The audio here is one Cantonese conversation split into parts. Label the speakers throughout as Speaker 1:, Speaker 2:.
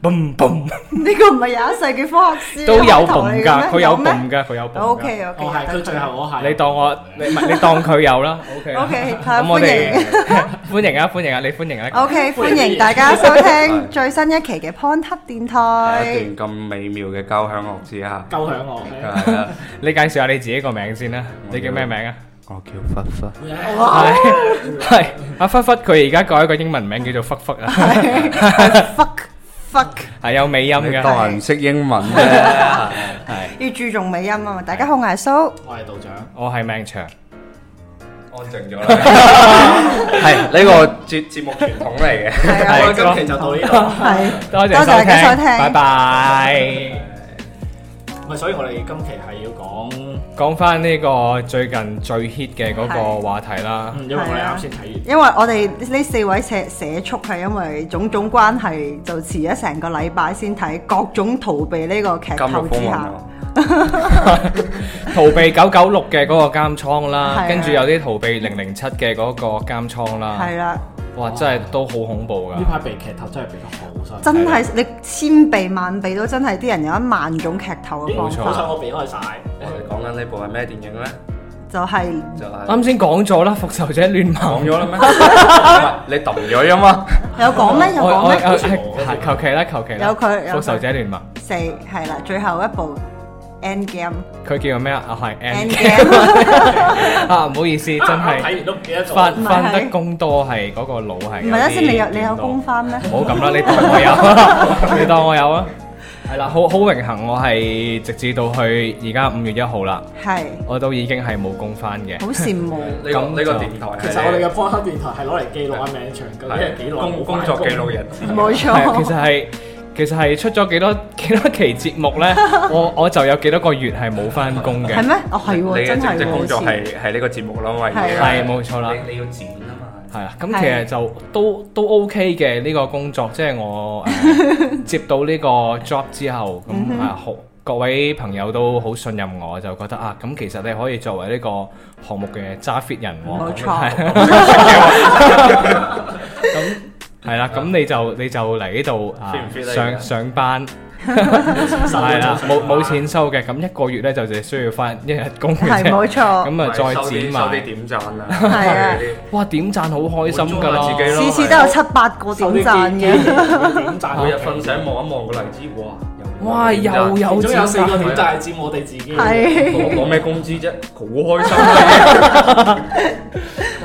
Speaker 1: 嘣嘣嘣，
Speaker 2: 呢個唔係有一世嘅科學師
Speaker 1: 都有
Speaker 2: 頭
Speaker 1: 嘣
Speaker 2: 嚟嘅
Speaker 1: 噶，
Speaker 2: 咩
Speaker 1: 佢有
Speaker 2: 咩
Speaker 1: 嘣噶，佢有嘣㗎。
Speaker 2: ？O K O K，
Speaker 3: 我係佢最後我係
Speaker 1: 你當我你唔係你當佢有啦，OK 啦。
Speaker 2: OK，係
Speaker 1: 咁我哋
Speaker 2: 歡
Speaker 1: 歡迎啊，歡迎啊，你歡迎啊。
Speaker 2: O K，歡迎大家收聽 最新一期嘅 Point Hub 電台
Speaker 4: 一。段咁美妙嘅交響樂之下，
Speaker 3: 鳩響我。
Speaker 4: 係啊，
Speaker 1: 你介紹下你自己個名先啦，你叫咩名啊？
Speaker 4: 我叫忽忽，
Speaker 1: 係係阿忽忽，佢而家改一個英文名叫做忽忽 啊，
Speaker 2: Fuck fuck，
Speaker 1: 係有美音
Speaker 4: 你
Speaker 1: 嘅。
Speaker 4: 當係唔識英文啫，
Speaker 2: 要注重美音啊嘛！大家好，我係蘇。
Speaker 3: 我係道長，
Speaker 1: 我係命長，
Speaker 4: 安靜咗啦，係呢個節節目傳統 嚟嘅，
Speaker 2: 係
Speaker 3: 我
Speaker 2: 啊，
Speaker 3: 今期就到呢度。
Speaker 2: 係。
Speaker 1: 多謝
Speaker 2: 多
Speaker 1: 收
Speaker 2: 謝大
Speaker 1: 聽，
Speaker 2: 家收聽
Speaker 1: 拜拜。
Speaker 3: 唔係，所以我哋今期係要講，
Speaker 1: 講翻呢個最近最 hit 嘅嗰個話題 啦，
Speaker 3: 嗯因為我哋啱先睇
Speaker 2: 因為我哋呢四位社社畜係因為種種關係，就遲咗成個禮拜先睇，各種逃避呢個劇
Speaker 4: 金玉
Speaker 2: 透
Speaker 4: 風
Speaker 2: 之
Speaker 4: 雲
Speaker 2: 下
Speaker 4: 啊，
Speaker 1: 逃避九九六嘅嗰個監倉
Speaker 2: 係
Speaker 1: 啦
Speaker 2: 啊，
Speaker 1: 跟住有啲逃避零零七嘅嗰個監倉啦，
Speaker 2: 係啦，
Speaker 1: 哇，真係都好恐怖
Speaker 3: 呢
Speaker 1: 㗎。
Speaker 3: 排被劇透真係被得好犀利。
Speaker 2: 真係你千避萬避都真係啲人有一萬種劇透嘅方
Speaker 1: 冇錯
Speaker 3: 好彩
Speaker 2: 法，
Speaker 3: 我避開晒。
Speaker 4: 我哋講緊呢部係咩電影咧？
Speaker 2: 就係
Speaker 4: 就係
Speaker 1: 啱先講咗啦，復仇者聯
Speaker 4: 講
Speaker 1: 盟。
Speaker 4: 咗啦咩唔係？你揼咗啊嘛？
Speaker 2: 有講咩？有
Speaker 1: 我
Speaker 2: 講
Speaker 1: 我
Speaker 2: 咩？
Speaker 1: 我係求其啦，求其啦。
Speaker 2: 有佢有佢
Speaker 1: 復仇者聯盟，
Speaker 2: 四係啦，最後一部 End Game，End
Speaker 1: 佢叫咩啊？啊係 Endgame
Speaker 2: Game
Speaker 1: 啊，唔好意思，真
Speaker 3: 睇
Speaker 1: 係
Speaker 3: 完都唔記得咗。
Speaker 1: 翻
Speaker 2: 唔係
Speaker 1: 翻得工多係嗰個腦係。
Speaker 2: 唔係啦，先你有你有功？翻咩？
Speaker 1: 唔好咁啦，你當我有，你當我有啊。 係啦，好好榮幸，我係直至到去而家五月一號啦，
Speaker 2: 係
Speaker 1: 我都已經係冇工翻嘅
Speaker 2: 好。羨慕，
Speaker 4: 呢個呢個電台係你，
Speaker 3: 其實我哋嘅 p o d 電台係攞嚟記錄阿名長究竟係幾
Speaker 4: 係
Speaker 3: 耐
Speaker 4: 工工作記錄
Speaker 3: 人。
Speaker 4: 日誌，
Speaker 2: 冇
Speaker 1: 係，啊其
Speaker 2: 錯，
Speaker 1: 實係其實係出咗幾多 幾多期節目咧，我我就有幾多個月係冇翻工嘅
Speaker 2: 係。咩？哦係
Speaker 4: 你
Speaker 2: 喎，
Speaker 4: 嘅
Speaker 2: 真
Speaker 4: 正
Speaker 2: 係
Speaker 4: 職
Speaker 2: 喎，
Speaker 4: 工作
Speaker 2: 好似
Speaker 4: 係係呢個節目啦嘛，已經
Speaker 2: 係
Speaker 1: 係冇錯啦。
Speaker 4: 你你要剪啊嘛。
Speaker 1: 係啦，咁
Speaker 2: 係
Speaker 1: 其實就都都 OK 嘅呢、個工作，即係 我、呃接到呢個 job 之後，咁啊好各位朋友都好信任我，就覺得啊，咁其實你可以作為呢個項目嘅揸 fit 人喎，
Speaker 2: 冇錯
Speaker 1: 係咁係啦，咁你就你就嚟呢度啊
Speaker 4: Fit 唔 fit 呢而家
Speaker 1: 上上班係啦，冇冇錢收嘅，咁一個月咧就只需要翻一日工 嘅
Speaker 2: 係冇
Speaker 1: 啫，
Speaker 2: 錯，
Speaker 1: 咁啊再
Speaker 4: 收啲
Speaker 1: 剪
Speaker 4: 收啲
Speaker 1: 埋，
Speaker 4: 點讚啊，
Speaker 2: 係啊
Speaker 4: 嗰啲
Speaker 1: 哇點讚好開心
Speaker 4: 滿足
Speaker 1: 㗎
Speaker 4: 下
Speaker 1: 啦
Speaker 4: 自己咯
Speaker 2: 次次都有七八個點讚嘅。
Speaker 3: 點讚，
Speaker 4: 每日啊瞓醒望一望個荔枝，哇！
Speaker 1: 啊哇！
Speaker 4: 有
Speaker 1: 又
Speaker 4: 人點
Speaker 1: 有
Speaker 3: 其中
Speaker 1: 錢
Speaker 3: 有四個點讚係佔我哋自己嘅。
Speaker 4: 讚
Speaker 2: 係
Speaker 4: 我講咩工資啫？好開心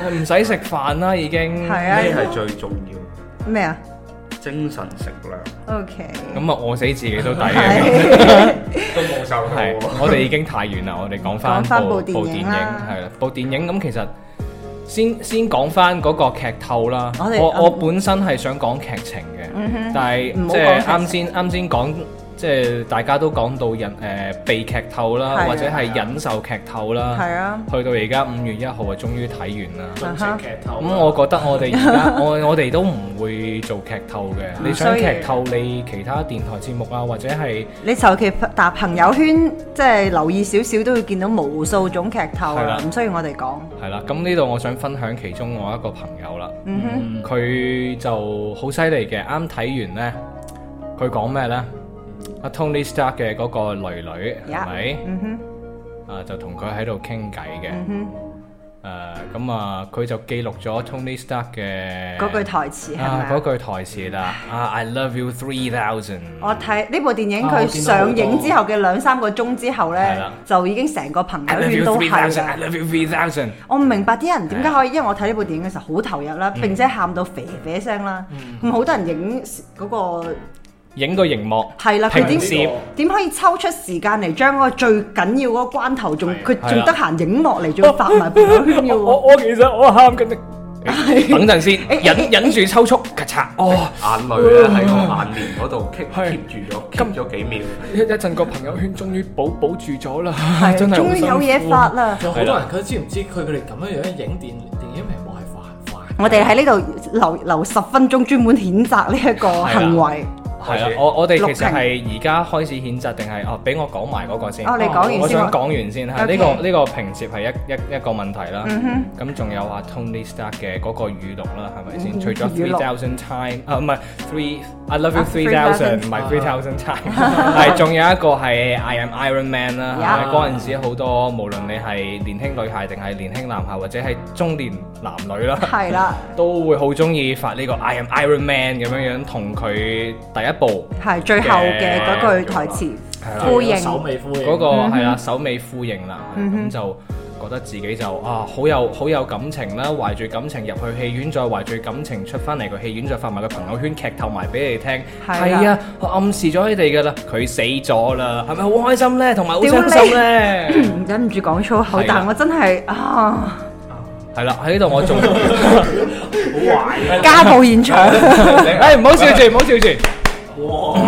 Speaker 4: 啊！
Speaker 1: 唔使食飯啦，已經。
Speaker 2: 係
Speaker 4: 呢
Speaker 2: 啊，
Speaker 4: 係最重要，
Speaker 2: 咩啊
Speaker 4: 精神食糧
Speaker 2: ？OK，
Speaker 1: 咁啊，餓死自己都抵 嘅。
Speaker 2: 係
Speaker 4: 都冇受啊到
Speaker 1: 係
Speaker 4: 喎。，
Speaker 1: 我哋已經太遠啦。我哋講翻
Speaker 2: 講返
Speaker 1: 部
Speaker 2: 部
Speaker 1: 部電
Speaker 2: 電影
Speaker 1: 影
Speaker 2: 啦
Speaker 1: 係啦，部電影咁其實先先講翻嗰個劇透啦。
Speaker 2: 我哋
Speaker 1: 我
Speaker 2: 嗯
Speaker 1: 我本身係想講劇情嘅，
Speaker 2: 嗯哼，
Speaker 1: 但係
Speaker 2: 唔好
Speaker 1: 即
Speaker 2: 講
Speaker 1: 係
Speaker 2: 劇情
Speaker 1: 啱先啱先講，即係大家都講到人誒被劇透
Speaker 2: 係
Speaker 1: 啦
Speaker 2: 啊，
Speaker 1: 或者係忍受劇透啦。
Speaker 2: 係啊，
Speaker 1: 去到而家五月一號啊，終於睇完啦。
Speaker 3: 盡情劇透。
Speaker 1: 咁我覺得我哋而 家我我哋都唔會做劇透嘅。
Speaker 3: 唔
Speaker 1: 你想
Speaker 2: 需要
Speaker 1: 劇透你其他電台節目啊，或者係
Speaker 2: 你求其打朋友圈，即係留意少少都會見到無數種劇
Speaker 1: 係
Speaker 2: 透啦
Speaker 1: 啦，
Speaker 2: 唔需要我哋講。
Speaker 1: 係啦。咁呢度我想分享其中我一個朋友啦，
Speaker 2: 嗯哼，
Speaker 1: 佢就好犀利嘅。啱睇完呢，佢講咩呢？阿 Tony Stark 嘅嗰個女女係
Speaker 2: Yeah
Speaker 1: 咪？
Speaker 2: 嗯哼，
Speaker 1: 啊，就同佢喺度傾偈嘅。
Speaker 2: 嗯哼，
Speaker 1: 誒咁啊，佢就記錄咗 Tony Stark 嘅
Speaker 2: 嗰句台詞係咪
Speaker 1: 啊
Speaker 2: 啊
Speaker 1: 嗰句台詞啦。啊，I love you three thousand。
Speaker 2: 我睇呢部電影，
Speaker 3: 啊我
Speaker 2: 佢
Speaker 3: 見到好多
Speaker 2: 上映之後嘅兩三個鐘之後
Speaker 1: 係
Speaker 2: 呢
Speaker 1: 啦，
Speaker 2: 就已經成個朋
Speaker 1: I
Speaker 2: 友
Speaker 1: love
Speaker 2: 圈
Speaker 1: you
Speaker 2: 都
Speaker 1: three 啊
Speaker 2: 係
Speaker 1: thousand. I
Speaker 2: 啦。
Speaker 1: love you three thousand。
Speaker 2: 我唔明白啲人點解可以，因為我睇呢部電影嘅時候好投入啦，
Speaker 1: 嗯
Speaker 2: 並且喊到啡啡聲啦，咁好多人影嗰個
Speaker 1: 影個熒幕，
Speaker 2: 係啦，佢
Speaker 1: 平
Speaker 2: 點
Speaker 1: 時
Speaker 2: 點可以抽出時間嚟將嗰個最緊要嗰個關頭，仲
Speaker 3: 係
Speaker 2: 佢
Speaker 1: 係
Speaker 2: 仲
Speaker 1: 啦
Speaker 2: 得閒影落嚟，仲要發埋朋友圈 嘅
Speaker 1: 我
Speaker 2: 喎。
Speaker 1: 我其實我喊緊，等陣先，
Speaker 2: 誒
Speaker 1: 忍忍住抽搐，咔嚓，哦，
Speaker 4: 眼淚咧喺個眼簾嗰度 keep
Speaker 1: 係
Speaker 4: keep 住咗，keep 咗幾秒。
Speaker 1: 一一陣個朋友圈終於保保住咗啦，
Speaker 2: 係
Speaker 1: 啊 真係
Speaker 2: 終於有嘢發
Speaker 1: 啦。
Speaker 2: 啦！
Speaker 3: 有好多人佢知唔知佢哋咁樣樣影電電影屏幕係犯法？
Speaker 1: 啊
Speaker 2: 我哋喺呢度留留十分鐘專門譴責呢一個行為，
Speaker 1: 係
Speaker 4: 開
Speaker 1: 啦
Speaker 4: 始，。
Speaker 1: 我我哋
Speaker 2: 陸
Speaker 1: 其實
Speaker 2: 平
Speaker 1: 係而家開始譴責定係哦，俾我講埋嗰個先。
Speaker 2: 哦你講完
Speaker 1: 我
Speaker 2: 先
Speaker 1: 想
Speaker 2: 我
Speaker 1: 講完先，係呢
Speaker 2: OK
Speaker 1: 個呢個平接係一一一個問題啦。
Speaker 2: 嗯哼，
Speaker 1: 咁仲有阿 Tony Stark 嘅嗰個語錄啦，係咪先？
Speaker 2: 嗯
Speaker 1: 除咗
Speaker 2: 語
Speaker 1: Three
Speaker 2: 錄
Speaker 1: Thousand Time 啊，唔係 Three I Love You
Speaker 2: 啊
Speaker 1: Three Thousand，唔係 Three Thousand Time，係仲有一個係 I Am Iron Man 啦。係咪
Speaker 3: Yeah
Speaker 1: 嗰陣時好多，無論你係年輕女孩定係年輕男孩，或者係中年男女 啦。
Speaker 2: 係啦，
Speaker 1: 都會好中意發呢個 I am Iron Man 咁樣樣，同佢第一部
Speaker 2: 係最後嘅嗰句台詞，
Speaker 1: 係啦
Speaker 2: 呼應
Speaker 3: 手尾呼應
Speaker 1: 嗰個
Speaker 2: 嗯哼嗯
Speaker 1: 係啦首尾呼應啦，係咁就覺得自己就啊好有好有感情啦，懷住感情入去戲院，再懷住感情出翻嚟個戲院，再發埋個朋友圈劇透埋俾你聽，
Speaker 2: 係啦
Speaker 1: 係啊，我暗示咗你哋噶啦，佢死咗啦，係咪好開心呢？同埋好
Speaker 2: 屌
Speaker 1: 傷心呢？
Speaker 2: 忍唔住講粗口
Speaker 1: 係啦，
Speaker 2: 但我真係啊，
Speaker 1: 係啦，喺度我 仲。
Speaker 3: 好壞
Speaker 4: 啊
Speaker 3: 嘅，
Speaker 2: 家暴現場，
Speaker 1: 誒唔好笑住，唔好笑住。
Speaker 3: 哇！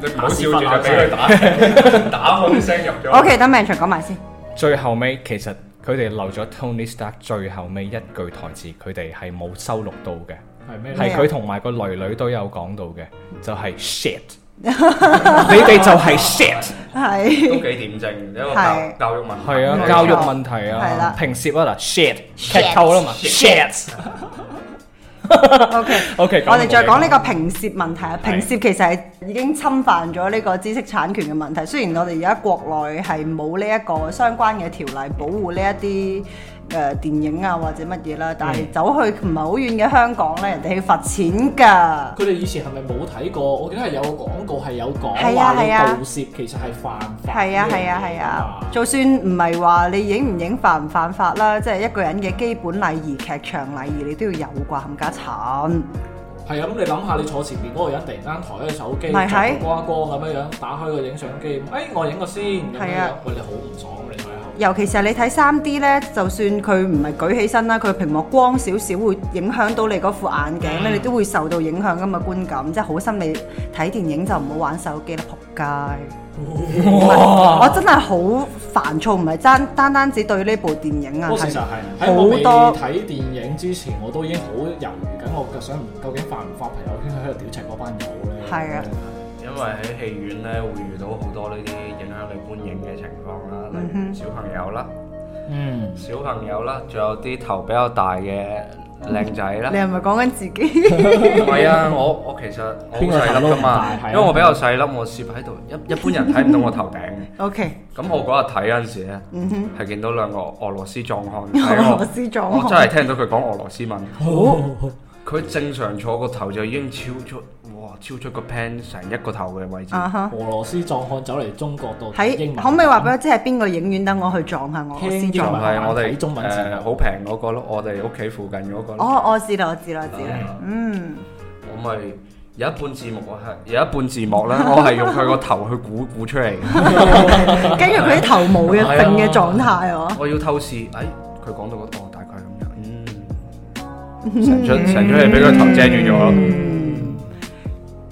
Speaker 4: 你唔好笑住就俾佢打打空聲入 咗。
Speaker 2: OK，等命長講埋先，
Speaker 1: 最後尾其實佢哋留咗 Tony Stark 最後尾一句台詞，佢哋係冇收錄到嘅，
Speaker 3: 係咩？
Speaker 1: 係
Speaker 2: 咩啊
Speaker 1: 佢同埋個女女都有講到嘅，就係、shit。你哋就係 shit，
Speaker 4: 都
Speaker 2: 係
Speaker 4: 幾點正，一個教
Speaker 2: 係
Speaker 4: 教育問題。
Speaker 1: 係啊，
Speaker 2: 冇錯
Speaker 1: 教育問題
Speaker 2: 係
Speaker 1: 啊
Speaker 2: 啦，
Speaker 1: 平攝啊嗱，shit 劇透啦嘛，shit。
Speaker 2: OK。
Speaker 1: OK，
Speaker 2: 我哋再講呢
Speaker 1: 個
Speaker 2: 個平攝問題啊，平攝其實係已經侵犯咗呢個知識產權嘅問題。雖然我哋而家國內係冇呢一個相關嘅條例保護呢一啲誒電影啊或者乜嘢啦，但係走去唔係好遠嘅香港咧，人哋要罰錢㗎。
Speaker 3: 佢哋以前係咪冇睇過？我記得係有個廣告係有講
Speaker 2: 係啊
Speaker 3: 話你
Speaker 2: 係啊
Speaker 3: 盜竊其實係犯法嘅。
Speaker 2: 係啊係啊係啊！就算唔係話你影唔影犯唔犯法啦，即係一個人嘅基本禮儀、劇場禮儀，你都要有啩冚家鏟。
Speaker 3: 係啊，咁你諗下，你坐前面嗰個人突然間抬起手機，
Speaker 2: 咪係
Speaker 3: 著個瓜哥咁樣樣，打開個影相機，誒我影個先咁樣
Speaker 2: 係
Speaker 3: 樣
Speaker 2: 啊，
Speaker 3: 喂你好唔爽你睇下。
Speaker 2: 尤其是你睇三 D 咧，就算佢唔係舉起身啦，佢屏幕光少少會影響到你嗰副眼鏡
Speaker 4: 嗯
Speaker 2: 咧，你都會受到影響咁嘅觀感，即係好心你睇電影就唔好玩手機啦，仆街！我真係好煩躁，唔係單單單只對呢部電影啊，
Speaker 3: 不過事實
Speaker 2: 係
Speaker 3: 係喺我未
Speaker 2: 好多
Speaker 3: 睇電影之前，我都已經好猶豫緊，我嘅想究竟發唔發朋友圈喺度屌柒嗰班友咧？
Speaker 2: 係啊
Speaker 4: 因為喺戲院咧會遇到好多呢啲影響你觀影嘅情況啦，
Speaker 1: 嗯
Speaker 4: 例如小朋友啦、
Speaker 3: 嗯，
Speaker 4: 小朋友啦，仲有啲頭比較大嘅靚仔啦
Speaker 2: 你。係咪講緊自己？
Speaker 4: 唔係啊，我我其實我好細
Speaker 3: 邊個頭
Speaker 4: 粒噶嘛
Speaker 3: 都唔大，係啊
Speaker 4: 因為我比較細粒，我攝喺度，一一般人睇唔到我頭頂
Speaker 3: 嗯
Speaker 4: 嘅。
Speaker 2: OK，
Speaker 4: 咁我嗰日睇嗰陣時咧，
Speaker 2: 嗯哼，
Speaker 4: 係見到兩個俄羅斯壯 漢喺
Speaker 2: 俄
Speaker 4: 我
Speaker 2: 羅斯壯
Speaker 4: 啊我
Speaker 2: 漢
Speaker 4: 真係聽到佢講俄羅斯文，
Speaker 3: 好。
Speaker 4: 佢正常坐個頭就已經超出，哇，超出個 pan 成一個頭嘅位 置。
Speaker 2: 啊哈！
Speaker 3: 俄羅斯壯漢走嚟中國度睇英
Speaker 2: 喺
Speaker 3: 文，
Speaker 2: 可唔可以話俾我知係邊個影院等我去撞下俄羅斯
Speaker 3: 聽
Speaker 4: 就
Speaker 3: 英
Speaker 2: 壯
Speaker 3: 文
Speaker 2: 漢？
Speaker 4: 係我
Speaker 3: 睇中文
Speaker 4: 哋
Speaker 3: 字幕
Speaker 4: 誒好平嗰個咯，我哋屋企附近嗰個咯。
Speaker 2: 哦，我知啦，我知啦，我知啦，
Speaker 4: 啊
Speaker 2: 嗯。
Speaker 4: 我咪有一半字幕，我係有一半字幕咧， 我係用佢個頭去估估出嚟嘅。
Speaker 2: 跟住佢啲頭毛嘅
Speaker 4: 係啊
Speaker 2: 揈嘅狀態啊喎，
Speaker 4: 我要透視，誒、佢講到嗰度大概咁樣，嗯，成
Speaker 2: 嗯
Speaker 4: 出成出嚟俾佢頭遮住咗。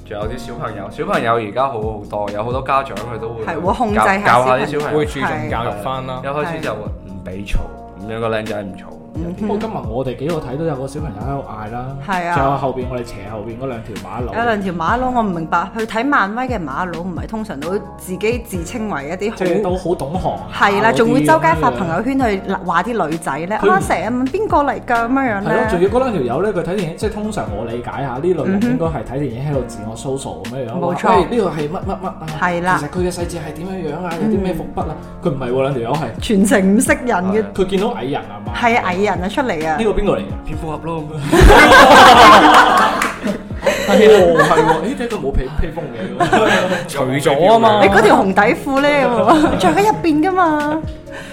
Speaker 4: 仲有啲小朋友，小朋友而家好好多，有好多家長佢都會
Speaker 2: 係會控制
Speaker 4: 教
Speaker 2: 下
Speaker 4: 教下啲
Speaker 2: 小
Speaker 4: 小
Speaker 2: 朋
Speaker 4: 朋
Speaker 1: 會
Speaker 4: 友，
Speaker 1: 注重教育翻啦
Speaker 4: 一。開始就話唔俾嘈，
Speaker 2: 嗯
Speaker 4: 咁樣個僆仔唔嘈。
Speaker 3: 不過今日我哋幾個睇都有個小朋友喺度嗌啦，
Speaker 2: 係啊
Speaker 3: 仲有後邊我哋斜後邊嗰兩條馬
Speaker 2: 有
Speaker 3: 路，
Speaker 2: 兩條馬騮，我唔明白，去睇漫威嘅馬騮唔係通常都自己自稱為一
Speaker 3: 即係
Speaker 2: 啲好
Speaker 3: 都好懂行啊。
Speaker 2: 係啦，仲會周街發朋
Speaker 3: 嗰啲咁樣
Speaker 2: 友圈去話啲女仔咧，
Speaker 3: 佢唔
Speaker 2: 啊成日問邊個嚟㗎咁樣樣
Speaker 3: 係咯，仲要
Speaker 2: 咧，
Speaker 3: 嗰兩條友咧，佢睇電影，即係通常我理解下呢類人
Speaker 2: 嗯哼
Speaker 3: 應該係睇電影喺度自我 social 咁樣樣。
Speaker 2: 冇
Speaker 3: 喂
Speaker 2: 錯
Speaker 3: 呢個係乜乜乜啊？
Speaker 2: 係啦
Speaker 3: 其實佢嘅細節係點樣樣啊？有啲咩伏筆啊？佢唔係喎，兩條友係
Speaker 2: 全程唔識人嘅，
Speaker 3: 佢見到矮人啊嘛。
Speaker 2: 係啊，藝人啊出嚟啊
Speaker 3: 呢，個邊 個嚟㗎？
Speaker 4: 蝙蝠俠咯，
Speaker 3: 係喎，係喎，誒，點解佢冇披披風嘅？
Speaker 1: 除咗啊 嘛
Speaker 2: 你嗰條紅底褲 咧喎，着喺入邊㗎嘛，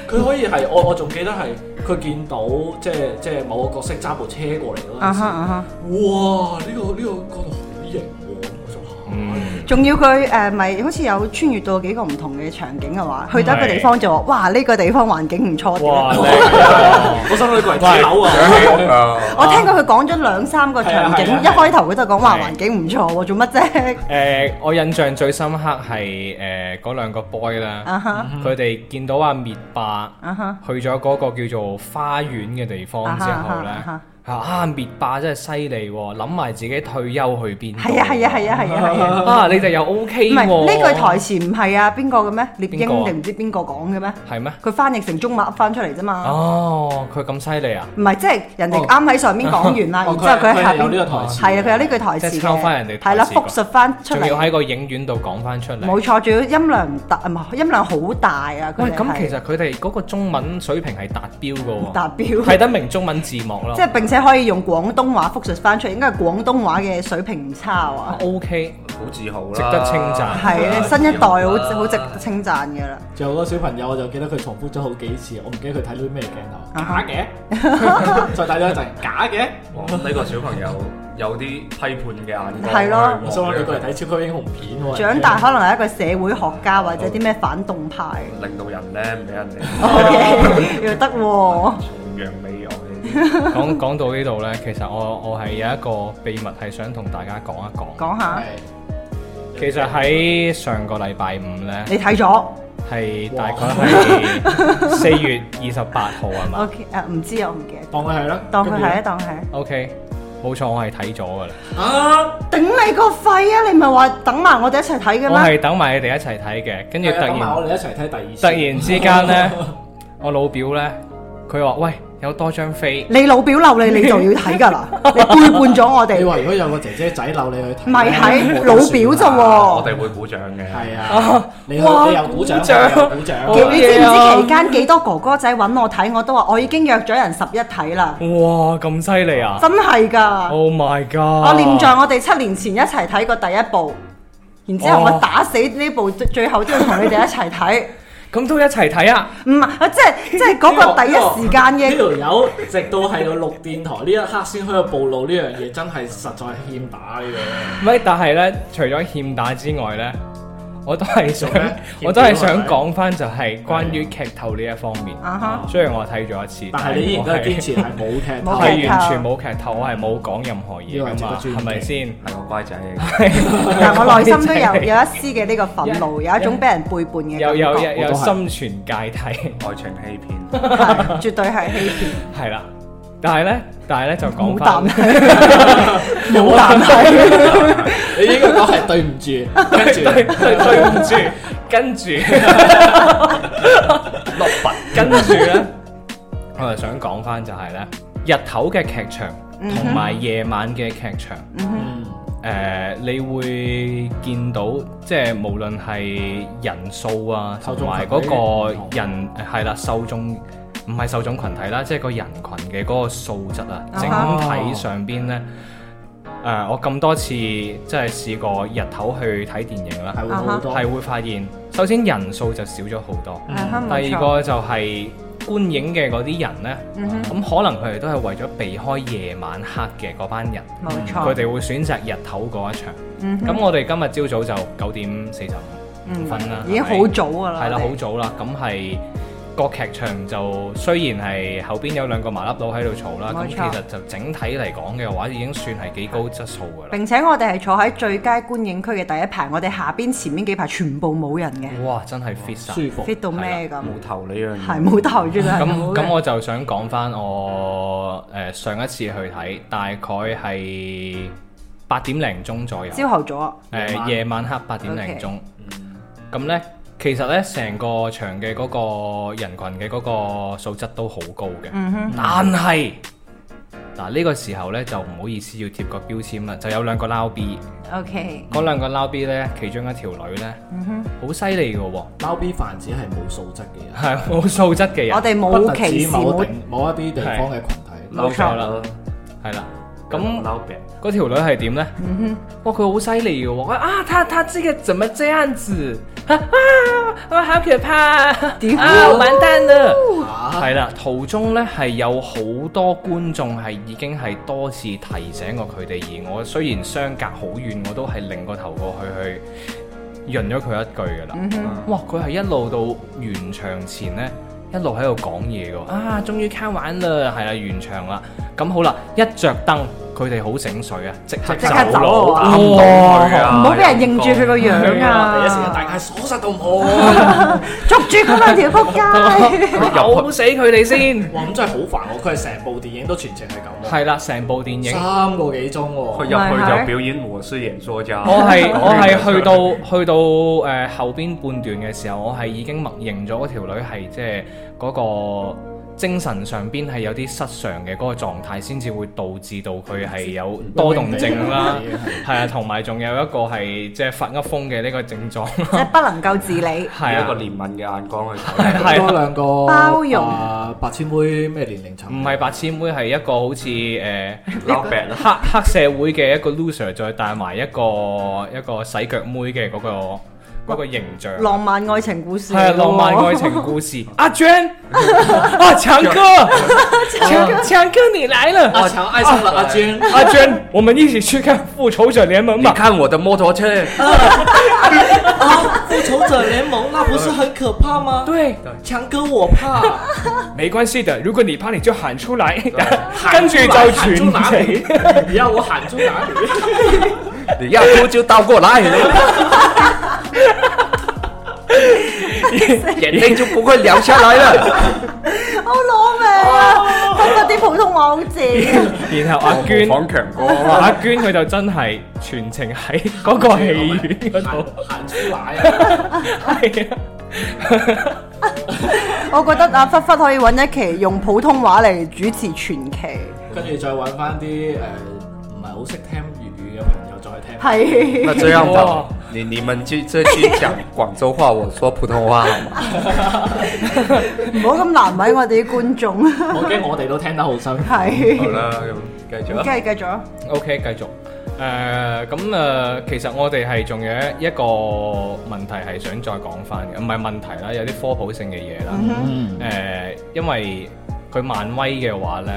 Speaker 3: 佢可以係我我仲記得係佢見到即係即係某個角色揸部車過嚟嗰
Speaker 2: 啊
Speaker 3: 陣時
Speaker 2: 哈，啊哈。
Speaker 3: 哇！呢個呢個角度好型喎，我想
Speaker 1: 嗯
Speaker 3: 下。
Speaker 2: 仲要佢誒咪好似有穿越到幾個唔同嘅場景嘅話，去到一個地方就話：哇！呢、個地方環境唔錯。點樣
Speaker 1: 哇，靚啊！
Speaker 3: 我心裏佢係睇樓啊！
Speaker 4: 想起屋啊，
Speaker 2: 我聽過佢講咗兩三個場景，
Speaker 3: 係啊係啊
Speaker 2: 一開頭佢就講話
Speaker 1: 係
Speaker 2: 環境唔錯喎，做乜啫？
Speaker 1: 誒、我印象最深刻係誒嗰兩個 boy 啦，
Speaker 2: 啊哈
Speaker 1: 佢哋見到阿滅霸
Speaker 2: 啊哈
Speaker 1: 去咗嗰個叫做花園嘅地方之後
Speaker 2: 啊哈啊
Speaker 1: 呢
Speaker 2: 哈，
Speaker 1: 啊滅霸真係犀利喎，諗埋自己退休去邊度？
Speaker 2: 係啊係啊係啊係啊係啊！
Speaker 1: 啊！你哋又 O K
Speaker 2: 唔
Speaker 1: 喎？
Speaker 2: 係呢句台詞唔係啊邊個嘅咩？獵
Speaker 1: 邊個
Speaker 2: 鷹
Speaker 1: 啊
Speaker 2: 定唔知邊個講嘅咩？
Speaker 1: 係咩？
Speaker 2: 佢翻譯成中文翻出嚟啫嘛。
Speaker 1: 哦，佢咁犀利啊！
Speaker 2: 唔係即係人哋
Speaker 3: 哦
Speaker 2: 啱喺上面講完 啦，
Speaker 3: 哦
Speaker 2: 然之後佢喺下
Speaker 3: 佢係有呢個
Speaker 2: 邊
Speaker 3: 台詞
Speaker 2: 係啊，佢有呢句台詞
Speaker 1: 即係抄返人
Speaker 2: 嘅，
Speaker 1: 哋
Speaker 2: 係啦，
Speaker 1: 台詞
Speaker 2: 復
Speaker 1: 講
Speaker 2: 述翻出
Speaker 1: 仲要
Speaker 2: 嚟。
Speaker 1: 喺個影院度講翻出嚟。
Speaker 2: 冇錯，仲要音量唔大，唔係音量好大啊！佢
Speaker 1: 喂，
Speaker 2: 哋
Speaker 1: 咁
Speaker 2: 係
Speaker 1: 其實佢哋嗰個中文水平係達標嘅喎，
Speaker 2: 達標
Speaker 1: 睇得明中文字幕咯
Speaker 2: 即。係並且可以用廣東話復述翻出嚟，應該係廣東話嘅水平唔差啊！
Speaker 1: O K，
Speaker 4: 好自豪啦，
Speaker 1: 值得稱讚
Speaker 2: 係咧，新一代好 好值得稱讚嘅啦。
Speaker 3: 仲有好多小朋友，我就記得佢重複咗好幾次，我唔記得佢睇到啲咩鏡頭，
Speaker 2: 啊哈
Speaker 3: 假嘅，再睇咗一陣，假嘅。
Speaker 4: 哇！呢個小朋友有啲批判嘅眼光，
Speaker 2: 係咯
Speaker 3: 我想話你過嚟睇超級英雄片喎，
Speaker 2: 長大可能係一個社會學家或者啲咩反動派。
Speaker 4: 令到人咧唔俾人哋
Speaker 2: OK，又得喎。
Speaker 4: 崇洋媚外。
Speaker 1: 講講到呢度呢，其實我我係有一個秘密係想同大家講一講。
Speaker 2: 講下，
Speaker 1: 其實喺上個禮拜五呢，
Speaker 2: 你睇咗
Speaker 1: 係 大概係四月二十八號係嘛
Speaker 2: ？OK，誒唔知啊，我唔記得。
Speaker 3: 當佢係啦，
Speaker 2: 當佢係啊，
Speaker 3: 跟住
Speaker 2: 當佢係。
Speaker 1: ？O K，冇錯，我係睇咗㗎啦。
Speaker 3: 啊，
Speaker 2: 頂你個肺啊！你唔係話等埋我哋一齊睇
Speaker 1: 我
Speaker 2: 嘅咩？
Speaker 1: 係等埋你哋一齊睇嘅，跟住
Speaker 3: 係
Speaker 1: 突
Speaker 3: 啊等埋
Speaker 1: 然
Speaker 3: 我。哋一齊睇第二次。
Speaker 1: 突然之間呢，我老表呢，佢話：喂，有多張飛，
Speaker 2: 你老表鬧你，你就要睇 㗎啦！你背叛咗我
Speaker 3: 你
Speaker 2: 哋，
Speaker 3: 話如果有個姐姐仔扭你去睇，
Speaker 2: 咪係
Speaker 3: 我
Speaker 2: 老
Speaker 3: 都算
Speaker 2: 表
Speaker 3: 啦
Speaker 2: 咋
Speaker 4: 我
Speaker 2: 喎？哦
Speaker 4: 哋會鼓掌嘅，
Speaker 3: 係
Speaker 1: 啊
Speaker 3: 啊，你去
Speaker 1: 哇
Speaker 3: 你又鼓掌，
Speaker 1: 鼓掌
Speaker 3: 我又鼓掌，啊
Speaker 1: 我
Speaker 2: 你知唔知期間幾多哥哥仔揾我睇？我都話我已經約咗人十一睇啦，
Speaker 1: 哇，咁犀利啊
Speaker 2: 真係㗎！
Speaker 1: ！Oh my god！
Speaker 2: 我念在我哋七年前一齊睇過第一部，然之後
Speaker 1: 哦
Speaker 2: 我打死呢部最最後都要同你哋一齊睇。
Speaker 1: 咁都一齊睇啊！
Speaker 2: 唔係，即係即係嗰個第一時間
Speaker 3: 呢
Speaker 2: 嘅，
Speaker 3: 條友直到係到錄電台呢一刻先開始暴露呢樣嘢，真係實在欠打呢樣
Speaker 1: 咪但係呢，除咗欠打之外呢，我都係想
Speaker 3: 做咩，
Speaker 1: 我都係想講翻就係關於劇透呢一方面。
Speaker 2: 啊哈，
Speaker 1: 雖然我睇咗一次，
Speaker 3: 但係你依然都係堅
Speaker 1: 持，
Speaker 3: 持係冇劇
Speaker 1: 係
Speaker 2: 冇
Speaker 3: 透，
Speaker 2: 劇透
Speaker 1: 完全冇劇透，我係冇講任何嘢噶
Speaker 3: 呢個
Speaker 1: 嘛，
Speaker 3: 係值得尊敬
Speaker 1: 係咪先？
Speaker 4: 係個乖仔嚟嘅。
Speaker 2: 但我內心都有有一絲嘅呢個憤怒，有一種俾人背叛嘅
Speaker 1: 有有
Speaker 2: 感
Speaker 1: 有
Speaker 2: 覺，
Speaker 1: 有
Speaker 3: 我都係
Speaker 1: 心存芥蒂。
Speaker 4: 愛情欺騙。
Speaker 2: 係絕對係欺騙，
Speaker 1: 係啦，但係咧，但係咧就講
Speaker 2: 冇
Speaker 1: 翻
Speaker 2: 啖， 氣，
Speaker 3: 冇
Speaker 2: 冇啖氣，
Speaker 3: 你應該講係對唔 住，跟住
Speaker 1: 對對唔住，跟住落筆，跟住咧，我就想講翻就係咧，日頭嘅劇場
Speaker 2: 嗯哼
Speaker 1: 同埋夜晚嘅劇場，
Speaker 3: 嗯
Speaker 1: 誒、你會見到即係無論係人數啊，
Speaker 3: 受
Speaker 1: 同
Speaker 3: 眾
Speaker 1: 埋
Speaker 3: 群
Speaker 1: 嗰
Speaker 3: 體唔同
Speaker 1: 個人係啦，受眾唔係受眾群體啦，即係個人群嘅嗰個素質啊，
Speaker 2: 啊
Speaker 1: 整
Speaker 2: 哈
Speaker 1: 體上邊呢，誒、我咁多次即係試過日頭去睇電影啦，
Speaker 3: 係會好多
Speaker 2: 啊
Speaker 1: 係會發現，首先人數就少咗好多，
Speaker 3: 嗯
Speaker 2: 啊哈冇
Speaker 1: 第二
Speaker 2: 錯，
Speaker 1: 個就係觀影嘅嗰啲人呢，
Speaker 2: 嗯哼
Speaker 1: 咁可能佢哋都係為咗避開夜晚黑嘅嗰班人。
Speaker 2: 冇
Speaker 1: 佢
Speaker 2: 錯，
Speaker 1: 哋會選擇日頭嗰一場。
Speaker 2: 嗯
Speaker 1: 咁我哋今日朝早就九點四十五
Speaker 2: 嗯
Speaker 1: 分啦
Speaker 2: 已經好早㗎啦，
Speaker 1: 啊係啦，
Speaker 2: 我哋
Speaker 1: 好早啦。咁係個劇場就雖然係後邊有兩個麻甩佬喺度嘈啦，咁
Speaker 2: 冇
Speaker 1: 其
Speaker 2: 錯
Speaker 1: 實就整體嚟講嘅話，已經算係幾高質素㗎啦。
Speaker 2: 並且我哋係坐喺最佳觀影區嘅第一排，我哋下邊前面幾排全部冇人嘅
Speaker 1: 哇！真係 fit 晒。
Speaker 3: 舒服。
Speaker 2: ，fit 到咩咁？
Speaker 4: 冇頭呢樣
Speaker 2: 係
Speaker 4: 嘢，
Speaker 2: 冇頭住啦，
Speaker 1: 咁咁我就想講翻我誒、呃上一次去睇，大概係八點零鐘左右。
Speaker 2: 朝頭早啊，
Speaker 3: 夜
Speaker 1: 誒
Speaker 3: 晚
Speaker 1: 夜晚黑八點零
Speaker 2: OK
Speaker 1: 鐘，咁呢，其實呢，成個場嘅嗰個人群嘅嗰個素質都好高嘅，
Speaker 2: 嗯哼，
Speaker 1: 但係嗱呢個時候呢，就唔好意思要貼個標籤啦，就有兩個撈 B，
Speaker 2: OK，
Speaker 1: 嗰兩個撈 B 呢，其中一條女呢，好犀利嘅喎，
Speaker 3: 撈 B 泛指係冇素質嘅人，
Speaker 1: 係啊冇素質嘅人
Speaker 2: 我，哋
Speaker 3: 不
Speaker 2: 冇
Speaker 3: 特
Speaker 2: 歧
Speaker 3: 止
Speaker 2: 視
Speaker 3: 某
Speaker 2: 冇
Speaker 3: 定某一啲地方嘅群體。
Speaker 4: 嬲
Speaker 1: 錯
Speaker 4: 咗
Speaker 1: 啦，係啦，咁。
Speaker 4: 嬲病，
Speaker 1: 嗰條女係點呢？哇，佢好犀利嘅喎！啊，他他這個怎麼這樣子？啊啊，好可怕啊！
Speaker 2: 屌
Speaker 1: 啊，完蛋啦！
Speaker 3: 嚇
Speaker 1: 係啦，途中呢係有好多觀眾係已經係多次提醒過佢哋，而我雖然相隔好遠，我都係擰個頭過去去潤咗佢一句㗎啦。哇！佢係一路到完場前呢，一路喺度講嘢嘅喎。啊，終於卡玩啦，係啦，完場啦。咁好啦，一着燈，佢哋好醒水啊，即刻
Speaker 4: 即
Speaker 2: 刻走
Speaker 1: 佬
Speaker 2: 啊
Speaker 1: 打唔到佢啊！
Speaker 2: 唔好俾人認住佢個
Speaker 3: 係
Speaker 2: 樣
Speaker 3: 啊！第一時間大
Speaker 2: 啊！
Speaker 3: 家鎖實到我，哇！
Speaker 2: 捉住佢兩 條仆街，
Speaker 1: 咬死 佢哋先。
Speaker 3: 咁真係好煩喎，佢係成部電影都全程係咁
Speaker 1: 係啦，成部電
Speaker 3: 喎，
Speaker 1: 影。
Speaker 3: 三個幾鐘喎，
Speaker 4: 佢入去就表演我是演說 家。
Speaker 1: 我係 我係去到去到誒、呃、後邊半段嘅時候，我係已經默認咗嗰條女係即係嗰個精神上邊係有啲失常嘅嗰個狀態，先至會導致到佢 係有多動症 啦， 係啊，同埋仲有一個係即係發噏風嘅呢個症 狀，
Speaker 2: 即係不能夠自理。
Speaker 1: 係
Speaker 4: 係一個
Speaker 1: 啊，
Speaker 4: 憐憫嘅眼光去睇。
Speaker 1: 係啊
Speaker 3: 多兩個
Speaker 2: 包容
Speaker 3: 啊白千妹咩年齡層？
Speaker 1: 唔係白痴妹係一個好似誒。呃
Speaker 4: 撈病啦，
Speaker 1: 黑 黑社會嘅一個 loser，再帶埋一個一個洗腳妹嘅嗰、個嗰個形象，
Speaker 2: 浪漫愛情故事嚟
Speaker 1: 係啊
Speaker 2: 喎，
Speaker 1: 浪漫 愛情故事。 阿娟，啊強哥，強強哥你來了，
Speaker 3: 啊阿強愛上了阿娟，
Speaker 1: 啊阿娟，我們一起去看《復仇者聯盟》
Speaker 4: 你
Speaker 1: 吧。
Speaker 4: 看我的摩托車，
Speaker 3: 啊
Speaker 1: 啊
Speaker 3: 復仇者聯盟那不是很可怕嗎？
Speaker 1: 對，
Speaker 3: 強哥我怕。
Speaker 1: 沒關係的，如果你怕你就喊出來，跟
Speaker 3: 喊
Speaker 1: 住
Speaker 3: 出
Speaker 1: 就
Speaker 3: 來喊出
Speaker 1: 全
Speaker 3: 哪
Speaker 1: 程
Speaker 3: 裡。你要我喊出哪裏？
Speaker 4: 你要哭就倒過來，眼淚就不會流下來了。
Speaker 2: 我攞命啊！今日啲普通話好 正，
Speaker 1: 然後阿娟，
Speaker 4: 仿強哥
Speaker 1: 阿娟佢就真係全程喺嗰個戲院嗰度，
Speaker 3: 喊出奶啊！
Speaker 1: 係啊。
Speaker 2: 我覺得阿啊忽忽可以揾一期用普通話嚟主持傳奇，
Speaker 3: 跟住再揾翻啲誒呃唔係好識聽粵語嘅朋友再聽。
Speaker 2: 係
Speaker 4: 那這樣
Speaker 1: 哇
Speaker 4: 吧，你你們去這去講廣州話，我說普通話好嗎？
Speaker 2: 唔好咁難為我哋啲 觀眾，
Speaker 3: 我驚我哋都聽得好 辛苦。
Speaker 4: 好
Speaker 2: 係。
Speaker 4: 啦，咁繼續
Speaker 2: 梗
Speaker 4: 啊。
Speaker 2: 係繼續啊！
Speaker 1: OK，繼續。誒咁誒，其實我哋係仲有一個問題係想再講翻嘅，唔係問題啦，有啲科普性嘅嘢啦。誒、
Speaker 3: 嗯，
Speaker 1: 因為佢漫威嘅話呢，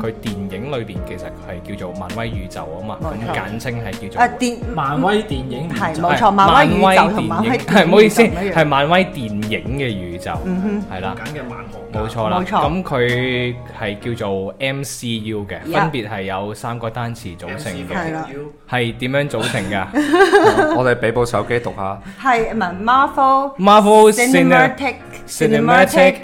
Speaker 1: 佢、電影裏邊其實係叫做漫威宇宙啊嘛，
Speaker 2: 冇
Speaker 1: 咁
Speaker 2: 錯
Speaker 1: 簡稱係叫
Speaker 2: 啊
Speaker 1: 做。
Speaker 2: 電
Speaker 3: 漫威電影
Speaker 2: 係
Speaker 3: 就
Speaker 2: 冇
Speaker 1: 係
Speaker 2: 錯漫威宇宙同漫威
Speaker 1: 電影係唔好意思，
Speaker 2: 電影就唔一樣
Speaker 1: 係漫威電影嘅宇宙，係啦、
Speaker 3: 緊嘅漫行。
Speaker 1: 冇錯啦，
Speaker 2: 冇錯
Speaker 1: 咁佢係叫做 MCU 嘅，
Speaker 2: Yeah
Speaker 1: 分別係有三個單詞組成嘅。
Speaker 2: 係啦
Speaker 1: 係點樣組 成噶
Speaker 4: 我哋俾部手機讀下，
Speaker 2: 係唔係 Marvel
Speaker 1: ？Marvel Cinematic
Speaker 2: Cinematic
Speaker 1: Cinematic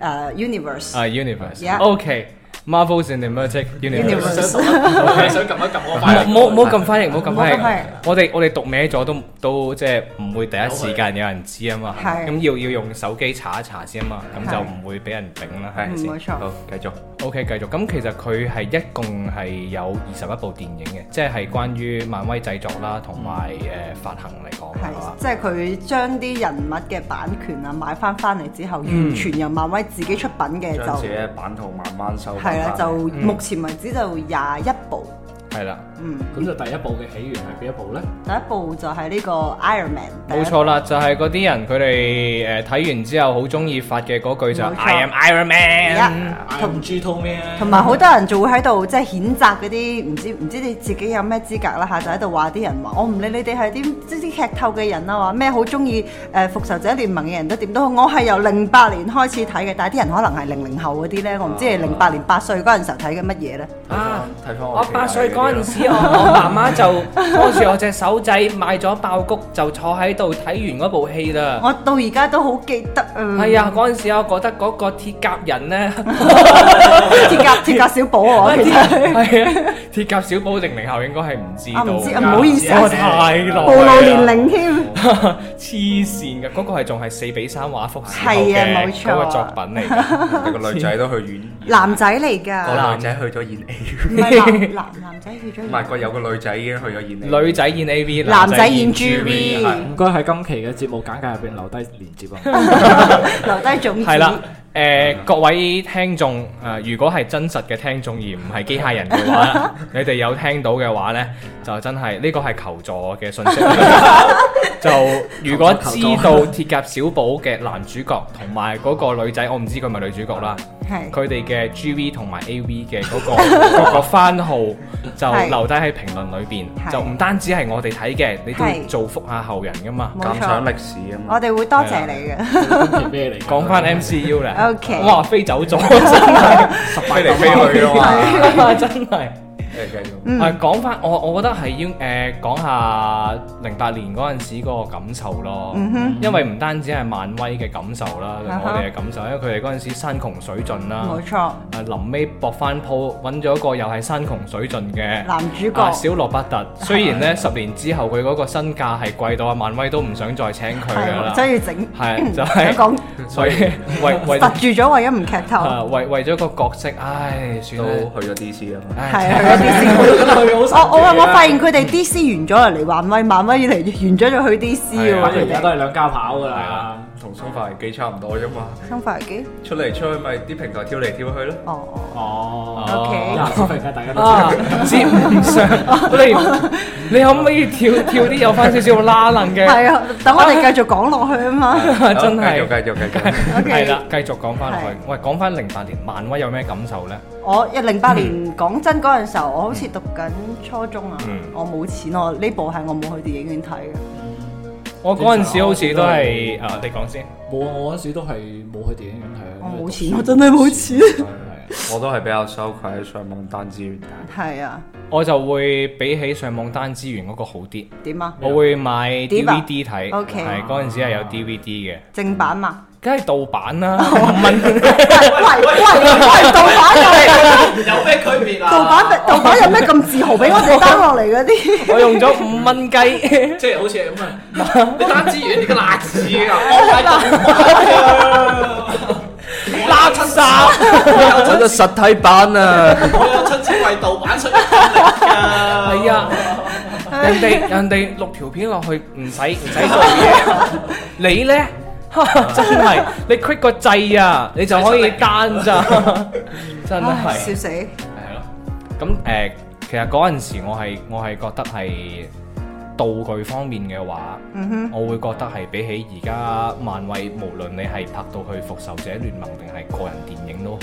Speaker 2: 誒 Universe
Speaker 1: 啊 Universe。
Speaker 2: Yeah
Speaker 1: OK，Marvel Cinematic Universe。
Speaker 2: Universe
Speaker 3: 想撳想撳一撳我快。
Speaker 1: 冇冇咁翻譯，冇咁翻
Speaker 2: 唔好咁翻
Speaker 1: 譯。我哋我哋讀歪咗都都即係唔會第一時間有人知啊嘛。
Speaker 2: 係
Speaker 1: 咁要要用手機查一查先啊嘛，咁
Speaker 2: 係
Speaker 1: 就唔會俾人頂啦，係咪
Speaker 4: 係
Speaker 2: 嗯冇
Speaker 1: 先
Speaker 2: 錯
Speaker 4: 好，繼續。
Speaker 1: ？OK，繼續。咁其實佢係一共係有二十一部電影嘅，即係關於漫威製作啦，同埋誒發行嚟講係嘛
Speaker 2: 係，？即係佢將啲人物嘅版權啊買翻翻嚟之後，
Speaker 1: 嗯
Speaker 2: 完全由漫威自己出品嘅
Speaker 4: 將自
Speaker 2: 就
Speaker 4: 己嘅版圖慢慢收翻
Speaker 2: 係啦，就
Speaker 1: 嗯
Speaker 2: 目前為止就廿一部，
Speaker 1: 係啦。
Speaker 2: 嗯，
Speaker 3: 咁就第一部嘅起源係邊一部咧？
Speaker 2: 第一部就係呢個 Iron Man，第一
Speaker 1: 冇錯啦，就係嗰啲人佢哋誒睇完之後好中意發嘅嗰句就
Speaker 2: 冇錯
Speaker 1: I am Iron
Speaker 2: 一
Speaker 1: Man。
Speaker 3: 同 G 套咩？
Speaker 2: 同埋好多人就會喺度即係譴責嗰啲唔知唔知你自己有咩資格啦嚇，就喺度話啲人話我唔理你哋係啲即啲劇透嘅人啊，話咩好中意誒復仇者聯盟嘅人都點都好，我係由零八年開始睇嘅，但係啲人可能係零零後嗰啲咧，我唔知係零八年八歲嗰陣時候睇嘅乜嘢咧，
Speaker 1: 啊！
Speaker 4: 睇翻
Speaker 1: 我八歲嗰陣時，我我媽媽就拖住我隻手仔買咗爆谷，就坐喺度睇完嗰部戲啦。
Speaker 2: 我到而家都好記得嗯誒。
Speaker 1: 啊係啊，嗰陣時我覺得嗰個鐵甲人 咧，
Speaker 2: 鐵甲鐵甲小寶 啊，我其
Speaker 1: 係
Speaker 2: 實
Speaker 1: 啊，鐵甲小寶零零後應該係唔知
Speaker 2: 啊
Speaker 1: 道㗎。
Speaker 2: 唔知啊，唔好意思啊，
Speaker 1: 我太耐
Speaker 2: 暴露年齡添。
Speaker 1: 啦， 黐線嘅嗰個係仲係四比三畫幅時候
Speaker 2: 係啊
Speaker 1: 嘅
Speaker 2: 冇錯
Speaker 1: 嗰個作品嚟㗎。
Speaker 4: 你個女仔都去演，
Speaker 2: 男仔 嚟㗎，
Speaker 4: 個女仔去咗演 A，
Speaker 2: 唔係男男男仔去咗
Speaker 4: 唔係個有個女仔已經去咗演 A。
Speaker 1: 女仔演 A V，
Speaker 2: 男仔演 G
Speaker 1: G
Speaker 2: V，
Speaker 1: V，
Speaker 4: 係
Speaker 3: 唔該喺今期嘅節目簡介入邊留低連 接啊！
Speaker 2: 留低種子。
Speaker 1: 係啦。誒、各位聽眾，誒、啊如果係真實嘅聽眾而唔係機械人嘅話，你哋有聽到嘅話呢，就真係呢個係求助嘅信息。就如果
Speaker 3: 求
Speaker 1: 知
Speaker 3: 助求助
Speaker 1: 道鐵甲小寶嘅男主角同埋嗰個女仔，我唔知佢係咪女主角啦，
Speaker 2: 係。
Speaker 1: 佢哋嘅 G V 同埋 A V 嘅嗰、個嗰個番號就
Speaker 2: 係
Speaker 1: 留低喺評論裏邊，
Speaker 2: 係
Speaker 1: 就唔單止係我哋睇嘅，你都要
Speaker 2: 係
Speaker 1: 造福下後人噶嘛。
Speaker 2: 冇
Speaker 4: 鑑
Speaker 2: 錯
Speaker 4: 賞，歷史啊
Speaker 2: 我
Speaker 4: 嘛，
Speaker 2: 哋會多謝你嘅。
Speaker 3: 今期咩嚟？
Speaker 1: 講翻 M C U 咧
Speaker 2: OK
Speaker 1: 哇飛走咗，真係
Speaker 4: 飛嚟飛去啊嘛。
Speaker 1: 係啊真係。
Speaker 4: 你繼續。
Speaker 2: 嗯
Speaker 1: 啊，講翻我，我覺得係要誒、呃、講下零八年嗰陣時嗰個感受咯，
Speaker 2: 嗯哼
Speaker 1: 因為唔單止係漫威嘅感受啦，
Speaker 2: 啊哈
Speaker 1: 我哋嘅感受，因為佢哋嗰陣時山窮水盡啦，
Speaker 2: 冇錯，
Speaker 1: 啊臨尾搏翻鋪揾咗個又係山窮水盡嘅
Speaker 2: 男主角
Speaker 1: 啊小羅伯 特，雖然呢十年之後佢嗰個身價係貴到啊漫威都唔想再請佢噶
Speaker 2: 係
Speaker 1: 啦，
Speaker 2: 真係要整，
Speaker 1: 係就
Speaker 2: 想
Speaker 1: 係、
Speaker 2: 講
Speaker 1: 所以為為
Speaker 2: 窒住咗，為咗唔劇透，
Speaker 1: 啊為為咗個角色，唉算啦，
Speaker 4: 都去咗 DC 啊嘛，
Speaker 1: 唉哦
Speaker 2: 係去咗 DC。
Speaker 3: 佢
Speaker 2: 我我話
Speaker 1: 啊
Speaker 2: 我
Speaker 3: 發
Speaker 2: 發現佢哋 DC 完咗就嚟漫威，漫威嚟完咗就去 DC
Speaker 1: 係
Speaker 2: 喎
Speaker 1: 啊
Speaker 3: 而
Speaker 2: 佢
Speaker 3: 家
Speaker 2: 哋。
Speaker 3: 都係兩家跑㗎
Speaker 1: 係
Speaker 3: 啦
Speaker 1: 啊。
Speaker 4: 同生化危機差唔多啫嘛，
Speaker 2: 生化危機，
Speaker 4: 出嚟出去咪啲平台跳嚟跳去咯。
Speaker 2: 哦
Speaker 3: 哦，
Speaker 1: 哦
Speaker 2: OK
Speaker 3: 廿小平嘅大家都
Speaker 1: 啊
Speaker 3: 知。！
Speaker 1: 接唔上，你你可唔可以跳跳啲有翻少少拉楞嘅？
Speaker 2: 係啊，等我哋繼續講落去啊 嘛。
Speaker 1: 真係
Speaker 4: 好繼續繼續繼 續。
Speaker 2: OK
Speaker 1: 係啦，繼續講翻落
Speaker 2: 係
Speaker 1: 去。喂，講翻零八年漫威有咩感受咧？
Speaker 2: 我一零八年講真嗰陣時候，我好似讀緊初中啊
Speaker 1: 嗯，
Speaker 2: 我冇錢，我呢部係我冇去電影院睇嘅。
Speaker 1: 我嗰陣時好似都係啊，你講先。
Speaker 3: 冇啊！我嗰陣時都係冇去電影院睇。
Speaker 2: 我冇錢，我真係冇錢。
Speaker 3: 係啊
Speaker 4: 我都係比較羞愧，上網單資源。
Speaker 2: 係啊，
Speaker 1: 我就會比起上網單資源嗰個好啲，
Speaker 2: 點啊？
Speaker 1: 我會買
Speaker 2: 碟啊
Speaker 1: DVD 睇，
Speaker 2: OK 哦
Speaker 1: 係嗰陣時係有 DVD 嘅，
Speaker 2: 正版嘛？
Speaker 1: 梗係盜版 啦，五蚊
Speaker 2: 喂喂喂喂，盜版又嚟，
Speaker 3: 有咩區別啊？
Speaker 2: 盜 版盜版有咩咁自豪俾我哋 down 落嚟嗰啲？
Speaker 1: 我用咗五蚊雞，
Speaker 3: 即係好似係咁啊！你單資源，你個辣子啊！我
Speaker 1: 垃圾！
Speaker 4: 我咗實體版啊！
Speaker 3: 有我有親戚為盜版出力㗎
Speaker 1: 係啊， 人哋人哋錄條片落去唔使唔使做嘢，你咧？ 真係，你 click 個掣啊，你就可以單咋， 真
Speaker 2: 唉
Speaker 1: 係
Speaker 2: 笑。死！
Speaker 1: 係咯。咁誒、呃其實嗰陣時我係我係覺得係道具方面嘅話，我會覺得係比起而家漫威，無論你係拍到去復仇者聯盟定係個人電影都好，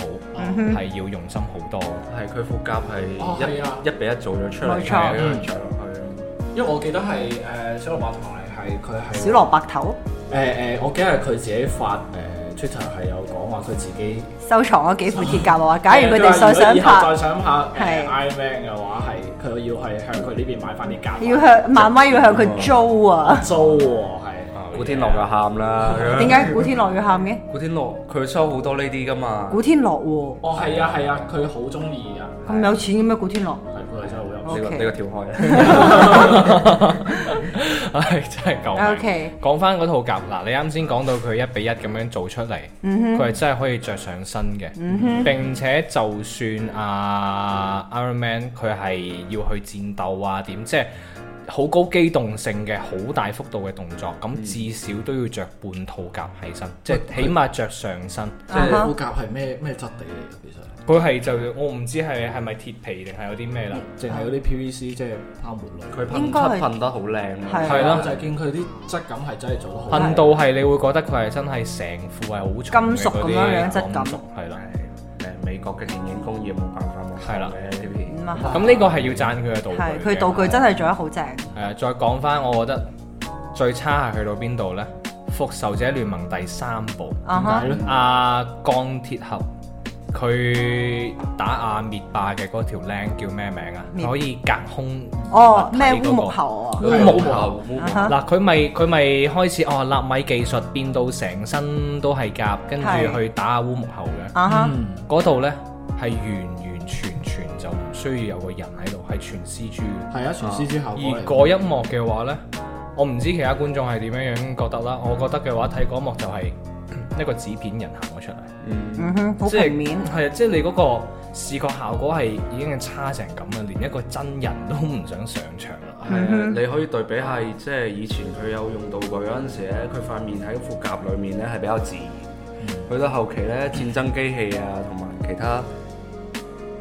Speaker 1: 係、要用心好多。
Speaker 4: 係佢副甲係
Speaker 3: 哦係啊
Speaker 4: 一一比一做咗出
Speaker 2: 冇
Speaker 4: 嚟，
Speaker 2: 錯嗯
Speaker 4: 俾佢着落去咯。
Speaker 3: 因為我記得係誒小蘿蔔同埋係佢係
Speaker 2: 小蘿蔔頭
Speaker 3: 誒誒，我記得係佢自己發誒 Twitter 係有講話佢自己。呃
Speaker 2: 收藏咗幾副鐵甲啊！假如佢哋再
Speaker 3: 如果
Speaker 2: 想
Speaker 3: 以後
Speaker 2: 拍
Speaker 3: 再。想拍
Speaker 2: 係
Speaker 3: 誒 Iron Man 嘅話，係佢要係向佢呢邊買翻啲夾，
Speaker 2: 要向漫威要向
Speaker 1: 哦
Speaker 2: 佢租啊！
Speaker 3: 租喎，係
Speaker 4: 古天樂啊就喊啦。
Speaker 2: 點？解古天樂要喊嘅？
Speaker 4: 古天樂佢收好多呢啲噶嘛。
Speaker 2: 古天樂喎，
Speaker 3: 哦係啊係啊，佢好中意啊，
Speaker 2: 咁有錢嘅咩？古天樂
Speaker 3: 係佢係真係好有
Speaker 2: 哦
Speaker 4: 呢個
Speaker 2: OK
Speaker 4: 呢個跳 開。
Speaker 1: 唉，真係救命
Speaker 2: OK
Speaker 1: 講翻嗰套甲嗱，你啱先講到佢一比一咁樣做出嚟，佢係、真係可以着上身嘅。並且就算啊 Iron Man 佢係要去戰鬥啊點，即係好高機動性嘅好大幅度嘅動作，咁至少都要着半套甲起身，即係起碼着上身。
Speaker 3: 即
Speaker 2: 啊哈
Speaker 3: 係副甲係咩咩質地嚟嘅其
Speaker 1: 佢係就我唔知係係咪鐵皮定係有啲咩啦。
Speaker 3: 實，淨係嗰啲 PVC 即係泡沫類，
Speaker 4: 佢
Speaker 2: 應
Speaker 4: 噴
Speaker 2: 該係
Speaker 4: 漆噴得好靚啊咯。
Speaker 2: 係
Speaker 1: 係啦
Speaker 3: 我就係見佢啲質感係真係做得
Speaker 2: Uh-huh
Speaker 3: 好，
Speaker 1: 噴到係你會覺得佢係真係成副係好重嘅
Speaker 2: 金屬咁樣樣質
Speaker 1: 嗰啲金
Speaker 2: 感
Speaker 1: 屬係啦。
Speaker 4: 誒美國嘅電影工業冇辦法冇
Speaker 1: 係啦
Speaker 4: 嘅呢片。
Speaker 2: 咁啊
Speaker 1: 咁呢個係要讚佢嘅道具
Speaker 2: 係
Speaker 1: 嘅。
Speaker 2: 佢道具真係做得好正，
Speaker 1: 係啊，再講翻，我覺得最差係去到邊度呢？復仇者聯盟第三部，
Speaker 2: 啊
Speaker 3: 點
Speaker 2: 哈
Speaker 3: 解！咧？
Speaker 1: 阿鋼鐵俠佢打阿滅霸嘅嗰條靚叫咩名啊？
Speaker 2: 滅
Speaker 1: 可以隔空
Speaker 2: 哦，
Speaker 1: 物體
Speaker 2: 咩
Speaker 1: 嗰個
Speaker 2: 烏木頭啊？
Speaker 1: 烏木
Speaker 4: 頭
Speaker 1: 頭，
Speaker 4: 烏
Speaker 2: 啊
Speaker 4: 木
Speaker 2: 哈！
Speaker 1: 嗱，佢咪佢咪開始哦，納米技術變到成身都係甲，跟住
Speaker 2: 係
Speaker 1: 去打烏木猴嘅
Speaker 2: 啊哈！
Speaker 3: 嗯
Speaker 1: 嗰度呢，係完完全全就唔需要有個人喺度，係全 C G 嘅。
Speaker 3: 係啊，全獅之效果
Speaker 1: 而
Speaker 3: 嚟
Speaker 1: 嗰一幕嘅話呢，我唔知其他觀眾係點樣樣覺得啦。我覺得嘅話，睇嗰一幕就係一個紙片人行咗出嚟，
Speaker 4: 嗯，
Speaker 2: 嗯哼，好
Speaker 1: 即係
Speaker 2: 平面，
Speaker 1: 係啊，即係你嗰個視覺效果係已經係差成咁啊，連一個真人都唔想上場啦。
Speaker 4: 係你可以對比係即係以前佢有用道具嗰陣時咧，佢塊面喺副甲裡面咧係比較自然。去到後期咧，戰爭機器啊，同埋其他誒、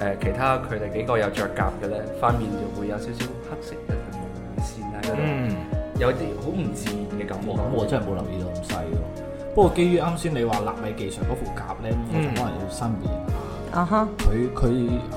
Speaker 4: 呃其他佢哋幾個有着甲嘅咧，塊面就會有少少黑色嘅線喺嗰度，
Speaker 1: 嗯，
Speaker 4: 有啲好唔自然嘅感覺。
Speaker 3: 我咁我真係冇留意到咁細喎。不過基於啱先你話納米技術嗰副甲咧，我就可能要分辨下。
Speaker 2: 啊哈！
Speaker 3: 佢佢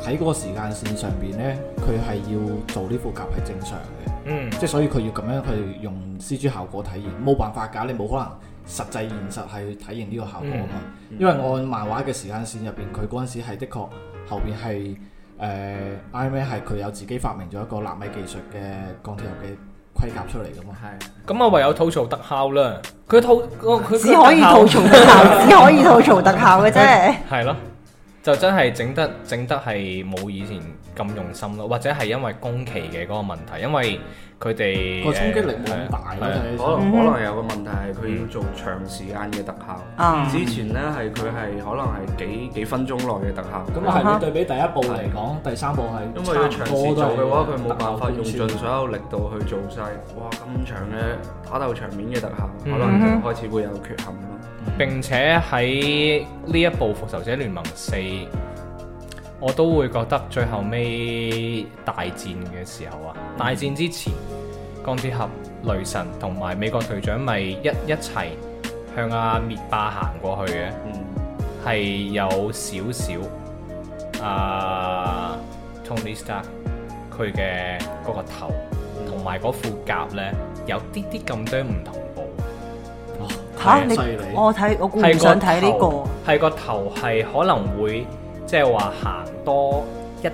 Speaker 3: 喺嗰個時間線上邊咧，佢係要做呢副甲係正常嘅，
Speaker 1: 嗯，
Speaker 3: 即係所以佢要咁樣去用 CG 效果體現，冇辦法㗎，你冇可能實際現實係體現呢個效果啊嘛。因為按漫畫嘅時間線入邊，佢嗰陣時係的確後邊係誒 IMA 係佢有自己發明咗一個納米技術嘅鋼鐵俠嘅盔甲出嚟噶嘛。
Speaker 4: 係
Speaker 1: 咁啊我唯有吐槽特效啦。佢吐佢佢
Speaker 2: 只可以吐槽特效，只可以吐槽特效 嘅啫。
Speaker 1: 係咯，就真係整得整得係冇以前咁用心咯，或者係因為工期嘅嗰個問題，因為佢哋
Speaker 3: 個衝擊力冇咁大咯，
Speaker 1: 係啊
Speaker 3: 睇起身
Speaker 4: 可能可能有個問題係佢要做長時間嘅特效
Speaker 2: 啊，
Speaker 4: 之前呢，係佢係可能係幾幾分鐘內嘅特效，
Speaker 3: 咁啊，係你對比第一部嚟講，第三部係
Speaker 4: 因為要長
Speaker 3: 差
Speaker 4: 時
Speaker 3: 唔多
Speaker 4: 做
Speaker 3: 都係
Speaker 4: 嘅話，佢冇辦法
Speaker 3: 特效
Speaker 4: 用
Speaker 3: 貫
Speaker 4: 盡
Speaker 3: 穿
Speaker 4: 所有力度去做晒。哇咁長嘅打鬥場面嘅特效，
Speaker 2: 嗯
Speaker 4: 可能就開始會有缺陷咯。
Speaker 1: 並且喺呢一部《復仇者聯盟四》，我都會覺得最後尾大戰嘅時候啊，大戰之前，鋼鐵俠、雷神同埋美國隊長咪一一齊向阿滅霸行過去嘅，
Speaker 4: 嗯，
Speaker 1: 係有少少啊 Tony Stark 佢嘅嗰個頭同埋嗰副甲呢，有啲啲咁多唔同步。
Speaker 3: 哇
Speaker 2: 吓
Speaker 3: 太
Speaker 2: 你
Speaker 3: 啊犀利！
Speaker 2: 我睇我估唔
Speaker 1: 係
Speaker 2: 想睇呢
Speaker 1: 個頭
Speaker 2: 個，
Speaker 1: 係個頭係可能會即係話行多一格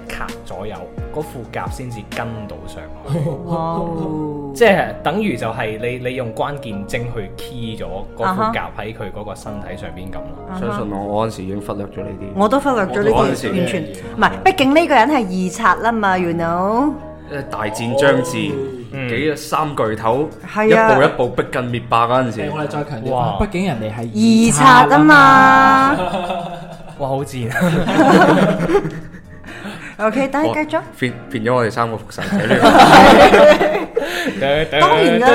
Speaker 1: 左右，嗰副甲先至跟到上去，
Speaker 2: 哇！
Speaker 1: 即係等於就係你你用關鍵精去 key 咗
Speaker 2: 啊
Speaker 1: 嗰副甲喺佢嗰個身體上邊咁咯。
Speaker 2: 啊哈
Speaker 4: 相信我我嗰陣時已經忽略咗呢啲。
Speaker 2: 我都忽略咗呢
Speaker 4: 我都
Speaker 2: 啲，
Speaker 4: 係
Speaker 2: 完全唔係。畢竟呢個人係二刷啦嘛，you know。
Speaker 4: 誒大戰將至，
Speaker 3: 哦
Speaker 1: 嗯
Speaker 4: 幾三巨頭一
Speaker 2: 係啊
Speaker 4: 步一步逼近滅霸嗰陣時
Speaker 3: 誒，，我哋再強調
Speaker 1: 哇
Speaker 3: 返，畢竟人哋係
Speaker 2: 二刷啊嘛。
Speaker 1: 哇，好賤！啊
Speaker 2: OK，但 係繼續。
Speaker 4: 變變咗我哋三個復仇者聯盟。
Speaker 1: 當
Speaker 2: 當然啦。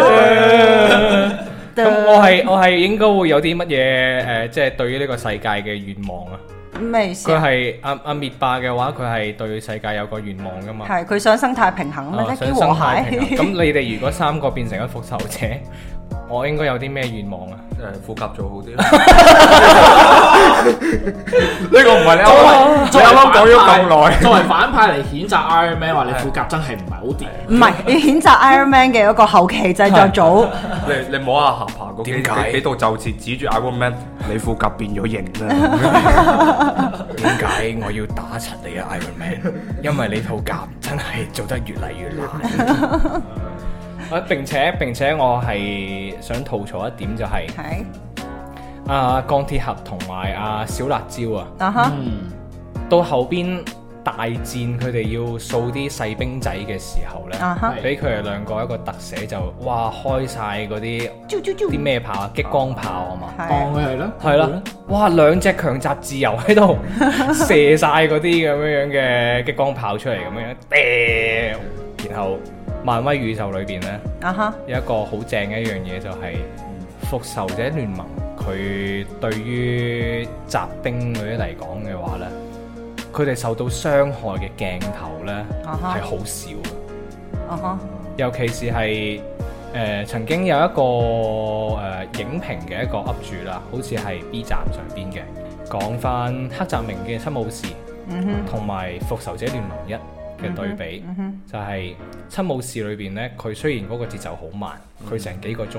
Speaker 1: 咁我係我係應該會有啲乜嘢誒，即係對於呢個世界嘅願望啊。
Speaker 2: 咩意思
Speaker 1: 佢
Speaker 2: 啊？
Speaker 1: 係阿阿滅霸嘅話，佢係對世界有個願望噶嘛。
Speaker 2: 係佢想生態平衡啊嘛，
Speaker 1: 啊
Speaker 2: 即係
Speaker 1: 想
Speaker 2: 叫
Speaker 1: 生
Speaker 2: 和
Speaker 1: 態平 衡。咁
Speaker 2: 諧。
Speaker 1: 你哋如果三個變成咗復仇者，我應該有啲咩願望啊？
Speaker 4: 誒副甲做好啲。呢個唔係你啱啱 你啱啱講咗咁耐，
Speaker 3: 作為反派嚟譴責 Iron Man 話你副甲真係唔係好掂，
Speaker 2: 唔係你譴責 Iron Man 嘅嗰個後期製作組，
Speaker 4: 你你摸下下巴嗰幾
Speaker 1: 點解
Speaker 4: 幾幾度就切指住 Iron Man，你副甲變咗形啦。
Speaker 1: 點解我要打柒你啊，Iron Man？因為你套甲真係做得越嚟越難。 啊！並且並且我係想吐槽一點就係、
Speaker 2: 係
Speaker 1: 啊鋼鐵俠同埋啊小辣椒啊，
Speaker 2: 啊哈，
Speaker 3: 嗯，
Speaker 1: 到後邊大戰佢哋要掃啲細兵仔嘅時候呢，
Speaker 2: 啊哈，
Speaker 1: 俾佢哋兩個一個特寫就哇開晒嗰啲
Speaker 2: 啾啾啾
Speaker 1: 啲，咩炮啊激光炮啊嘛〜
Speaker 2: 係
Speaker 3: 當
Speaker 2: 啊
Speaker 3: 佢係咯，
Speaker 1: 係啦，哇兩隻強襲自由喺 度射晒嗰啲咁樣樣嘅激光炮出嚟咁樣樣，掉然後漫威宇宙裏邊呢，
Speaker 2: 啊哈，
Speaker 1: 有一個好正嘅一樣嘢就係、復仇者聯盟佢對於雜兵嗰啲嚟講嘅話呢，佢哋受到傷害嘅鏡頭呢，
Speaker 2: 啊哈
Speaker 1: 係好少嘅。
Speaker 2: 啊哈，
Speaker 1: 尤其是係誒、呃曾經有一個誒、呃影評嘅一個 up 主啦，好似係 B 站上邊嘅，講翻黑澤明嘅《七武士》
Speaker 2: 嗯哼，
Speaker 1: 同埋《復仇者聯盟一》嘅對比，
Speaker 2: 嗯哼，
Speaker 1: 就係、七武士》裏邊呢，佢雖然嗰個節奏好慢，
Speaker 2: 嗯
Speaker 1: 佢成幾個鐘，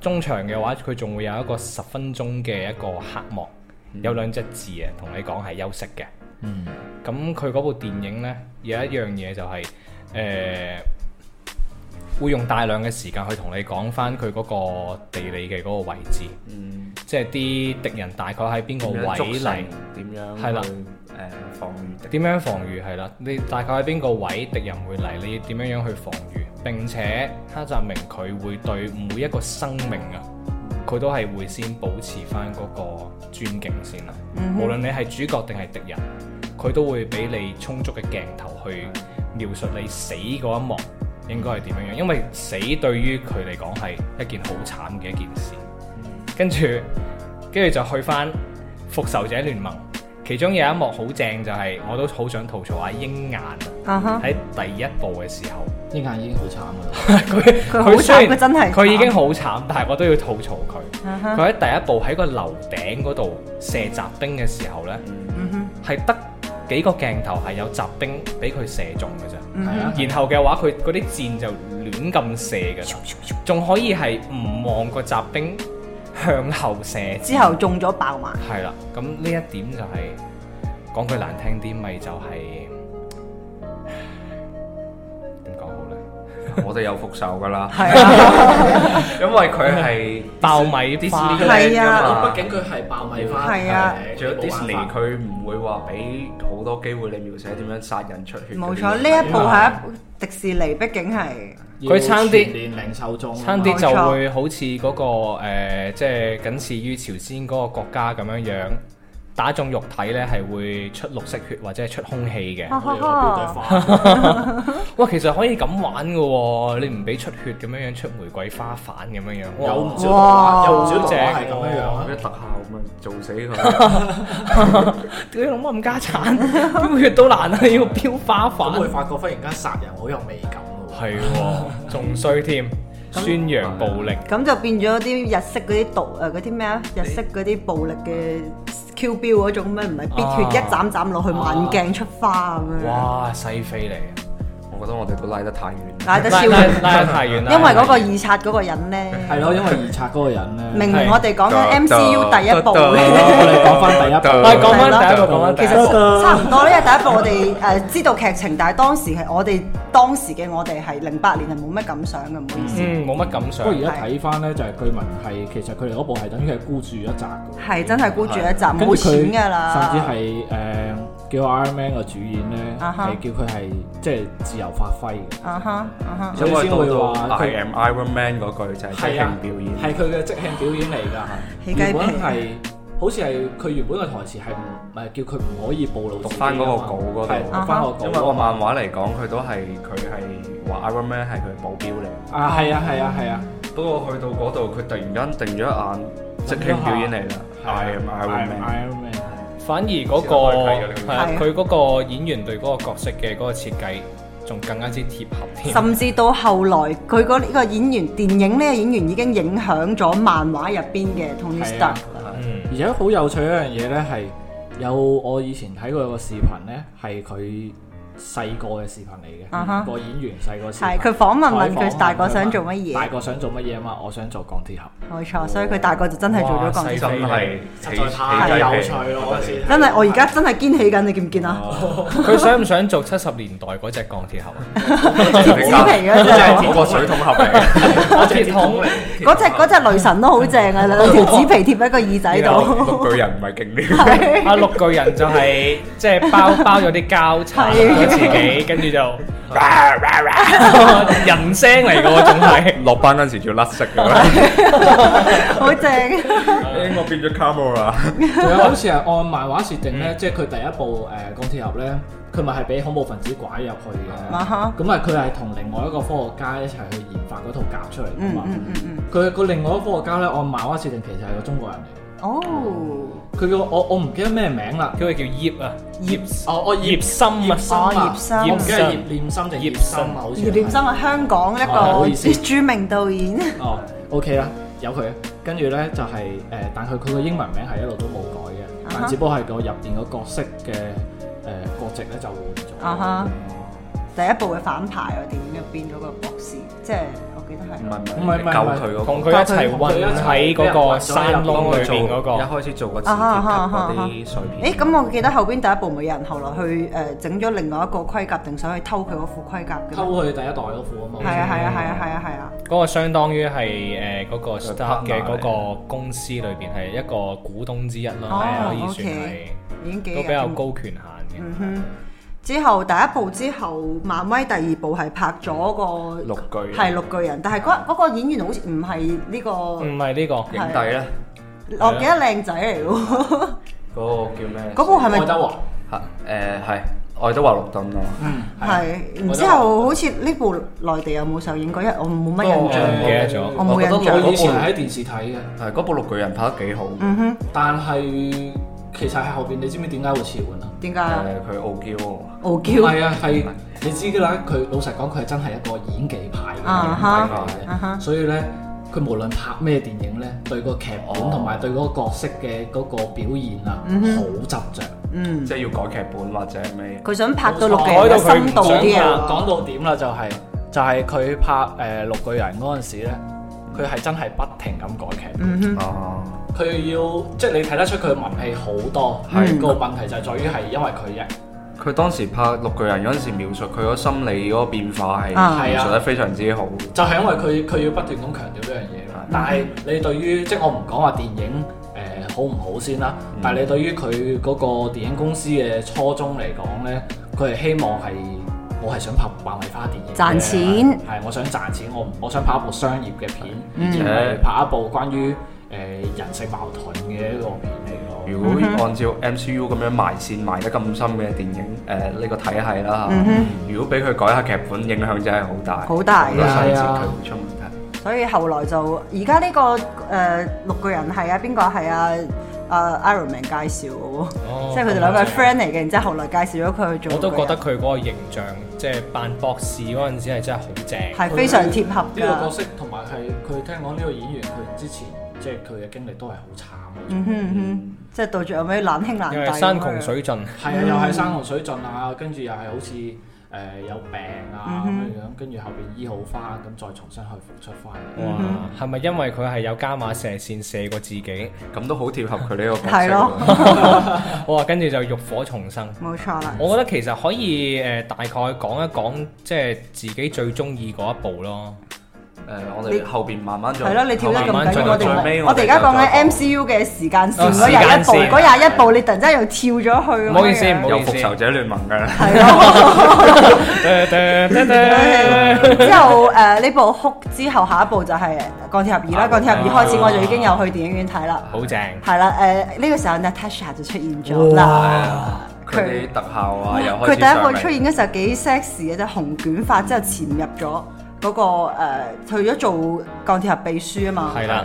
Speaker 1: 中場嘅話佢仲會有一個十分鐘嘅一個黑幕，
Speaker 2: 嗯
Speaker 1: 有兩隻字啊，同你講係休息嘅。
Speaker 3: 嗯，
Speaker 1: 咁佢嗰部電影呢，有一樣嘢就係、誒、會用大量嘅時間去同你講翻佢嗰個地理嘅嗰個位置，
Speaker 4: 嗯，
Speaker 1: 即係啲敵人大概喺邊個
Speaker 4: 點樣
Speaker 1: 位
Speaker 4: 捉
Speaker 1: 嚟
Speaker 4: 成，點樣
Speaker 1: 係啦
Speaker 4: 去誒防禦敵
Speaker 1: 點樣防禦係啦。你大概喺邊個位敵人會嚟，你點樣樣去防禦？並且黑澤明佢會對每一個生命啊，佢都係會先保持翻嗰個尊敬先啦。
Speaker 2: 嗯
Speaker 1: 無
Speaker 2: 哼，
Speaker 1: 論你係主角定係敵人，佢都會俾你充足嘅鏡頭去描述你死嗰一幕應該係點樣樣，因為死對於佢嚟講係一件好慘嘅一件事。跟住，跟住就去翻復仇者聯盟，其中有一幕好正就係、我都好想吐槽下鷹眼啊
Speaker 2: 啊哈，
Speaker 1: 喺第一部嘅時候，
Speaker 3: 呢眼已經好啊慘噶啦。
Speaker 1: 佢
Speaker 2: 佢好
Speaker 1: 雖然
Speaker 2: 慘，佢真係
Speaker 1: 佢已經好慘，但係我都要吐槽佢。
Speaker 2: 啊哈，
Speaker 1: 佢喺第一部喺個樓頂嗰度射雜兵嘅時候呢。
Speaker 2: 嗯哼，
Speaker 1: 係得幾個鏡頭係有雜兵俾佢射中嘅啫。
Speaker 2: 嗯
Speaker 3: 係
Speaker 2: 哼
Speaker 3: 啊，
Speaker 1: 然後嘅話，佢嗰啲箭就亂咁射嘅，仲可以係唔望個雜兵向後射箭。
Speaker 2: 之後中咗爆埋，
Speaker 1: 係啦，咁呢一點就係、講句難聽啲，咪就係
Speaker 4: 我哋有復仇噶啦，
Speaker 2: 係 啊，
Speaker 4: 因為佢係
Speaker 1: 爆米花
Speaker 4: Disney 嚟㗎
Speaker 2: 係啊
Speaker 4: 嘛
Speaker 3: 畢。竟佢係爆米花，
Speaker 2: 係啊
Speaker 3: 係
Speaker 4: 仲有
Speaker 3: 冇辦
Speaker 4: Disney
Speaker 3: 法
Speaker 4: 佢唔會話俾好多機會你描寫點樣殺人出血嗰啲嘢。
Speaker 2: 冇錯，呢一部係一迪士尼，畢竟係
Speaker 1: 佢差啲
Speaker 3: 要全年齡受眾啊嘛，
Speaker 1: 差啲就會好似嗰、個、呃、即係僅次於朝鮮嗰個國家咁樣樣，打中肉體咧係會出綠色血或者係出空氣嘅。
Speaker 2: 哈
Speaker 3: 我
Speaker 2: 哈
Speaker 3: 哋個標
Speaker 2: 哈
Speaker 3: 對。化。
Speaker 1: 哇，其實可以咁玩嘅喎，你唔俾出血咁樣樣出玫瑰花瓣咁樣樣。哇
Speaker 3: 有唔少動畫，
Speaker 2: 哇
Speaker 3: 有唔少動畫係咁樣樣啊
Speaker 4: 啲！特效咁啊，做死 佢。
Speaker 1: 屌你老母咁家產，飆血都難啊！要飆花瓣
Speaker 3: 咁，會發覺忽然間殺人好有美感喎。
Speaker 1: 係喎，仲衰添，宣揚暴力。
Speaker 2: 咁就變咗啲日式嗰啲毒誒嗰啲咩啊？日式嗰啲暴力嘅 Q 標嗰種咩？唔係
Speaker 1: 啊
Speaker 2: 必血一斬斬落去，慢鏡出花咁樣，
Speaker 1: 哇，西非嚟
Speaker 4: 我覺得我哋都拉得太遠啦。
Speaker 2: 拉得超
Speaker 1: 啊，拉拉拉得太遠啦。
Speaker 2: 因為嗰個二刷嗰個人咧，
Speaker 3: 係咯，因為二刷嗰個人咧，
Speaker 2: 明
Speaker 1: 係
Speaker 2: 明我哋講緊 MCU 第一部
Speaker 3: 我哋講翻第一部，
Speaker 1: 喂，講翻第一個，講翻第
Speaker 2: 其
Speaker 1: 一
Speaker 2: 實
Speaker 1: 個。
Speaker 2: 差唔多，因為第一部我哋誒、知道劇情，但係當時係我哋當時嘅我哋係零八年係冇乜感想嘅，唔好意思，
Speaker 1: 嗯，冇乜感
Speaker 3: 不
Speaker 1: 想
Speaker 3: 過。而家睇翻咧，就係據聞係其實佢哋嗰部係等於係孤注一擲嘅喎
Speaker 2: 係、真係孤注一擲，
Speaker 3: 跟住
Speaker 2: 冇
Speaker 3: 佢
Speaker 2: 錢㗎啦，
Speaker 3: 甚至係誒叫 Iron Man 個主演咧，
Speaker 2: 啊哈
Speaker 3: 係叫佢係即係自由發揮嘅。
Speaker 2: 啊哈啊哈，
Speaker 4: 因為
Speaker 3: 所以先
Speaker 4: 到
Speaker 3: 會
Speaker 4: 到
Speaker 3: 話
Speaker 4: I
Speaker 3: 佢
Speaker 4: am Iron Man 嗰句就係即興表演。
Speaker 3: 係佢啊嘅即興表演嚟㗎。
Speaker 2: 起雞皮
Speaker 3: 原本係好似係佢原本嘅台詞係唔係叫佢唔可以暴露自己
Speaker 4: 讀返嗰個
Speaker 3: 㗎嘛
Speaker 4: 稿嗰度
Speaker 3: 係讀
Speaker 2: 啊
Speaker 3: 翻個稿
Speaker 4: 因為個漫畫嚟講，佢都係佢係話 Iron Man 係佢保鏢嚟。
Speaker 3: 啊，係啊係啊係啊，
Speaker 4: 不過去到嗰度，佢突然間定咗一眼，即興表演嚟啦。I am Iron Man。
Speaker 3: 啊 Iron Man
Speaker 1: 反而嗰、個
Speaker 4: 係
Speaker 1: 係
Speaker 2: 啊
Speaker 1: 啊佢嗰個演員對嗰個角色嘅嗰個設計，仲更加之貼合添。
Speaker 2: 甚至到後來，佢嗰呢個演員電影呢個演員已經影響咗漫畫入邊嘅 Tony
Speaker 3: 係啊
Speaker 2: Stark。
Speaker 1: 嗯，
Speaker 3: 而且好有趣一樣嘢咧，係有我以前睇過有個視頻咧，係佢細個嘅視頻嚟
Speaker 2: 啊
Speaker 3: 嘅，
Speaker 2: 哈
Speaker 3: 個演員細個視頻。
Speaker 2: 係佢訪問問
Speaker 3: 採訪
Speaker 2: 佢大個
Speaker 3: 問
Speaker 2: 想
Speaker 3: 佢
Speaker 2: 做
Speaker 3: 話
Speaker 2: 乜
Speaker 3: 大
Speaker 2: 嘢，
Speaker 3: 個想做乜嘢啊嘛？我想做鋼鐵俠。
Speaker 2: 冇錯，所以佢大個就真係做咗鋼
Speaker 1: 哇
Speaker 2: 鐵
Speaker 1: 細
Speaker 2: 俠。
Speaker 4: 真係
Speaker 3: 實在太有趣咯！嗰次
Speaker 2: 真係我而 家真係堅起緊，你見唔見啊？
Speaker 4: 哦
Speaker 1: 佢想唔想做七十年代嗰只鋼鐵俠 啊？
Speaker 2: 紙皮嘅
Speaker 4: 真係
Speaker 2: 啫
Speaker 4: 嗰個水桶盒 嚟。
Speaker 1: 鋼鐵桶嚟，
Speaker 2: 嗰只嗰只雷神都好 正啊，兩條紙皮貼喺個耳仔度。
Speaker 4: 綠巨人唔係勁 啲。
Speaker 2: 係
Speaker 1: 啊綠巨人就 係即係包包咗啲膠擦咗自己，跟住就 人聲嚟嘅喎，仲係。
Speaker 4: 落班嗰陣時仲要甩色㗎啦，
Speaker 2: 好正。
Speaker 4: 我變咗 Camo 啦。
Speaker 3: 仲有好似係按漫畫設定咧，即係佢第一部誒鋼鐵俠咧，佢咪係俾恐怖分子拐入去
Speaker 2: 啊哈
Speaker 3: 嘅。咁啊，佢係同另外一個科學家一齊去研發嗰套甲出嚟㗎
Speaker 2: 嗯
Speaker 3: 嘛。
Speaker 2: 嗯嗯嗯。
Speaker 3: 佢個另外一個科學家咧，按漫畫設定其實係個中國人嚟嘅。
Speaker 2: 哦，
Speaker 3: 佢個我我唔記得咩名啦。
Speaker 1: 佢個叫葉啊，葉
Speaker 3: 哦，我
Speaker 1: 葉心啊，
Speaker 3: 心啊，
Speaker 2: 葉心
Speaker 3: 我唔記得葉念心定葉心啊，好似
Speaker 2: 葉念心係香港一
Speaker 3: 啊唔好意
Speaker 2: 個
Speaker 3: 思
Speaker 2: 著名導演。
Speaker 3: 哦，OK 啦，有佢。跟住咧就係誒，但佢佢個英文名係一路都冇改嘅，
Speaker 2: 啊哈
Speaker 3: 但只不過係個入邊個角色嘅誒國籍咧就換
Speaker 2: 啊
Speaker 3: 咗。
Speaker 2: 哈！第一部嘅反派啊，電影入邊嗰個博士，即係我記得
Speaker 4: 唔
Speaker 2: 係。
Speaker 4: 係
Speaker 3: 唔係唔係
Speaker 4: 救佢嗰個
Speaker 1: 同佢一齊混喺嗰個山窿裏邊嗰
Speaker 4: 一
Speaker 1: 個。
Speaker 4: 開始做個字
Speaker 2: 啊
Speaker 4: 貼嗰啲水片。
Speaker 2: 誒咁，我記得後邊第一部咪有人後來去誒整咗另外一個盔甲，定想去偷佢嗰副盔甲嘅
Speaker 3: 偷
Speaker 2: 咩。
Speaker 3: 佢第一代嗰副啊嘛。
Speaker 2: 係啊係啊係啊係啊係啊！
Speaker 1: 嗰個相當於係誒呃嗰個 Star 嘅
Speaker 4: partner
Speaker 1: 嗰個公司裏邊係一個股東之一咯，
Speaker 2: 哦
Speaker 1: 係啊可以算
Speaker 2: OK
Speaker 1: 係
Speaker 2: 已經幾
Speaker 1: 都比較
Speaker 2: 日
Speaker 1: 高權限
Speaker 2: 嗯
Speaker 1: 嘅。
Speaker 2: 哼，之後第一部之後，漫威第二部係拍咗個
Speaker 4: 綠巨人
Speaker 2: 係綠巨人，但係嗰嗰個演員好似唔係呢個，
Speaker 1: 唔係呢個
Speaker 4: 影帝咧，
Speaker 2: 我記得靚仔嚟喎。
Speaker 4: 嗰個叫咩？
Speaker 2: 嗰部係咪
Speaker 3: 愛德華
Speaker 4: 嚇誒係愛德華綠頓啊嘛，
Speaker 2: 係？然之後好似呢部內地有冇上映過？因為我冇乜印
Speaker 1: 我唔
Speaker 2: 象。
Speaker 1: 記得咗嗯
Speaker 2: 我冇印象
Speaker 3: 覺得我以前係喺電視睇嘅，
Speaker 4: 係嗰部綠巨人拍得幾好。
Speaker 2: 嗯哼，
Speaker 3: 但係其實係後邊你知唔知點解會切換啊？
Speaker 2: 點
Speaker 4: 誒
Speaker 2: 解？
Speaker 4: 佢傲嬌啊
Speaker 2: 傲
Speaker 3: 唔
Speaker 2: 嬌
Speaker 3: 係啊，係你知㗎啦。佢老實講，佢係真係一個演技派
Speaker 2: 啊
Speaker 3: 嘅
Speaker 4: 哈
Speaker 3: 演技
Speaker 2: 啊
Speaker 3: 派
Speaker 2: 哈
Speaker 3: 嘅，所以咧，佢無論拍咩電影咧，對個劇本同埋對嗰個角色嘅嗰個表現啊，好執着。
Speaker 2: 嗯。
Speaker 4: 即係要改劇本或者係咩？
Speaker 2: 佢想拍到六嘅人嘅深度啲
Speaker 3: 講
Speaker 2: 啊！
Speaker 3: 講到點啦，就係就係佢拍誒《綠巨人》嗰陣時咧，佢係真係不停咁改劇本。
Speaker 2: 嗯哼，
Speaker 4: 哦，
Speaker 3: 佢要即係你睇得出佢文氣好多，係個問題就係在於係因為佢一
Speaker 4: 佢當時拍《綠巨人》嗰陣時，描述佢個心理嗰個變化係
Speaker 2: 啊
Speaker 4: 描述得非常之好。
Speaker 3: 就係因為佢佢要不斷咁強調呢樣嘢咯。但係你對於即係我唔講話電影誒、呃好唔好先啦，但係你對於佢嗰個電影公司嘅初衷嚟講咧，佢係希望係我係想拍爆米花電影嘅，
Speaker 2: 賺錢嗯
Speaker 3: 係我想賺錢，我唔我想拍一部商業嘅片，而唔係拍一部關於誒、呃人性矛盾嘅一個片嚟咯。
Speaker 4: 如
Speaker 2: 嗯
Speaker 4: 果按照 MCU 咁樣埋線埋得咁深嘅電影誒呢個體系啦嚇，如果俾佢改下劇本，影響真係好
Speaker 2: 嗯
Speaker 4: 大，
Speaker 2: 好大
Speaker 4: 好多
Speaker 3: 㗎
Speaker 4: 細節
Speaker 3: 係
Speaker 4: 佢
Speaker 3: 啊
Speaker 4: 會出問題。
Speaker 2: 所以後來就而家呢個誒、呃、綠巨人係啊，邊個係啊？啊 Iron Man 介紹嘅喎，
Speaker 1: 哦
Speaker 2: 即係佢哋兩個係 friend 嚟嘅，然之後後來介紹咗佢去做。
Speaker 1: 我都覺得佢嗰個形象，即係扮博士嗰陣時係真係好正。
Speaker 2: 係非常貼合
Speaker 3: 呢個角
Speaker 2: 㗎。
Speaker 3: 色，同埋係佢聽講呢個演員佢之前即係佢嘅經歷都係好慘啊嘅。
Speaker 2: 嗯哼嗯哼，即係到最後尾難兄難弟
Speaker 1: 因
Speaker 2: 咁
Speaker 1: 為
Speaker 2: 樣。
Speaker 1: 山窮水盡，
Speaker 3: 係啊，又係山洪水盡啊，跟住又係好似誒、呃有病啊咁樣樣，跟住後邊醫好翻，咁再重新去復出翻嚟。
Speaker 2: 嗯
Speaker 1: 哇！係咪因為佢係有伽馬射線射過自己？
Speaker 4: 咁都好貼合佢呢個角色
Speaker 2: 係咯
Speaker 4: 喎。
Speaker 1: 哇！跟住就浴火重生。
Speaker 2: 冇錯啦。
Speaker 1: 我覺得其實可以誒、呃大概講一講，即係自己最中意嗰一部 咯。
Speaker 4: 誒，我
Speaker 2: 你
Speaker 4: 哋後邊慢慢再
Speaker 2: 係咯，你跳得咁
Speaker 1: 慢慢
Speaker 2: 緊，
Speaker 1: 進入
Speaker 2: 我
Speaker 1: 最
Speaker 4: 尾
Speaker 2: 哋
Speaker 4: 我
Speaker 2: 我
Speaker 4: 哋
Speaker 2: 哋而家講緊
Speaker 4: 就
Speaker 2: MCU 嘅時間線
Speaker 1: 哦
Speaker 2: 嗰廿一
Speaker 1: 時間線
Speaker 2: 步，嗰廿一步你突然之間又跳咗去咁樣樣。
Speaker 1: 唔好意思唔好
Speaker 4: 有復仇者聯盟㗎啦。
Speaker 2: 係咯。
Speaker 1: 噠噠噠噠
Speaker 2: 之後誒呢部哭之後，下一部就係鋼鐵俠二啦。鋼鐵俠二開始我就已經有去電影院睇啦。
Speaker 1: 好正！
Speaker 2: 係啦，誒呢個時候 Natasha 就出現咗啦。
Speaker 4: 佢啲特效啊，又開
Speaker 2: 佢
Speaker 4: 始
Speaker 2: 第一個
Speaker 4: 上嚟
Speaker 2: 出現嘅時候幾 sexy 嘅，就紅捲髮之後潛入咗嗰個誒，去咗做鋼鐵俠秘書啊嘛。
Speaker 1: 係啦，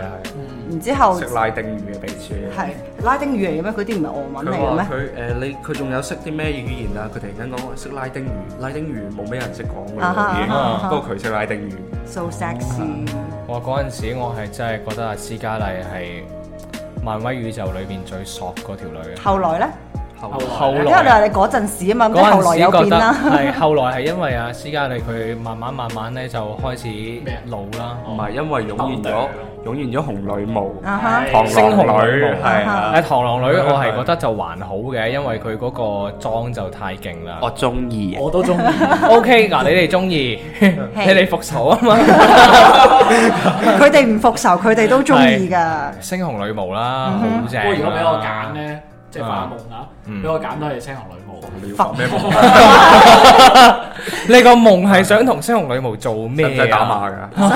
Speaker 2: 然之後
Speaker 4: 識拉丁語嘅秘書。
Speaker 2: 係拉丁語嚟嘅咩？嗰啲唔係俄文嚟
Speaker 4: 佢
Speaker 2: 嘅
Speaker 4: 話
Speaker 2: 咩？
Speaker 4: 佢誒你佢仲有識啲咩語言啊？佢突然間講識拉丁語，拉丁語冇咩人識講㗎
Speaker 2: 啊哈
Speaker 4: 啦已
Speaker 1: 啊
Speaker 4: 經。
Speaker 2: 哈
Speaker 4: 不過佢識拉丁語，
Speaker 2: So sexy，
Speaker 1: 我嗰陣時我係真係覺得阿斯嘉麗係漫威宇宙裏邊最索嗰條女啊！
Speaker 2: 後來咧，
Speaker 4: 後
Speaker 1: 後來
Speaker 2: 因為你話你嗰陣時啊嘛，咁即係後來有變
Speaker 1: 嗰陣
Speaker 2: 啦。
Speaker 1: 時覺得係後來係因為阿斯嘉麗佢慢慢慢慢咧就開
Speaker 3: 咩啊
Speaker 1: 始老啦。
Speaker 4: 唔係因為湧現咗湧現咗紅女巫、
Speaker 2: 啊哈，
Speaker 4: 螳
Speaker 1: 猩
Speaker 4: 螂
Speaker 1: 紅
Speaker 4: 女
Speaker 1: 女巫
Speaker 4: 係啊，
Speaker 1: 誒螳螂女
Speaker 4: 係
Speaker 1: 我係覺得就還好嘅，因為佢嗰個妝就太勁啦。
Speaker 4: 我中意。
Speaker 3: 我都中 意，
Speaker 1: OK，嗱你哋中意， 你哋復仇啊嘛，
Speaker 2: 佢哋唔復仇，佢哋都中意㗎。
Speaker 1: 猩紅女巫啦，好
Speaker 3: 不
Speaker 1: 正。啊
Speaker 3: 過如果俾我揀，咧，即係發夢啊，哦
Speaker 1: 嗯
Speaker 3: 俾我揀都係青紅女巫。
Speaker 4: 你要講咩夢？
Speaker 1: 你個夢係想同猩紅女巫做咩
Speaker 4: 使唔使打
Speaker 1: 啊？
Speaker 4: 馬㗎？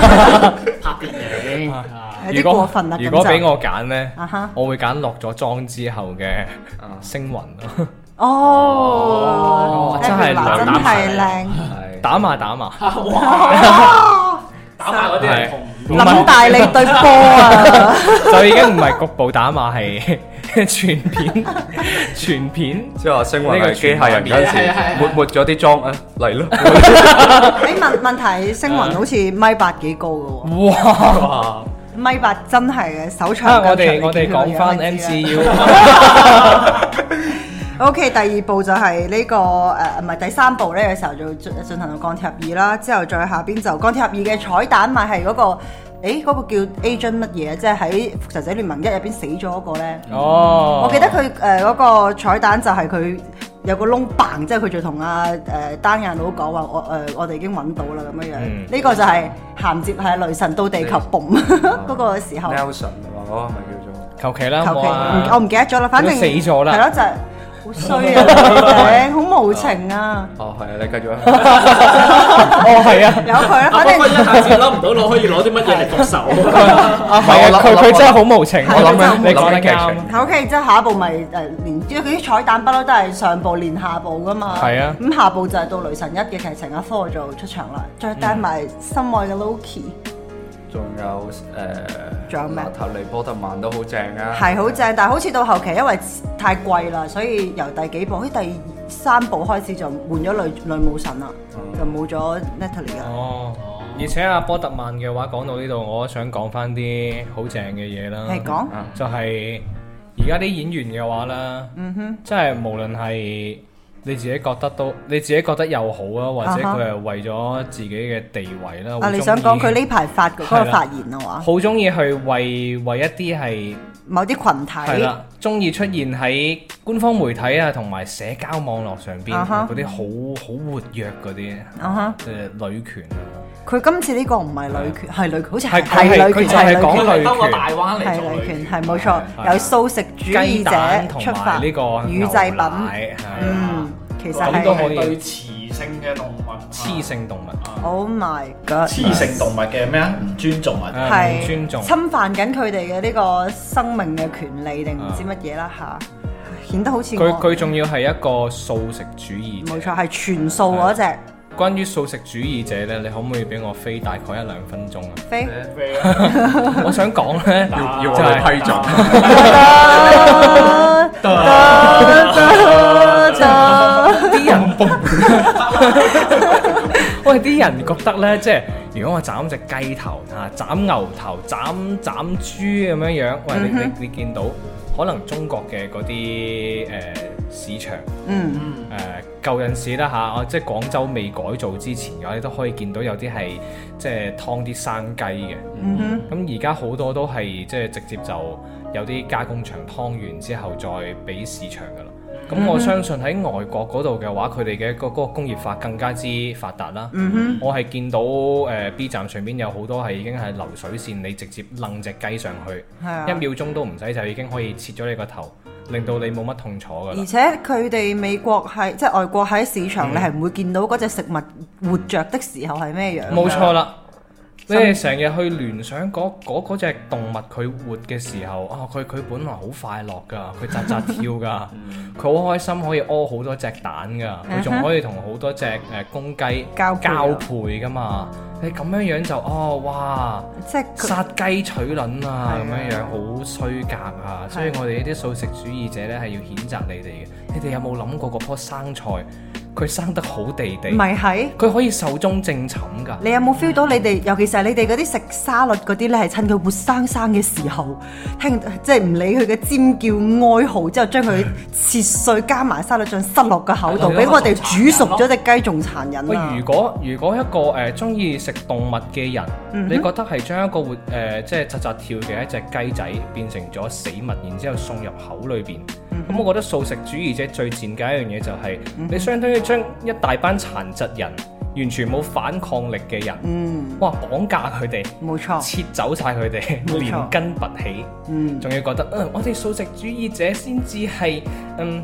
Speaker 3: 拍電影 啊
Speaker 2: 有
Speaker 1: 如
Speaker 2: 啲
Speaker 1: 果
Speaker 2: 過分啦，
Speaker 1: 如果俾
Speaker 2: 咁就
Speaker 1: 我揀咧
Speaker 2: 啊哈，
Speaker 1: 我會揀落咗妝之後嘅
Speaker 4: 啊
Speaker 1: 星雲咯，
Speaker 2: 哦
Speaker 1: 真係
Speaker 2: Evelyn
Speaker 1: 兩
Speaker 2: 真
Speaker 1: 打
Speaker 2: 係靚，
Speaker 4: 係
Speaker 1: 打麻打麻。
Speaker 2: 哦
Speaker 3: 打埋嗰啲係
Speaker 1: 唔
Speaker 3: 紅
Speaker 1: 係
Speaker 2: 諗大力對波 啊！
Speaker 1: 就已經唔係局部打碼，係 全片全片。
Speaker 4: 之後星雲
Speaker 1: 呢個
Speaker 4: 係機械人嗰
Speaker 3: 係
Speaker 4: 陣
Speaker 3: 啊係啊係啊
Speaker 4: 時，抹抹咗啲妝啊 嚟咯。
Speaker 2: 你問問題，星
Speaker 1: 啊
Speaker 2: 雲好似米八幾高嘅
Speaker 1: 哇！
Speaker 4: 哇！
Speaker 2: 喎，米八真係嘅手長
Speaker 1: 啊，我
Speaker 2: 腳長。
Speaker 1: 哋我哋
Speaker 2: 你見佢個
Speaker 1: 講翻
Speaker 2: 樣就知啊啦
Speaker 1: MCU，
Speaker 2: O、k 第二步就係呢、個呃誒唔係第三步呢嘅時候就進進行到鋼鐵俠二啦，之後再下邊就鋼鐵俠二嘅彩蛋咪係嗰個誒嗰、個叫 Agent 乜嘢，啊即係喺復仇者聯盟一入邊死咗嗰個咧。
Speaker 1: 哦，
Speaker 2: 我記得佢誒嗰個彩蛋就係佢有個窿嘭，即係佢就同阿呃誒單眼佬講話我誒、呃我哋已經揾到啦咁樣樣。
Speaker 1: 嗯哦
Speaker 2: 呢、個就係銜接係雷神到 地球 boom 嗰個時候。
Speaker 4: Nelson 啊嘛，嗰個係咪叫 做？
Speaker 1: 求其啦，
Speaker 2: 求
Speaker 1: 好
Speaker 2: 其唔我
Speaker 1: 啊，
Speaker 2: 唔記得咗啦，反
Speaker 1: 佢
Speaker 2: 正
Speaker 1: 都死咗啦
Speaker 2: 係咯，就係好衰 啊！你哋好無情啊！
Speaker 4: 哦，係啊，你繼續啊。
Speaker 1: 哦係啊，
Speaker 2: 有佢 啦，
Speaker 3: 阿不
Speaker 2: 反正
Speaker 3: 過一下子諗唔到攞可以攞啲乜嘢嚟復仇。
Speaker 1: 啊係啊，
Speaker 4: 我諗
Speaker 1: 佢
Speaker 4: 我諗
Speaker 1: 佢真係好無情，
Speaker 2: 我諗緊
Speaker 1: 你講
Speaker 4: 我諗緊
Speaker 1: 得
Speaker 4: 劇
Speaker 1: 啱
Speaker 4: 情。
Speaker 2: 係 OK，即係下一步咪誒連，因為佢啲彩蛋不嬲都係上部連下部噶嘛。
Speaker 1: 係啊
Speaker 2: 咁下部就係到雷神一嘅劇情，阿科就出場啦，再帶埋心愛嘅 Loki，
Speaker 4: 仲有誒，
Speaker 2: 仲有咩
Speaker 4: 納塔利波特曼都好正啊。
Speaker 2: 係好正。但係好似到後期因為太貴啦，所以由第幾部，好似第三部開始就換咗女女武神啦，
Speaker 1: 嗯
Speaker 2: 就冇咗 Natalie 啦。
Speaker 1: 哦，而且阿波特曼嘅話講到呢度，我想講翻啲好正嘅嘢啦。
Speaker 2: 係講。
Speaker 4: 啊。
Speaker 1: 就係而家啲演員嘅話啦，
Speaker 2: 嗯哼，
Speaker 1: 即係無論係你自己覺得都你自己覺得又好啊，或者
Speaker 2: 啊哈
Speaker 1: 佢係為咗自己嘅地位啦。
Speaker 2: 啊，
Speaker 1: 好
Speaker 2: 你想
Speaker 1: 鍾意
Speaker 2: 講佢呢排發嗰
Speaker 1: 係
Speaker 2: 個
Speaker 1: 啦
Speaker 2: 發言啊嘛？
Speaker 1: 好中意去為為一啲係
Speaker 2: 某啲群體
Speaker 1: 係啦，中意出現喺官方媒體啊，同埋社交網絡上邊
Speaker 2: 啊哈
Speaker 1: 嗰啲好好活躍嗰啲
Speaker 2: 啊哈，
Speaker 1: 誒女權啊，
Speaker 2: 佢今次呢個唔係女權，係女權，好似
Speaker 1: 係
Speaker 2: 係
Speaker 1: 佢係
Speaker 2: 係
Speaker 1: 佢
Speaker 2: 女權，
Speaker 1: 就係
Speaker 2: 係
Speaker 1: 講
Speaker 2: 女權
Speaker 3: 佢係兜個大灣嚟
Speaker 2: 係
Speaker 3: 做
Speaker 2: 女
Speaker 3: 女
Speaker 2: 權，
Speaker 3: 權，
Speaker 2: 係冇錯，
Speaker 1: 係
Speaker 2: 有素食主義
Speaker 1: 雞蛋
Speaker 2: 者
Speaker 1: 同
Speaker 2: 出發，
Speaker 1: 埋呢個
Speaker 2: 乳
Speaker 1: 牛
Speaker 2: 製品，
Speaker 1: 奶係啊
Speaker 2: 嗯，其實
Speaker 3: 咁都
Speaker 1: 咁
Speaker 2: 係
Speaker 1: 都
Speaker 3: 係對雌性嘅動物啊
Speaker 1: 雌性動物。
Speaker 2: Oh my God，
Speaker 3: 雌性動物嘅咩啊？唔尊重啊！
Speaker 1: 啊
Speaker 2: 係
Speaker 1: 唔尊重
Speaker 2: 侵犯緊佢哋嘅呢個生命嘅權利定唔知乜嘢啦嚇，顯得好似
Speaker 1: 啊佢
Speaker 2: 我
Speaker 1: 佢仲要係一個素食主義者
Speaker 2: 冇。錯係全素嗰只
Speaker 1: 關於素食主義者咧，你可唔可以俾我飛大概一兩分鐘啊？啊
Speaker 2: 飛。
Speaker 1: 我想講咧，
Speaker 4: 要要
Speaker 1: 就
Speaker 4: 我哋
Speaker 1: 係
Speaker 4: 批准。
Speaker 1: 啲人， 喂啲人覺得咧，即係如果我斬只雞頭啊，斬牛頭，斬斬豬咁樣樣，喂
Speaker 2: 嗯
Speaker 1: 你你你見到可能中國嘅嗰啲誒市場。
Speaker 2: 嗯，
Speaker 1: 誒、呃舊陣時啦嚇，我即係廣州未改造之前嘅話，你都可以見到有啲係即係劏啲生雞嘅。咁而家好多都係即係直接就有啲加工場劏完之後再俾市場㗎啦。咁我相信喺外國嗰度嘅話，佢哋嘅嗰嗰個工業化更加之發達啦。我係見到誒、呃 B 站上邊有好多係已經係流水線，你直接掕只雞上去，
Speaker 2: 係啊
Speaker 1: 一秒鐘都唔使就已經可以切咗你個頭，令到你冇乜痛楚㗎啦
Speaker 2: 而。且佢哋美國係即係外國喺市
Speaker 1: 嗯
Speaker 2: 場，你係唔會見到嗰只食物活着的時候係咩樣。
Speaker 1: 冇錯啦。你哋啊成日去聯想嗰嗰嗰只動物佢活嘅時候，啊佢佢本來好快樂㗎，佢扎 扎跳㗎，
Speaker 2: 嗯
Speaker 1: 佢好開心可以屙好多隻蛋㗎，佢仲可以同好多隻誒公雞
Speaker 2: 交配啊
Speaker 1: 交配㗎嘛。你咁樣樣就哦哇，
Speaker 2: 即係佢
Speaker 1: 殺雞取卵啊
Speaker 2: 係啊
Speaker 1: 咁樣樣好衰格啊！所以我哋呢啲素食主義者呢係要譴責你哋嘅。你哋有冇諗過嗰棵生菜佢生得好地地，
Speaker 2: 咪係？
Speaker 1: 佢可以壽終正寢㗎？
Speaker 2: 你有冇 feel 到你哋，尤其是係你哋嗰啲食沙律嗰啲咧，係趁佢活生生嘅時候，聽即係唔理佢嘅尖叫哀嚎之後，將佢切碎加埋沙律醬塞落個口度，
Speaker 1: 係咯
Speaker 2: 俾我哋煮熟咗只雞仲殘忍
Speaker 1: 喂，
Speaker 2: 啊
Speaker 1: 如！果如果一個誒中意食動物嘅人，
Speaker 2: 嗯
Speaker 1: 你覺得係將一個活誒、呃即係扎扎跳嘅一隻雞仔變成咗死物，然之後送入口裏邊，咁、
Speaker 2: 嗯
Speaker 1: 我覺得素食主義者最賤嘅一樣嘢就係、你相當於將一大班殘疾人，完全冇反抗力嘅人，
Speaker 2: 嗯
Speaker 1: 哇綁架佢哋。
Speaker 2: 冇錯，
Speaker 1: 切走晒佢哋，
Speaker 2: 哦冇錯
Speaker 1: 連根拔起，仲要覺得，嗯，我哋素食主義者先至係，嗯，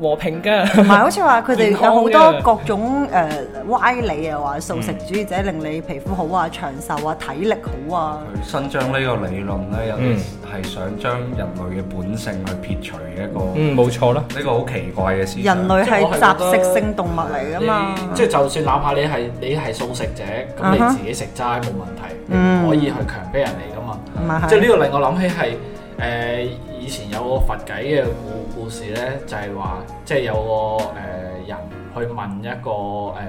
Speaker 1: 和平㗎。
Speaker 2: 同埋好似話佢哋有
Speaker 1: 健
Speaker 2: 好
Speaker 1: 康嘅
Speaker 2: 多各種誒、呃歪理啊，話素食主義者令你皮膚好啊、長壽啊、體力好啊，
Speaker 4: 佢新將呢個理論咧，有啲係想將人類嘅本性去撇除嘅一個，呢、
Speaker 1: 嗯，冇錯啦。
Speaker 4: 個好奇怪嘅思想。
Speaker 2: 人類係
Speaker 3: 即係我係覺
Speaker 2: 雜
Speaker 3: 得
Speaker 2: 食性動物嚟㗎啊嘛。
Speaker 3: 你即係就算哪怕你係你係素食者，咁
Speaker 2: 啊哈
Speaker 3: 你自己食齋冇問題，你唔可以去強迫人嚟噶嘛。
Speaker 2: 咪嗯係
Speaker 3: 即係呢個令我諗起係誒、呃以前有個佛偈嘅故故事咧，就係、話即係有個誒、呃人去問一個誒、呃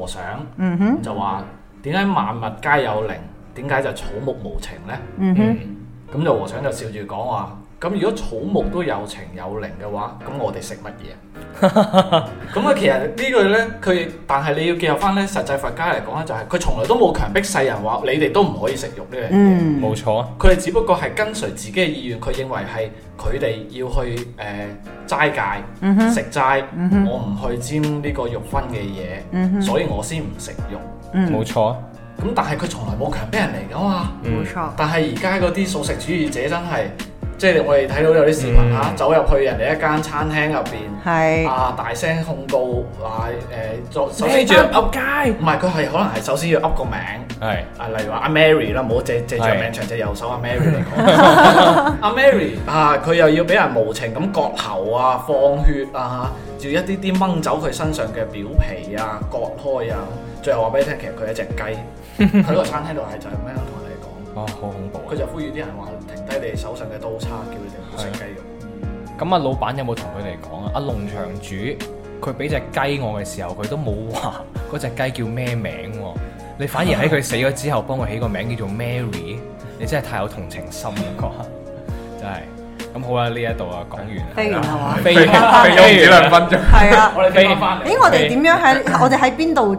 Speaker 3: 和尚，
Speaker 2: 嗯哼，
Speaker 3: 就話點解萬物皆有靈，點解就草木無情咧？
Speaker 2: 嗯哼，
Speaker 3: 咁就和尚就笑住講話：，咁如果草木都有情有靈嘅話，咁我哋食乜嘢？咁啊，其實呢句呢，佢但係你要結合翻呢實際佛家嚟講呢，就係佢從來都冇強迫世人話你哋都唔可以食肉呢樣嘢。
Speaker 2: 嗯。
Speaker 1: 冇錯啊，
Speaker 3: 佢哋只不過係跟隨自己嘅意願，佢認為係佢哋要去誒、呃、齋戒、食齋，我唔去沾呢個肉分嘅嘢，
Speaker 2: 嗯
Speaker 3: 所以我先唔食肉。
Speaker 1: 冇錯啊。
Speaker 3: 咁但係佢從來冇強迫人嚟噶嘛。
Speaker 2: 冇錯，
Speaker 3: 但係而家嗰啲素食主義者真係，即係我哋睇到有啲視頻啊，走入去人哋一間餐廳入邊，
Speaker 2: 係
Speaker 3: 啊大聲控告啊誒，作首
Speaker 1: 你
Speaker 3: 先仲要
Speaker 1: 班仆
Speaker 3: 噏街，唔係佢係可能係首先要噏個名。
Speaker 1: 係。
Speaker 3: 啊，例如話阿 Mary 啦，唔好借借長
Speaker 1: 係
Speaker 3: 命長隻右手阿 Mary 嚟講，阿 Mary 啊，佢又要俾人無情咁割喉啊、放血啊，要一啲啲掹走佢身上嘅表皮啊、割開啊，最後話俾你聽，其實佢係一隻雞，佢喺個餐廳度係就係咁樣同你講。
Speaker 1: 哦，好恐怖
Speaker 3: 佢
Speaker 1: 啊！
Speaker 3: 就呼籲啲人話停低你手上嘅刀叉，叫你哋唔好食雞肉。
Speaker 1: 咁啊，老闆有冇同佢哋講啊？阿農場主佢俾只雞我嘅時候，佢都冇話嗰只雞叫咩名喎。你反而喺佢死咗之後，幫佢起個名叫做 Mary，你真係太有同情心啦，嗰下真係。咁好啦，呢一度啊講完啦，
Speaker 2: 飛完係嘛？
Speaker 1: 飛
Speaker 4: 飛
Speaker 1: 完
Speaker 4: 咗唔止兩分鐘。
Speaker 2: 係 啊。
Speaker 3: 我哋飛翻嚟。
Speaker 2: 咦，我哋點樣喺我哋喺邊度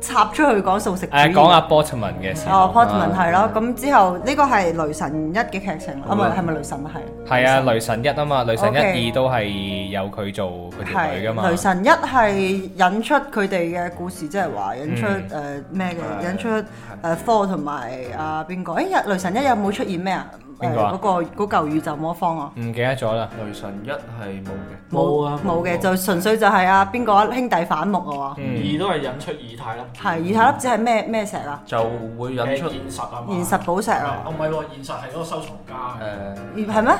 Speaker 2: 插出去講素食主義？
Speaker 1: 誒講啊阿 Botman 嘅事，
Speaker 2: 哦 p o r t m a n 係咯，咁之後呢個係雷神一嘅劇情啦，啊唔係係咪雷神啊？係
Speaker 1: 係啊，雷神一啊嘛，雷神一
Speaker 2: OK
Speaker 1: 二都係有佢做佢條女噶嘛，
Speaker 2: 雷神一係引出佢哋嘅故事，即係話引出誒
Speaker 1: 嗯
Speaker 2: 咩嘅，
Speaker 4: 係
Speaker 2: 引出誒 Four 同埋啊邊個？誒雷神一有冇出現咩啊？誒
Speaker 1: 邊個啊
Speaker 2: 嗰個嗰嚿宇宙魔方啊？
Speaker 1: 唔記得咗啦，
Speaker 4: 雷神一係冇嘅，
Speaker 3: 冇啊
Speaker 2: 冇嘅，就純粹就係啊邊個啊兄弟反目啊？
Speaker 1: 嗯，
Speaker 3: 二都係引出二太啦，
Speaker 2: 係而下粒子係咩咩石啊？
Speaker 4: 就會引出
Speaker 3: 誒現實啊嘛，
Speaker 2: 現實寶石啊？
Speaker 3: 哦，唔係喎，現實係嗰個收藏家
Speaker 4: 誒。
Speaker 2: 係咩？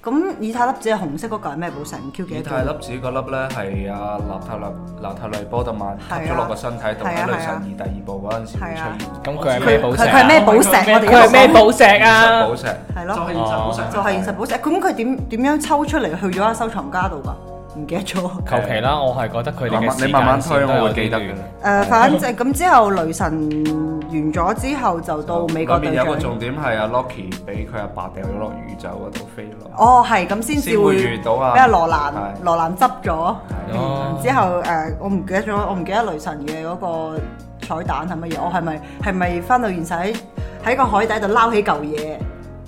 Speaker 2: 咁以太粒子係紅色嗰個係咩寶石？唔 Q
Speaker 4: 以
Speaker 2: 幾多
Speaker 4: 太
Speaker 2: 件？
Speaker 4: 粒子嗰粒咧係阿納塔勒納塔雷波特曼吸
Speaker 2: 係啊
Speaker 4: 咗落個身體度
Speaker 2: 係啊
Speaker 4: 喺雷
Speaker 2: 係
Speaker 4: 神
Speaker 2: 啊
Speaker 4: 二第二部嗰陣時會出現。
Speaker 1: 咁佢係
Speaker 2: 佢
Speaker 1: 咩
Speaker 2: 佢
Speaker 1: 寶石啊？
Speaker 3: 佢
Speaker 2: 佢係咩寶石？我哋
Speaker 1: 佢係咩寶石啊？
Speaker 4: 寶石
Speaker 2: 係
Speaker 3: 就係
Speaker 2: 咯，
Speaker 3: 現實寶石，
Speaker 2: 就係現實寶石。咁佢點點樣抽出嚟去咗喺收藏家度㗎？唔記得咗。
Speaker 1: 求其啦，我係覺得佢哋
Speaker 4: 慢
Speaker 1: 嘅
Speaker 4: 慢
Speaker 1: 時
Speaker 4: 你慢慢
Speaker 1: 間
Speaker 4: 推，
Speaker 1: 線都
Speaker 4: 我
Speaker 1: 有
Speaker 4: 會記
Speaker 1: 啲
Speaker 4: 得嘅
Speaker 1: 亂。。
Speaker 2: 誒，反正咁之後雷神完咗之後就到美國
Speaker 4: 裏面
Speaker 2: 隊
Speaker 4: 有個
Speaker 2: 長。
Speaker 4: 重點係阿 Loki 俾佢阿爸掉咗落宇宙嗰度飛落。
Speaker 2: 哦，係咁先至
Speaker 4: 先會遇到啊
Speaker 2: 俾阿羅蘭
Speaker 4: 係
Speaker 2: 羅蘭執咗。
Speaker 4: Dạ,
Speaker 1: 哦
Speaker 2: 嗯之後誒，我唔記得咗，我唔記得雷神嘅嗰個彩蛋係乜嘢，我係咪係咪翻到現實喺喺個海底度撈起嚿嘢，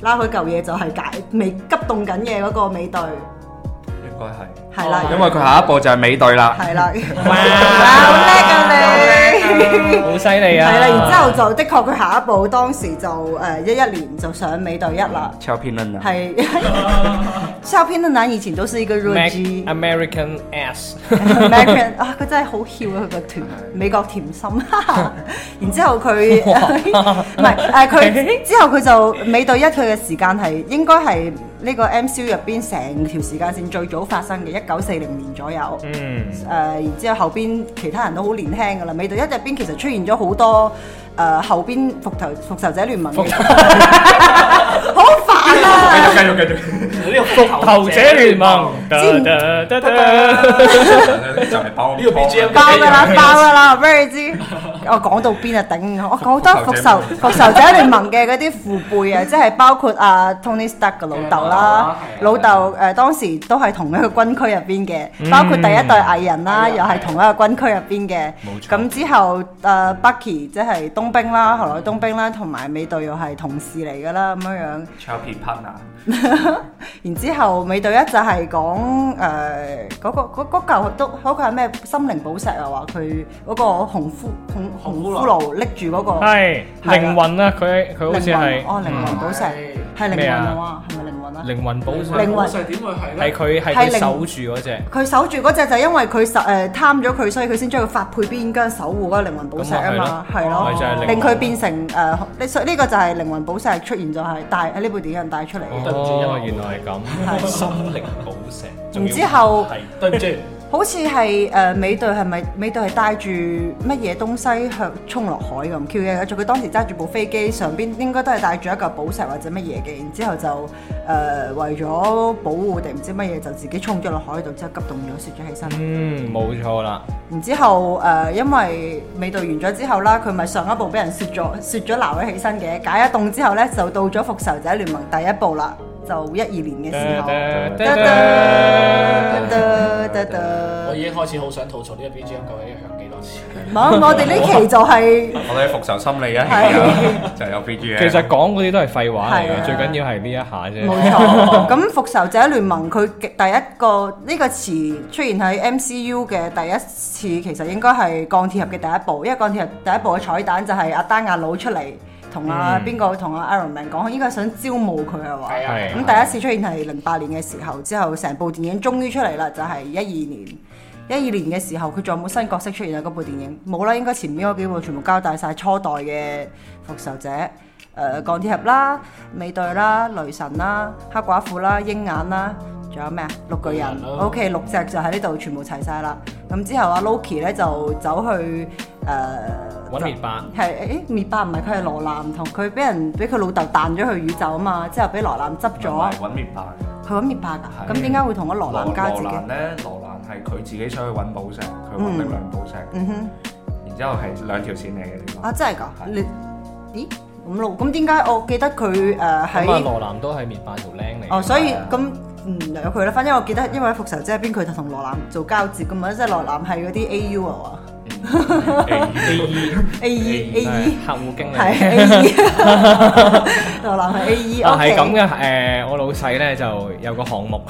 Speaker 2: 撈起嚿嘢就係解未急凍緊嘅嗰個美隊，
Speaker 4: 應該
Speaker 2: 係
Speaker 4: 係，
Speaker 1: 哦
Speaker 2: 啦，
Speaker 4: 因為佢下一步就係美隊 啦。
Speaker 2: 係啦，
Speaker 1: 哇！
Speaker 2: 好叻啊你！
Speaker 1: 好犀利啊！
Speaker 2: 係啦，然之後就的確佢下一步當時就誒一一年就上美隊一啦，
Speaker 4: 超片人啊！
Speaker 2: 係 肖片的男以前都是一個弱
Speaker 1: Mac
Speaker 2: 雞
Speaker 1: American S，
Speaker 2: American 啊，佢真係好翹啊！佢個團美國甜 心，然之後佢 唔係誒 佢之後佢就美隊一佢嘅時間係應該係呢個 MCU 入邊成條時間線最早發生嘅，一九四零年左右。
Speaker 1: 嗯，
Speaker 2: 誒、然之後後邊其他人都好年輕噶啦，美隊一入邊其實出現咗好多誒、呃、後邊復仇復仇者聯盟嘅， 好煩啊！
Speaker 4: 繼續繼續繼
Speaker 1: 復仇者聯盟，
Speaker 2: 知唔
Speaker 1: 噠噠噠
Speaker 4: 續，就係爆
Speaker 3: 呢個 BGM
Speaker 2: 爆噶啦，爆噶啦，俾你知。我講到邊啊？頂！我講好多復仇復仇者聯盟嘅嗰啲父輩啊，即係包括啊 Tony Stark 嘅老豆啦，老豆誒當時都係同一個軍區入邊嘅，包括第一代藝人啦，又嗯係啊同一個軍區入邊嘅。咁之後誒 Bucky 即係冬兵啦，後來冬兵啦，同埋美隊又係同事嚟噶啦，咁樣樣。
Speaker 4: 超片 partner。
Speaker 2: 然之後美隊一就係講誒呃嗰個嗰嗰嚿都嗰個係咩心靈寶石啊？話佢嗰個紅骷紅紅骷髏拎住嗰個
Speaker 1: 係
Speaker 2: 係啦
Speaker 1: 靈魂啊！佢佢好似
Speaker 2: 靈
Speaker 1: 係
Speaker 2: 魂哦，靈魂寶石係靈
Speaker 1: 咩
Speaker 2: 魂啊
Speaker 1: 啊
Speaker 2: 嘛，係咪靈魂啊？
Speaker 1: 靈魂寶石，
Speaker 2: 靈魂
Speaker 3: 寶石點會係
Speaker 1: 係
Speaker 3: 咧？
Speaker 1: 佢係
Speaker 2: 係
Speaker 1: 佢
Speaker 2: 靈
Speaker 1: 守住嗰只，
Speaker 2: 佢守住嗰只就因為佢實誒貪咗佢，所以佢先將佢發配邊疆守護嗰個靈魂寶石啊嘛，係咯
Speaker 1: 咪就係靈，魂
Speaker 2: 令佢變成誒呢所以呢個就係靈魂寶石出現咗係帶喺呢部電影帶出嚟嘅。
Speaker 1: 哦，原來係咁，
Speaker 2: 係
Speaker 1: 心靈寶石。
Speaker 2: 然之後。
Speaker 3: 對唔住。
Speaker 2: 好似係誒美隊係咪美隊係帶住乜嘢東西向衝落海咁 Q 嘅？佢當時揸住部飛機，上邊應該都係帶住一嚿寶石或者乜嘢嘅，然之後就誒、呃、為咗保護定唔知乜嘢，就自己衝咗落海度，之後急凍咗，雪咗起身。
Speaker 1: 嗯，冇錯啦。
Speaker 2: 然之後誒、呃因為美隊完咗之後啦，佢咪上一部俾人雪咗雪咗鬧咗起身嘅，解一凍之後咧就到咗復仇者聯盟第一部啦，就一二年嘅時候。得得得得得
Speaker 3: 我已經開始好想吐槽呢個 BGM 究竟響幾多次？
Speaker 2: 冇，我哋呢期就係、
Speaker 4: 我哋復仇心理
Speaker 2: 係
Speaker 4: 一就有 BGM。
Speaker 1: 其實講嗰啲都係廢話嚟
Speaker 2: 係啊
Speaker 1: 嘅，最緊要係呢一下
Speaker 2: 冇
Speaker 1: 啫。
Speaker 2: 錯。咁復仇者聯盟佢嘅第一個呢、個詞出現喺 MCU 嘅第一次，其實應該係鋼鐵俠嘅第一部，因為鋼鐵俠第一部嘅彩蛋就係阿丹亞佬出嚟同阿
Speaker 1: 嗯
Speaker 2: 邊個同阿 Iron Man 講，應該係想招募佢係嘛？
Speaker 3: 係啊，
Speaker 1: 係
Speaker 2: 咁第一次出現係零八年嘅時候，之後成部電影終於出嚟啦，就係一二年。一二年嘅時候，佢仲有冇新角色出現啊？嗰部電影冇啦，應該前面嗰幾部全部交代晒初代嘅復仇者，誒、鋼鐵俠啦、美隊啦、雷神啦、黑寡婦啦、鷹眼啦，仲有咩啊？六巨人
Speaker 3: 巨人啦
Speaker 2: ，OK，六隻就喺呢度全部齊晒啦。咁之後阿 Loki 咧就走去呃誒。
Speaker 1: 揾滅霸，
Speaker 2: 係誒滅霸唔係佢係羅蘭，同佢俾人俾佢老豆彈咗去宇宙啊嘛，之後俾羅蘭執咗，
Speaker 4: 揾滅霸嘅。
Speaker 2: 佢揾滅霸㗎，
Speaker 4: 係
Speaker 2: 咁點解會同個羅
Speaker 4: 羅
Speaker 2: 蘭交自
Speaker 4: 羅
Speaker 2: 己？
Speaker 4: 蘭咧，羅蘭係佢自己想去揾寶石，佢揾力量寶石，
Speaker 2: 嗯哼，
Speaker 4: 然之後係兩條線嚟嘅呢個。
Speaker 2: 啊真係㗎
Speaker 4: 係，
Speaker 2: 你咦咁咯？咁點解我記得佢誒
Speaker 1: 咁
Speaker 2: 呃
Speaker 1: 啊
Speaker 2: 喺
Speaker 1: 羅南都係滅霸條僆嚟嘅。
Speaker 2: 哦，所以
Speaker 4: 係啊
Speaker 2: 咁嗯，由佢啦。反正我記得，因為喺復仇者入邊佢就同羅蘭做交接噶嘛，即係羅蘭係嗰啲 A U 啊，A E A E
Speaker 1: 客户經理。
Speaker 2: 係 A E，羅蘭係 A E。
Speaker 1: 啊，係咁嘅，誒，我老細咧就有個項目，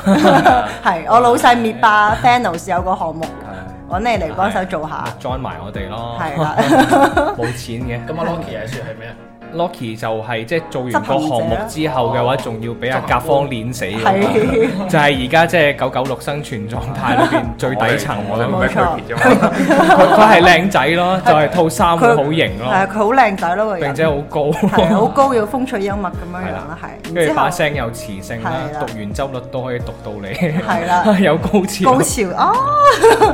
Speaker 2: 係我老細滅霸 Thanos 有個項目，
Speaker 4: 啊
Speaker 2: 揾你嚟幫手做下，
Speaker 1: join 埋我哋咯，
Speaker 2: 啊係啦，
Speaker 1: 冇錢嘅。
Speaker 3: 咁阿 Loki 係算係咩啊？
Speaker 1: Locky 就係即係做完
Speaker 2: 執
Speaker 1: 個
Speaker 2: 行
Speaker 1: 項目
Speaker 2: 者
Speaker 1: 之後嘅話，仲要俾阿甲方碾死㗎嘛
Speaker 2: 哦係
Speaker 1: 就係而家即係九九六生存狀態裏 邊最底層
Speaker 4: 我哋唔
Speaker 1: 咯。
Speaker 4: 係區別啫嘛，
Speaker 1: 佢佢係靚仔咯，就係套衫會好型
Speaker 2: 係
Speaker 1: 咯，
Speaker 2: 佢好靚仔咯個
Speaker 1: 並
Speaker 2: 人，
Speaker 1: 且好高，
Speaker 2: 係啊好高，要風趣幽默咁樣樣啦，係。
Speaker 1: 跟住把
Speaker 2: 然之後
Speaker 1: 聲有磁性啦，
Speaker 2: 係啦
Speaker 1: 讀完周率都可以讀到你，
Speaker 2: 係啦
Speaker 1: 有高潮。
Speaker 2: 高潮哦，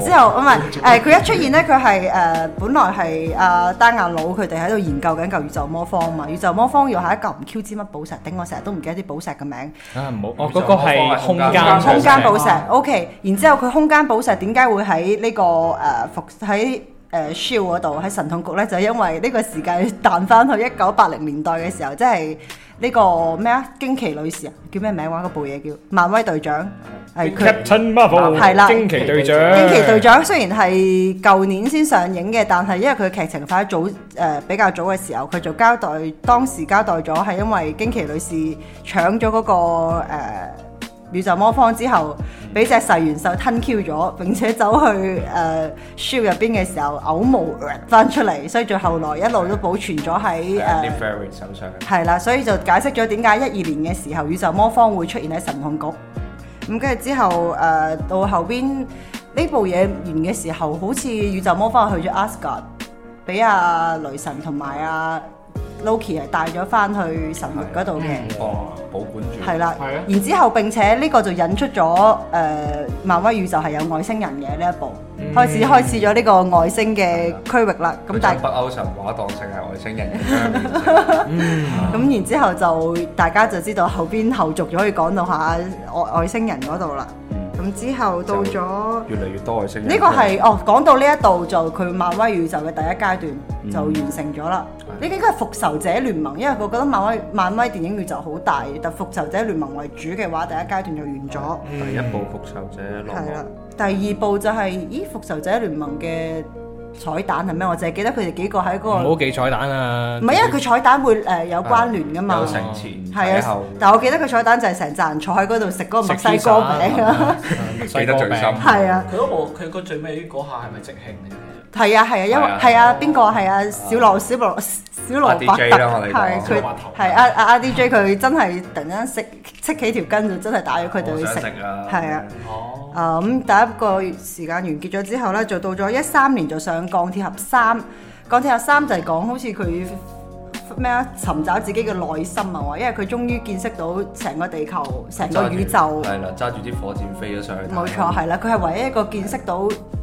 Speaker 2: 之後唔係誒，佢一出現咧，佢係誒本來係啊單眼佬佢哋喺度研究緊嚿宇宙魔方嘛，宇宙魔方要係一嚿唔 Q 知乜寶石，頂我成日都唔記得啲寶石嘅名。
Speaker 1: 啊唔好，哦嗰個係空間
Speaker 2: 空間寶石
Speaker 3: 啊
Speaker 2: ，OK。然之後佢空間寶石點解會喺呢、個誒服喺誒 Shield 嗰度喺神統局咧？就係因為呢個時間彈翻去一九八零年代嘅時候，即係呢個咩啊？驚奇女士啊，叫咩名話？嗰部嘢叫漫威隊長，係佢。
Speaker 1: Captain Marvel，
Speaker 2: 係啦
Speaker 1: 驚奇隊長，
Speaker 2: 驚奇隊長雖然係舊年先上映嘅，但係因為佢劇情化早誒、呃比較早嘅時候，佢就交代當時交代咗係因為驚奇女士搶咗嗰、個、呃、宇宙魔方之後，俾隻噬元獸吞 Q 咗，並且走去誒 s h i e l 入邊嘅時候嘔毛呃翻出嚟，所以最後來一路都保存咗 喺誒。呃
Speaker 4: 啲 fairy 手上。
Speaker 2: 係啦，所以就解釋咗點解一二年嘅時候宇宙魔方會出現喺神控局。咁跟住之後，誒、到後邊呢部嘢完嘅時候，好似宇宙魔方去咗 Asgard，俾阿雷神同埋阿 Loki 啊係帶咗翻去神域嗰度嘅。
Speaker 4: 哦，保管住。
Speaker 2: 係啦
Speaker 3: 係啊，
Speaker 2: 然之後並且呢個就引出咗誒、漫威宇宙係有外星人嘅呢一部，開始開始咗呢個外星嘅區域啦。咁
Speaker 4: 佢
Speaker 2: 但
Speaker 4: 將
Speaker 2: 係
Speaker 4: 北歐神話當成係外 星人咁樣嗯
Speaker 2: 咁然之後就大家就知道後邊後續就可以講到下外外星人嗰度啦。咁之後到咗呢
Speaker 4: 越嚟嗯越多外星人。
Speaker 2: 個係哦，講到呢一度就佢漫威宇宙嘅第一階段
Speaker 4: 嗯
Speaker 2: 就完成咗啦。呢個應該係復仇者聯盟，因為我覺得漫威漫威電影宇宙好大，但復仇者聯盟為主嘅話，第一階段就完咗。
Speaker 4: 第一部復仇者落
Speaker 2: 係啦
Speaker 4: 幕，，
Speaker 2: 第二部就係、咦復仇者聯盟嘅彩蛋係咩？我淨係記得佢哋幾個喺
Speaker 1: 唔
Speaker 2: 嗰、個，
Speaker 1: 好
Speaker 2: 唔
Speaker 1: 記彩蛋啊！
Speaker 2: 係因為佢彩蛋會誒、呃有關聯噶嘛。
Speaker 4: 有成前
Speaker 2: 係
Speaker 4: 睇
Speaker 2: 啊
Speaker 4: 後，，
Speaker 2: 但我記得佢彩蛋就係成扎人坐喺嗰度食嗰個墨西哥餅啊，
Speaker 1: 記
Speaker 4: 記得最深。
Speaker 2: 係啊，
Speaker 3: 佢嗰部佢嗰最尾嗰下係咪即興嘅？
Speaker 2: 係啊，係啊，因為
Speaker 4: 係啊
Speaker 2: 係啊，邊個係啊？小羅小羅小羅伯特
Speaker 4: DJ 啦我哋
Speaker 2: 係
Speaker 4: 講小
Speaker 3: 羅
Speaker 2: 佢
Speaker 3: 伯特
Speaker 2: 係啊啊啊 DJ 佢真係突然間食戚起條筋就真係打咗佢哋
Speaker 4: 我
Speaker 2: 去
Speaker 4: 想
Speaker 2: 食，
Speaker 4: 食啊！
Speaker 2: 係啊。
Speaker 3: 哦，
Speaker 2: 啊咁、第一個時間完結咗之後咧，就到咗一三年就上鋼鐵俠三，鋼鐵俠三就係講好似佢咩啊，尋找自己嘅內心啊，話因為佢終於見識到成個地球、成個
Speaker 4: 揸住，
Speaker 2: 宇宙。
Speaker 4: 係啦，揸住啲火箭飛咗上去。
Speaker 2: 冇錯，係啦，佢係唯一一個見識到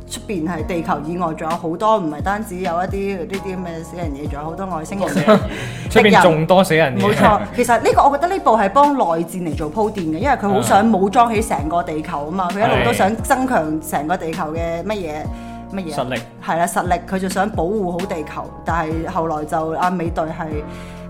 Speaker 2: 出邊係地球以外，仲有好多唔係單止有一啲呢啲咁嘅死人嘢，仲有好多外星
Speaker 3: 哦
Speaker 2: 人。
Speaker 1: 出邊仲多死人嘢。
Speaker 2: 冇錯，其實呢個我覺得呢部係幫內戰嚟做鋪墊嘅，因為佢好想武裝起成個地球啊嘛，佢一路都想增強成個地球嘅乜嘢乜嘢
Speaker 1: 實力。
Speaker 2: 係啦實力，佢就想保護好地球，但係後來就阿美隊係誒、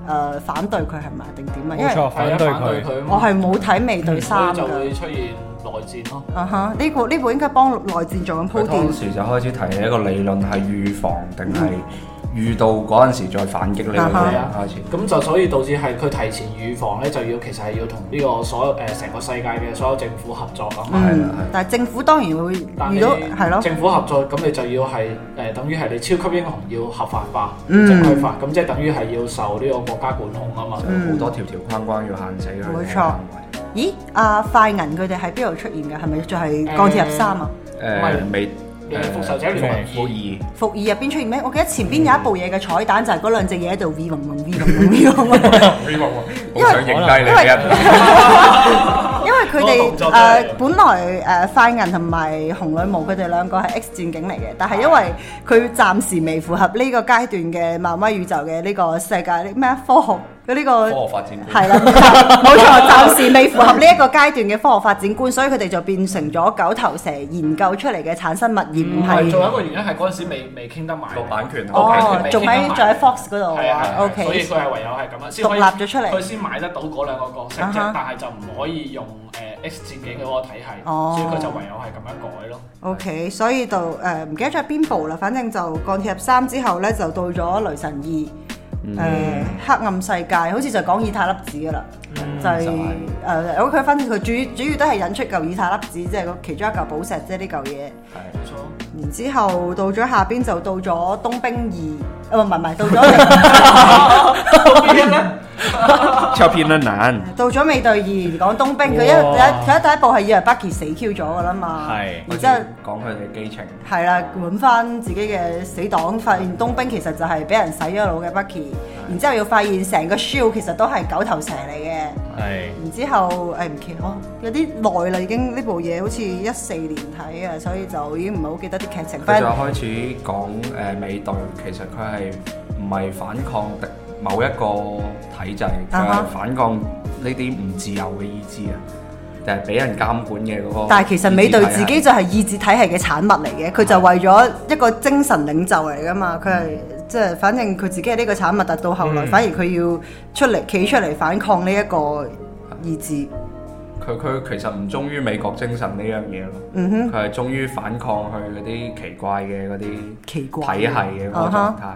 Speaker 2: 呃反對佢係咪定點啊？因
Speaker 1: 冇
Speaker 2: 為
Speaker 1: 錯，反對佢。
Speaker 2: 我
Speaker 3: 佢，
Speaker 2: 係冇睇美隊
Speaker 3: 嗯所
Speaker 2: 三
Speaker 3: 以就
Speaker 2: 㗎
Speaker 3: 會。出現內戰咯。
Speaker 2: 啊哈！呢部呢部應該幫內戰做緊鋪
Speaker 4: 佢
Speaker 2: 墊
Speaker 4: 當。時就開始提一個理論係預防定係
Speaker 2: 嗯
Speaker 4: 遇到嗰陣時再反擊呢
Speaker 2: 啊
Speaker 4: 個理論開始。
Speaker 3: 咁就所以導致係佢提前預防咧，就要其實係要同呢個所有誒成、個世界嘅所有政府合作啊嘛。
Speaker 4: 係啦
Speaker 2: 嗯，但係政府當然會
Speaker 3: 但
Speaker 2: 遇
Speaker 3: 你
Speaker 2: 到係咯，
Speaker 3: 政府合作，咁你就要係誒、等於係你超級英雄要合法化、
Speaker 2: 嗯
Speaker 3: 正規化，咁即係等於係要受呢個國家管控啊嘛。
Speaker 4: 有好多條條框框要限死佢。
Speaker 2: 嗯冇錯。咦？啊快銀佢哋喺邊度出現嘅？係咪就係鋼鐵俠三啊？
Speaker 4: 誒未
Speaker 3: 誒復仇者聯盟
Speaker 4: 復二
Speaker 2: 服二入邊出現咩？我記得前邊有一部嘢嘅彩蛋就係嗰兩隻嘢喺度 V 嗡嗡 V 嗡嗡 V 嗡嗡，
Speaker 4: 好想影低你一人。
Speaker 2: 因為佢
Speaker 3: 嗰個動
Speaker 2: 哋
Speaker 3: 作
Speaker 2: 誒
Speaker 3: 真係
Speaker 2: 本來誒快銀同埋紅女巫佢哋兩個係 X 戰警嚟嘅，但係因為佢暫時未符合呢個階段嘅漫威宇宙嘅呢個世界咩啊科學嘅呢個
Speaker 4: 科學發展觀
Speaker 2: 係啦，冇錯，暫時未符合呢一個階段嘅科學發展觀，所以佢哋就變成咗九頭蛇研究出嚟嘅產生物，而唔
Speaker 3: 唔嗯係，仲有一
Speaker 2: 係
Speaker 3: 個原因係嗰陣時未未傾得埋
Speaker 4: 個版權
Speaker 3: 個版
Speaker 2: 哦
Speaker 3: 權，未
Speaker 2: 仲
Speaker 3: 傾
Speaker 2: 喺
Speaker 3: 得埋
Speaker 2: 仲喺 Fox 嗰度
Speaker 3: 係啊係
Speaker 2: 啊
Speaker 3: 啊所以
Speaker 2: ，OK，
Speaker 3: 佢係唯有係咁樣先可以
Speaker 2: 獨立咗出嚟
Speaker 3: 佢先買得到嗰兩個角色
Speaker 2: 啊
Speaker 3: 啫
Speaker 2: 哈，
Speaker 3: 但係就唔可以用誒呃 X 戰警嘅嗰個體系，
Speaker 2: 哦
Speaker 3: 所以佢就唯有係咁樣改咯。
Speaker 2: OK，所以就誒唔記得咗係邊部啦，反正就鋼鐵俠三之後咧，就到咗雷神二，誒、
Speaker 4: 嗯
Speaker 2: 黑暗世界，好似就講以太粒子噶啦，就係、
Speaker 4: 嗯就係
Speaker 2: 誒有佢分，佢主主要都係引出嚿以太粒子，即係個其中一嚿寶石啫呢嚿嘢。
Speaker 3: 冇錯。
Speaker 2: 然之後到咗下邊就到咗冬兵二，呃唔係唔係到 咗
Speaker 4: 跳偏得難。
Speaker 2: 到咗美隊二講冬兵，佢一
Speaker 1: 哇
Speaker 2: 佢一第一部係以為 Bucky 死 Q 咗噶啦嘛，
Speaker 1: 係
Speaker 2: 然之後。
Speaker 4: 講佢哋嘅基情，
Speaker 2: 係啦，揾翻自己嘅死黨，發現冬兵其實就係俾人洗咗腦嘅 Bucky，然之後又發現成個 Shield 其實都係九頭蛇嚟嘅，
Speaker 1: 係
Speaker 2: 然之後誒唔記哦，有啲耐啦已經呢部嘢好似一四年睇啊，所以就已經唔係好記得啲劇情。
Speaker 4: 佢
Speaker 2: 但
Speaker 4: 就
Speaker 2: 係
Speaker 4: 開始講誒美隊，其實佢係唔係反抗敵某一個體制，佢
Speaker 2: 啊哈
Speaker 4: 係反抗呢啲唔自由嘅意志啊，就係俾人監管嘅嗰個。
Speaker 2: 但係其實美隊自己就係意志體系嘅產物嚟嘅，佢就為咗一個精神領袖嚟噶嘛，佢係即係反正佢自己係呢個產物，但到後
Speaker 4: 嗯
Speaker 2: 來反而佢要出嚟企出嚟反抗呢一個意志。
Speaker 4: 佢佢其實唔忠於美國精神呢樣嘢咯，
Speaker 2: 嗯哼。
Speaker 4: 佢係忠於反抗佢嗰啲奇怪嘅嗰啲
Speaker 2: 奇怪
Speaker 4: 體系嘅嗰個
Speaker 2: 啊哈
Speaker 4: 狀態。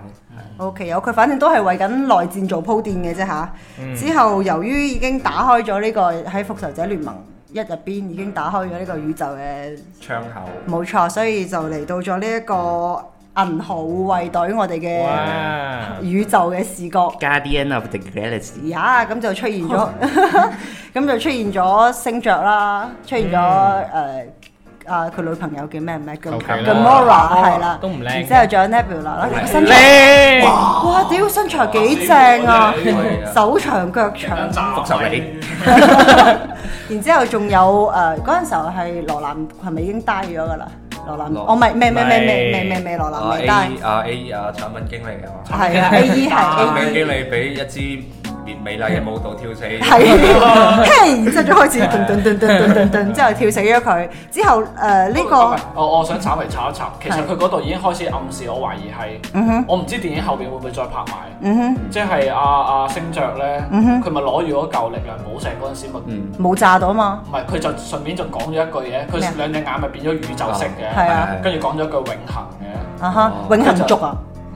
Speaker 2: O K，有佢反正都係為緊內戰做鋪墊嘅啫吓。
Speaker 4: 嗯
Speaker 2: 之後由於已經打開咗呢、個喺復仇者聯盟一入邊已經打開咗呢個宇宙嘅
Speaker 4: 窗口
Speaker 2: 冇錯，所以就嚟到咗呢一個銀河護衛隊我哋嘅
Speaker 1: 哇！
Speaker 2: 宇宙嘅視角。
Speaker 4: Guardian of the Galaxy
Speaker 2: 呀，咁就出現咗，咁就出現咗星爵啦，出現咗誒啊佢女朋友叫咩名
Speaker 1: 求其啦
Speaker 2: Gamora 係啦，
Speaker 1: 都唔靚
Speaker 2: 然之後仲有 Nebula 啦，身材
Speaker 1: 靚
Speaker 2: 哇！屌身材幾正啊
Speaker 3: 死我，
Speaker 2: 手長腳長，
Speaker 3: 復
Speaker 4: 仇你
Speaker 2: 然之後仲有誒嗰陣時候係羅蘭係咪已經 die 咗㗎啦？羅蘭
Speaker 4: 羅
Speaker 2: 哦唔係，未未未未未
Speaker 1: 未
Speaker 2: 未未羅
Speaker 4: 啊
Speaker 2: 蘭未
Speaker 4: A
Speaker 2: 低，
Speaker 4: 啊 A 啊產品經理啊嘛，
Speaker 2: 係啊 A E
Speaker 4: 產
Speaker 2: 係 A
Speaker 4: 品
Speaker 2: E
Speaker 4: 經理俾一支面美麗嘅舞蹈跳死，
Speaker 2: 係，嘿，然之後就開始噔噔噔噔噔噔噔，之後跳死咗佢，之後誒呃呢個
Speaker 3: 哦我我想稍微插一插，其實佢嗰度已經開始暗示，我懷疑
Speaker 2: 嗯
Speaker 3: 係
Speaker 2: 哼，
Speaker 3: 我唔知電影後邊會唔會再拍埋，
Speaker 2: 嗯哼
Speaker 3: 即係阿阿星爵咧，
Speaker 2: 嗯哼
Speaker 3: 佢咪攞住嗰嚿力量寶石嗰陣時咪。
Speaker 4: 嗯，
Speaker 2: 冇炸到嘛，
Speaker 3: 唔係，佢就順便就講咗一句嘢，
Speaker 2: 咩啊
Speaker 3: 佢兩隻眼咪變咗宇宙色嘅，
Speaker 2: 係啊
Speaker 3: 跟住講咗一句永恆嘅。
Speaker 2: 啊哈，永恆族啊，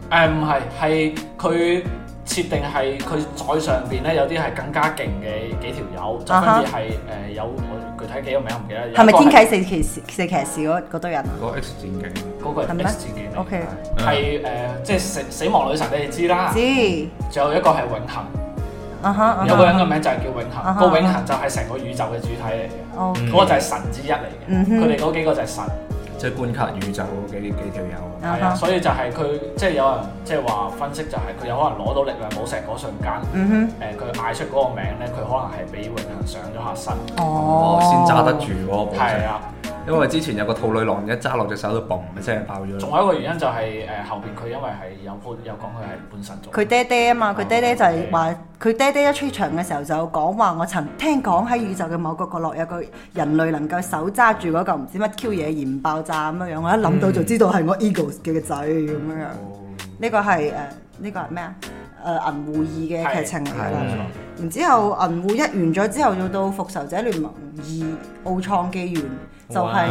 Speaker 3: 誒唔係，係佢設定係佢再上邊咧有啲係更加勁嘅幾條友，就
Speaker 2: 啊
Speaker 3: 分
Speaker 2: 哈
Speaker 3: 別係誒有我具體幾個名唔記得。有一個
Speaker 2: 係咪天啟四騎士四騎士嗰嗰堆人啊
Speaker 4: 嗰個 X 戰警，
Speaker 3: 嗰個
Speaker 2: 係
Speaker 3: 係
Speaker 2: 咩
Speaker 3: X 戰警嚟嘅
Speaker 2: ？OK，
Speaker 3: 係誒即係死死亡女神你哋知啦，
Speaker 2: 知
Speaker 3: 仲有一個係永恆，
Speaker 2: 啊哈啊哈，
Speaker 3: 有個人個名就係叫永
Speaker 2: 啊
Speaker 3: 恆，
Speaker 2: 哈
Speaker 3: 個永恆就係成個宇宙嘅主體嚟嘅，
Speaker 2: 哦
Speaker 1: 嗯
Speaker 3: 嗰個就係神之一嚟
Speaker 2: 嗯
Speaker 3: 嘅，
Speaker 2: 哼
Speaker 3: 佢哋嗰幾個就係神。
Speaker 4: 即係觀察宇宙嗰幾幾條友啊，
Speaker 2: 啊
Speaker 3: 係啊，
Speaker 2: 哈。
Speaker 3: 所以就係佢即係有人即係話分析就係佢有可能攞到力量寶石嗰瞬間，
Speaker 2: 嗯
Speaker 3: 誒佢嗌出嗰個名咧，佢可能係俾永恆上咗下身，
Speaker 2: 哼，哦
Speaker 4: 哦，，先揸得住嗰個寶
Speaker 3: 係
Speaker 4: 石，
Speaker 3: 啊。
Speaker 4: 因為之前有個兔女郎一揸落隻手度，嘣一聲爆咗
Speaker 3: 仲
Speaker 4: 啦，
Speaker 3: 有一個原因就係誒後邊佢因為係有鋪有講佢係半神族，
Speaker 2: 佢爹爹啊
Speaker 4: 哦
Speaker 2: 嘛，佢爹爹就係話，佢爹爹一出場嘅時候就講話，我曾聽講喺宇宙嘅某個角落有個人類能夠手揸住嗰嚿唔知乜 Q 嘢而唔爆炸咁樣樣，我一諗到就知道係我 Eagles 嘅仔咁樣樣。
Speaker 4: 哦
Speaker 2: 呢個係誒呃呢個係咩啊？誒銀護二嘅劇情嚟㗎
Speaker 4: 係
Speaker 2: 啦
Speaker 4: 係。
Speaker 2: 然之後銀護一完咗之後，要到復仇者聯盟二奧創紀元，就係、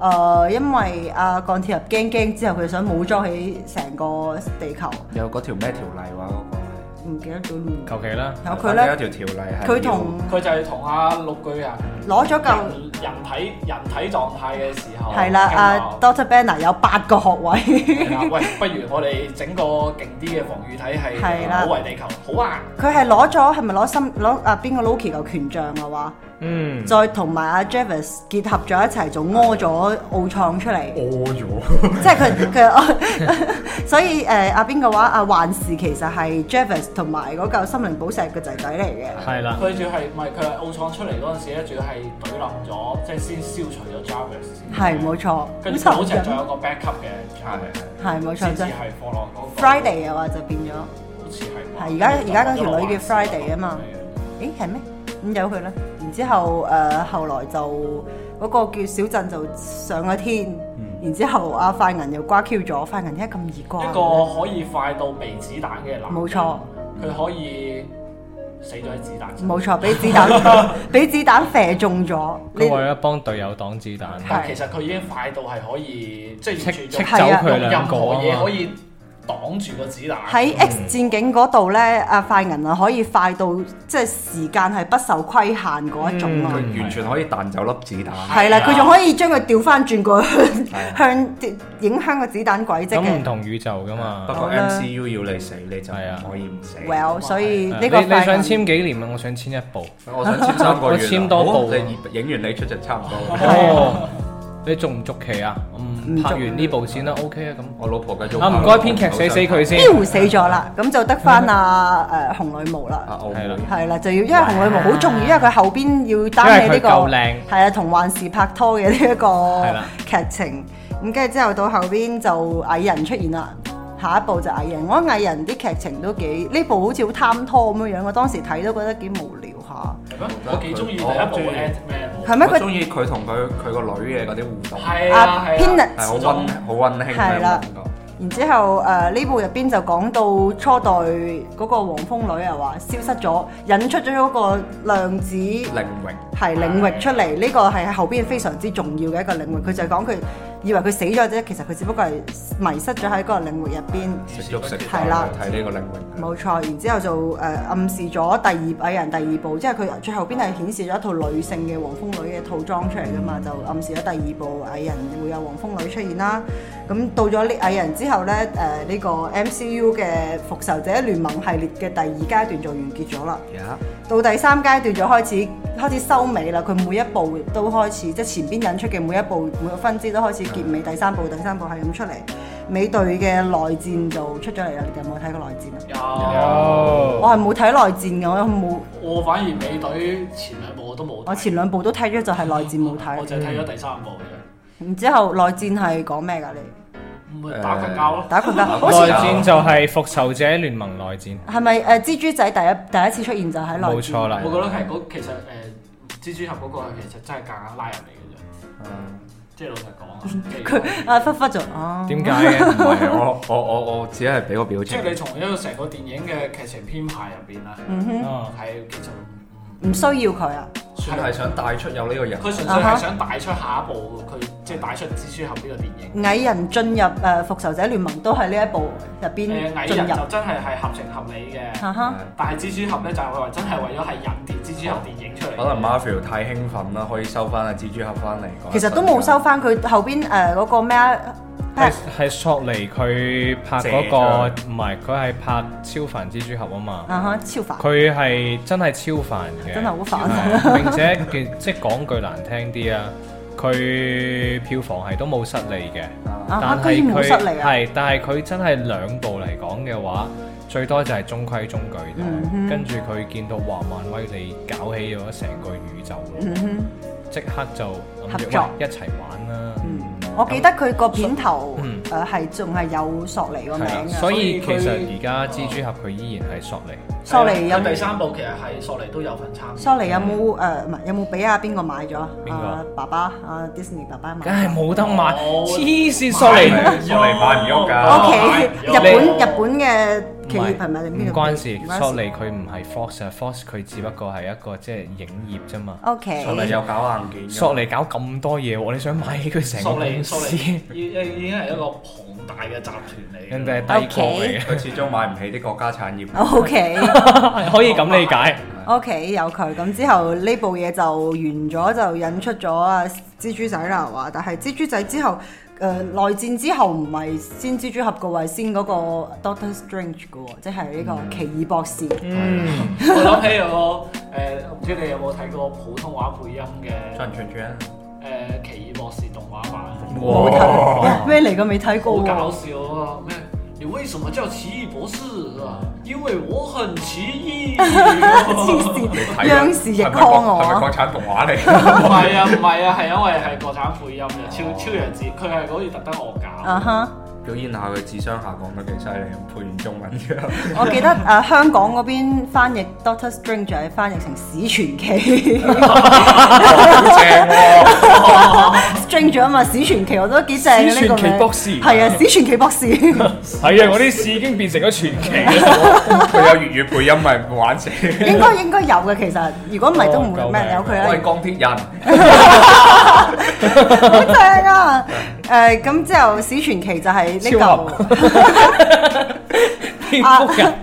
Speaker 2: 誒、因為阿、鋼鐵俠驚驚之後，佢想武裝起成個地球，
Speaker 4: 有嗰條咩條例啊話嗰個係
Speaker 2: 唔記得咗啦。
Speaker 1: 求其啦，
Speaker 2: 有佢
Speaker 4: 有
Speaker 2: 咧，
Speaker 4: 一條條例係
Speaker 2: 佢同
Speaker 3: 佢就係同阿綠巨人
Speaker 2: 攞咗嚿
Speaker 3: 人人體人體狀態嘅時候，
Speaker 2: 係啦，啊
Speaker 3: 傾
Speaker 2: 阿
Speaker 3: 話
Speaker 2: Doctor Banner 有八個學位，
Speaker 3: 係啦喂，不如我哋整個勁啲嘅防禦體系
Speaker 2: 係啦
Speaker 3: 保衞地球，好啊！
Speaker 2: 佢係攞咗係咪攞心攞啊邊個 Loki 嚿權杖嘅話，
Speaker 1: 嗯，
Speaker 2: 再同埋阿 Jarvis 結合咗一齊，就屙咗奧創出嚟。
Speaker 4: 屙咗。
Speaker 2: 即係佢佢， 所以誒阿邊個話阿幻視其實係 Jarvis 同埋嗰嚿心靈寶石嘅仔仔嚟嘅，
Speaker 1: 係啦，
Speaker 3: 佢仲係唔係佢係奧創出嚟嗰陣時咧，仲要係懟冧咗，即係先消除咗 Jarvis 先。
Speaker 2: 係冇錯。
Speaker 3: 跟
Speaker 2: 咁
Speaker 3: 住好似
Speaker 2: 就
Speaker 3: 係仲有個 backup 嘅 Jarvis，
Speaker 2: 係冇錯
Speaker 3: 先至
Speaker 2: 啫。
Speaker 3: 係放落嗰個
Speaker 2: Friday 嘅話就變咗，
Speaker 3: 好似係。
Speaker 2: 係而家而家嗰條女叫 Friday 啊嘛。誒係咩？咁由佢啦。然之後誒、呃、後來就嗰、個叫小鎮就上咗天，然之後阿快銀又瓜 Q 咗，快銀點解咁
Speaker 3: 啊
Speaker 2: 易瓜？
Speaker 3: 一個可以快到微子彈嘅男人，
Speaker 2: 冇錯，
Speaker 3: 佢可以死咗喺子彈手。
Speaker 2: 冇錯，俾子彈俾子彈射中咗，
Speaker 1: 佢為
Speaker 2: 你
Speaker 1: 咗幫隊友擋子彈，
Speaker 3: 但係其實佢已經快到係可以即係
Speaker 1: 戚
Speaker 3: 完
Speaker 1: 戚
Speaker 3: 全
Speaker 1: 走
Speaker 3: 用
Speaker 2: 係啊
Speaker 1: 佢
Speaker 3: 任
Speaker 1: 兩個
Speaker 3: 何
Speaker 1: 啊
Speaker 3: 嘢可
Speaker 1: 嘛。
Speaker 3: 以擋住個子彈。
Speaker 2: 喺 X 戰警嗰度呢，阿快銀啊可以快到即係時間係不受規限嗰一種咯。
Speaker 1: 嗯
Speaker 4: 佢完全可以彈走粒子彈。
Speaker 2: 係啦，
Speaker 3: 係啊
Speaker 2: 佢仲可以將佢調翻轉個
Speaker 4: 係啊
Speaker 2: 向影響個子彈軌跡
Speaker 1: 咁唔
Speaker 2: 嘅。
Speaker 1: 同宇宙噶嘛
Speaker 4: 不。過
Speaker 2: 好啦
Speaker 4: MCU 要你死，你就
Speaker 1: 係啊
Speaker 4: 唔可以唔死。
Speaker 2: 嗯哦 Well，所以呢
Speaker 1: 你你
Speaker 2: 個快
Speaker 1: 想
Speaker 2: 銀
Speaker 1: 簽幾年啊？我想簽一部。
Speaker 4: 我想簽三個
Speaker 1: 我
Speaker 4: 月啊。
Speaker 1: 簽多
Speaker 4: 好
Speaker 1: 部啊
Speaker 4: 你影完你出就差唔 多啦。
Speaker 1: 哦，你續唔續期啊？嗯，
Speaker 2: 啊唔
Speaker 1: 拍
Speaker 2: 續
Speaker 1: 完呢部先啦，OK 啊咁。
Speaker 4: 我老婆繼續。
Speaker 1: 啊，唔該編劇死死佢先。嗯
Speaker 2: 彪死咗啦，咁就得翻阿誒紅女巫啦。
Speaker 4: 啊，我
Speaker 1: 係啦
Speaker 2: 係啦，就要因為紅女巫好重要，因為佢後邊要擔起呢、
Speaker 1: 因為
Speaker 2: 個
Speaker 1: 佢夠靚
Speaker 2: 係啊，同幻視拍拖嘅呢一個
Speaker 1: 啦
Speaker 2: 劇情。咁跟住之後到後邊就蟻人出現啦，下一步就蟻人。我覺得蟻人啲劇情都幾呢部好似好貪拖咁樣樣，我當時睇都覺得幾無聊下。
Speaker 3: 係咩我幾中意第一部
Speaker 4: 我中意
Speaker 3: Ant Man。
Speaker 2: 係咩？
Speaker 4: 我
Speaker 2: 佢
Speaker 4: 中意佢同佢佢個女嘅嗰啲互動，
Speaker 3: 係啊
Speaker 2: 啊
Speaker 3: 係
Speaker 2: Peanut
Speaker 3: 啊，
Speaker 4: 係好温好温馨嘅
Speaker 2: 係啦
Speaker 4: 感覺。
Speaker 2: 然之後誒呃呢、部入邊就講到初代嗰個黃蜂女啊話消失咗，引出咗嗰個量子。
Speaker 4: 凌榮
Speaker 2: 係領域出嚟，呢個係後邊非常之重要嘅一個領域。佢就係講佢以為佢死咗啫，其實佢只不過係迷失咗喺嗰個領域入邊。
Speaker 4: 食喐食
Speaker 2: 係啦
Speaker 4: 睇呢個凌榮。
Speaker 2: 冇錯，然之後就誒、呃暗示咗第二蟻哎人第二部，即係佢最後邊係顯示咗一套女性嘅黃蜂女嘅套裝出嚟噶嘛，就暗示咗第二部蟻人會有黃蜂女出現啦。咁到咗呢蟻人之後咧，誒、呢、個 MCU 嘅復仇者聯盟系列嘅第二階段就完結咗啦。
Speaker 4: 呀
Speaker 2: 到第三階段就開始開始收尾啦，佢每一步都開始即係前邊引出嘅每一步每個分支都開始結尾，第三部第三部係咁出嚟。美隊嘅內戰就出咗嚟啦，你哋有冇睇過內戰
Speaker 3: 有
Speaker 2: 啊？
Speaker 1: 有
Speaker 2: 我係冇睇內戰嘅，我冇，
Speaker 3: 我反而美隊前兩部我都冇睇，
Speaker 2: 我前兩部都睇咗，就係內戰冇
Speaker 3: 我
Speaker 2: 睇。
Speaker 3: 就睇咗第三部嘅，
Speaker 2: 然之後內戰係講咩㗎？你
Speaker 3: 唔係打拳交咯。
Speaker 2: 打佢 㗎，好
Speaker 1: 內
Speaker 2: 似
Speaker 4: 內
Speaker 1: 戰就係復仇者聯盟內戰，
Speaker 2: 係咪誒蜘蛛仔第一第一次出現就喺內戰？
Speaker 1: 冇錯啦
Speaker 3: 我。覺得係嗰其實誒蜘蛛俠嗰個係啊其實真係夾硬拉人嚟嘅啫，即係老實講啊即係如果。
Speaker 2: 啊，忽忽就哦，
Speaker 1: 點解嘅？
Speaker 4: 唔係我我我我只係俾個表
Speaker 3: 即
Speaker 4: 情
Speaker 3: 係。你從一個成個電影嘅劇情編排入邊啦，
Speaker 2: 嗯哼，
Speaker 1: 啊
Speaker 3: 係其實
Speaker 2: 唔需要佢啊，
Speaker 4: 算係想帶出有呢個人
Speaker 3: 佢。純粹係想帶出下一步，佢即係帶出蜘蛛俠呢個電影。
Speaker 2: 蟻人進入誒復仇者聯盟都係呢一部入
Speaker 3: 誒
Speaker 2: 邊
Speaker 3: 蟻
Speaker 2: 嗯進
Speaker 3: 人
Speaker 2: 入，啊
Speaker 3: 就真係係合情合理嘅，
Speaker 2: 哈
Speaker 4: Uh-huh.
Speaker 2: 哈。
Speaker 3: 但係蜘蛛俠咧就係話真係為咗係引電蜘蛛俠電影出嚟。
Speaker 4: 可能 Marvel 太興奮啦，可以收翻阿蜘蛛俠翻嚟。
Speaker 2: 其實都
Speaker 4: Ờ.
Speaker 2: 冇收翻佢後邊誒嗰個咩啊？
Speaker 1: 係係索尼佢拍嗰個
Speaker 4: 謝
Speaker 1: 唔係佢係拍超凡蜘蛛俠啊嘛，
Speaker 2: 啊哈，超凡
Speaker 1: 佢係真係超凡嘅，
Speaker 2: 真係啊好煩
Speaker 1: 係啊並且嘅即係講句難聽啲啊，佢票房係都冇失利嘅，
Speaker 4: 啊。
Speaker 2: 啊哈
Speaker 1: 但，
Speaker 2: 居
Speaker 1: 係
Speaker 2: 然冇
Speaker 1: 佢
Speaker 2: 失嚟啊！
Speaker 1: 係但係佢真係兩部嚟講嘅話，最多就係中規中矩啫。
Speaker 2: 嗯哼
Speaker 1: 跟住佢見到哇漫威你搞起咗成個宇宙咯，
Speaker 2: 嗯哼。
Speaker 1: 即刻就諗
Speaker 2: 合
Speaker 1: 住
Speaker 2: 作嗯
Speaker 1: 喂一齊玩啦。
Speaker 2: Ừ. 我記得佢個片頭
Speaker 1: 嗯
Speaker 2: 誒係仲係有索尼個
Speaker 1: 係
Speaker 2: 名啊
Speaker 1: 啦，
Speaker 2: 嘅，
Speaker 1: 所以其
Speaker 3: 所以佢
Speaker 1: 實而家蜘蛛俠佢依然係索尼，
Speaker 2: 索尼有
Speaker 3: 第三部其實係索尼都有份參與。
Speaker 2: 索尼有冇誒唔係有冇俾阿邊個買咗啊？
Speaker 1: 邊個
Speaker 2: 啊爸爸啊 ờ, Disney 爸爸買
Speaker 1: 梗係
Speaker 2: 咗。
Speaker 1: 冇得買，
Speaker 2: 哦
Speaker 3: 冇
Speaker 1: 黐線索
Speaker 2: 啊
Speaker 1: 尼。
Speaker 4: 索尼買唔喐㗎
Speaker 2: O K，
Speaker 3: 買唔
Speaker 2: 日
Speaker 3: 喐
Speaker 2: 本日本嘅企
Speaker 1: 唔
Speaker 2: 業
Speaker 1: 係
Speaker 2: 係咪定邊
Speaker 1: 唔
Speaker 2: 個
Speaker 1: 關
Speaker 2: 企業？
Speaker 1: 事，索尼佢唔係 Fox 啊，Fox 佢只不過係一個即係影業啫嘛。
Speaker 2: O
Speaker 4: 索尼
Speaker 2: K，
Speaker 4: 有搞硬件㗎。
Speaker 1: 索尼搞咁多嘢喎，你想買起佢成個
Speaker 3: 索尼
Speaker 1: 公
Speaker 3: 索
Speaker 1: 司，
Speaker 3: 尼已已已經係一個龐大嘅集團嚟嘅。
Speaker 1: 人哋係帝國嚟
Speaker 4: 佢始終買唔起啲國家產業。
Speaker 2: O K
Speaker 1: 嘅，可以咁理解。
Speaker 2: O K 有佢咁之後呢部嘢就完咗，就引出咗啊蜘蛛仔啦，係嘛？但係蜘蛛仔之後誒內戰之後唔係先蜘蛛俠個位，先嗰個 Doctor Strange 嘅喎，即係呢個奇異博士。
Speaker 1: 嗯，
Speaker 3: 我諗起有個誒，唔知你有冇睇過普通話配音嘅
Speaker 4: 轉轉轉啊！
Speaker 3: 誒《奇異博士》動畫版，
Speaker 2: 冇睇哇哎咩嚟嘅未睇過
Speaker 3: 好搞
Speaker 2: 喎。
Speaker 3: 笑啊！咩？你為什麼叫奇異博士啊？因為我很奇異。
Speaker 2: 黐
Speaker 3: 唔
Speaker 4: 你睇
Speaker 2: 線，
Speaker 4: 過
Speaker 2: 央視亦
Speaker 4: 係咪
Speaker 2: 康
Speaker 4: 國
Speaker 2: 我
Speaker 4: 係咪
Speaker 2: 啊！
Speaker 4: 國產動畫嚟？
Speaker 3: 係啊，唔係啊，係因為係國產配音嘅，超超弱智，佢係好似特登惡搞。
Speaker 2: 啊哈，
Speaker 4: 表現下佢智商下降得幾犀利，配完中文之後，
Speaker 2: 我記得誒、呃香港嗰邊翻譯 Doctor Strange 就係翻譯成史傳奇
Speaker 4: 好正喎！
Speaker 2: Strange 啊嘛，史傳奇我都幾正嘅呢
Speaker 1: 史傳
Speaker 2: 個
Speaker 1: 奇博士
Speaker 2: 名係啊，史傳奇博士應
Speaker 1: 係啊，我啲事已經變成咗傳奇。
Speaker 4: 佢有粵語配音咪玩死，
Speaker 2: 該 應該有嘅其實，如果唔係都唔
Speaker 1: 哦
Speaker 2: 會咩
Speaker 1: 救命
Speaker 2: 有佢
Speaker 4: 我
Speaker 2: 啦
Speaker 4: 係。鋼鐵人。
Speaker 2: 好正啊！誒咁之後，史傳奇就係 呢
Speaker 1: 超蝙 蝠人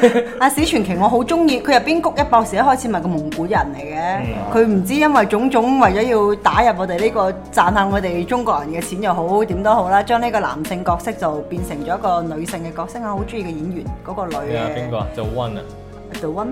Speaker 2: 嚿阿啊史傳奇，我好中意佢入邊谷一博士一開始咪個蒙古人嚟
Speaker 1: 嗯
Speaker 2: 嘅，佢唔知因為種種為咗要打入我哋呢個賺下我哋中國人嘅錢又好點都好啦，將呢個男性角色就變成咗一個女性嘅角色啊！我好中意嘅演員嗰個女
Speaker 1: 係啊，邊個
Speaker 2: 嘅
Speaker 1: 啊？就 One 啊，
Speaker 2: 杜温，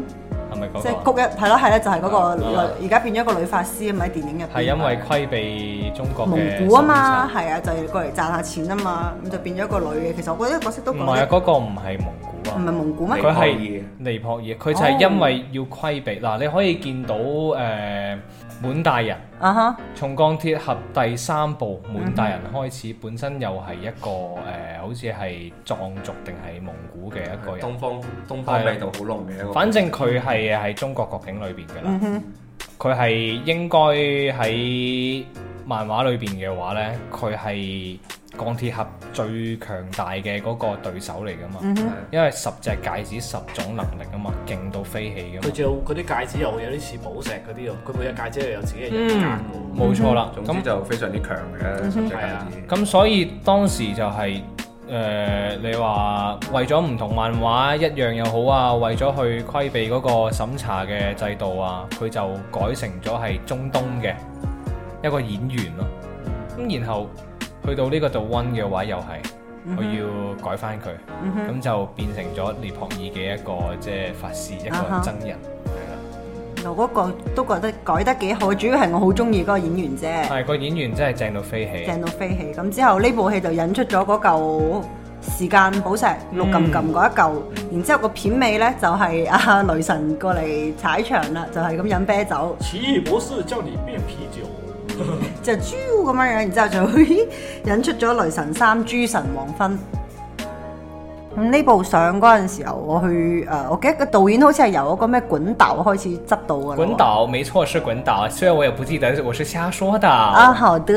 Speaker 1: 係咪嗰
Speaker 2: 即係
Speaker 1: 個啊？
Speaker 2: 谷一係咯係啦，就係嗰個
Speaker 1: 嗯
Speaker 2: 女而家變咗一個女法師啊嘛喺電影入邊。
Speaker 1: 係因為規避中國嘅
Speaker 2: 蒙古啊嘛，
Speaker 1: 審查，
Speaker 2: 係啊，就係過嚟賺下錢啊嘛，咁就變咗個女嘅。其實我覺得個角色都
Speaker 1: 唔
Speaker 2: 講
Speaker 1: 係啊，
Speaker 2: 得
Speaker 1: 嗰個唔係蒙古啊
Speaker 2: 唔係。蒙古咩
Speaker 4: 係？
Speaker 1: 佢係尼泊爾，佢就係因為要規避嗱，你可以見到誒、呃滿大人
Speaker 2: 啊哈，
Speaker 1: 從鋼鐵俠第三部滿大人開始，本身又係一個誒、呃好似係藏族定係蒙古嘅一個人，
Speaker 4: 東方東方味道好濃嘅一個，
Speaker 1: 反正佢係喺中國國境裏邊嘅啦
Speaker 2: 嗯。哼，
Speaker 1: 佢係應該喺漫畫裏邊嘅話呢，佢係鋼鐵俠最強大嘅嗰個對手嚟噶嘛，
Speaker 2: 嗯哼，
Speaker 1: 因為十隻戒指十種能力啊嘛，勁到飛起噶
Speaker 3: 佢
Speaker 1: 嘛。
Speaker 3: 仲有嗰啲戒指又有啲似寶石嗰啲喎，佢每隻戒指又有自己嘅人
Speaker 4: 嗯
Speaker 3: 格喎。
Speaker 2: 嗯
Speaker 1: 冇啊錯啦，
Speaker 4: 總之
Speaker 1: 咁
Speaker 4: 就非常之強嘅十隻戒指。
Speaker 1: 咁所以當時就係、誒、你話為咗唔同漫畫一樣又好啊，為咗去規避嗰個審查嘅制度啊，佢就改成咗係中東嘅一個演員咯。咁然後去到呢個 The One 嘅話，又係
Speaker 2: 嗯
Speaker 1: 我
Speaker 2: 哼
Speaker 1: 要改翻佢，咁、
Speaker 2: 嗯哼，
Speaker 1: 就變成咗尼泊爾嘅一個即係法師，一
Speaker 2: 啊哈
Speaker 1: 個僧人。係啦
Speaker 2: 我嗰個都覺得改得幾好，主要係我好中意嗰個演員啫，
Speaker 1: 但係個演員真係正到飛起，
Speaker 2: 正到飛起。咁之後呢部戲就引出咗嗰嚿時間寶石綠撳撳嗰一嚿，然之後個片尾呢，就係阿雷神過嚟踩場啦，就係咁飲啤酒。
Speaker 3: 奇異博士叫你變啤酒。
Speaker 2: 就豬咁樣樣，然之後就引出咗《雷神三：諸神黃昏》。咁呢部上嗰陣時候，我去誒、呃我記得個導演好似係由嗰個咩滾豆開始執到嘅。
Speaker 1: 滾！倒，沒錯是滾倒。雖然我也不記得，我是瞎說的。
Speaker 2: 啊，好得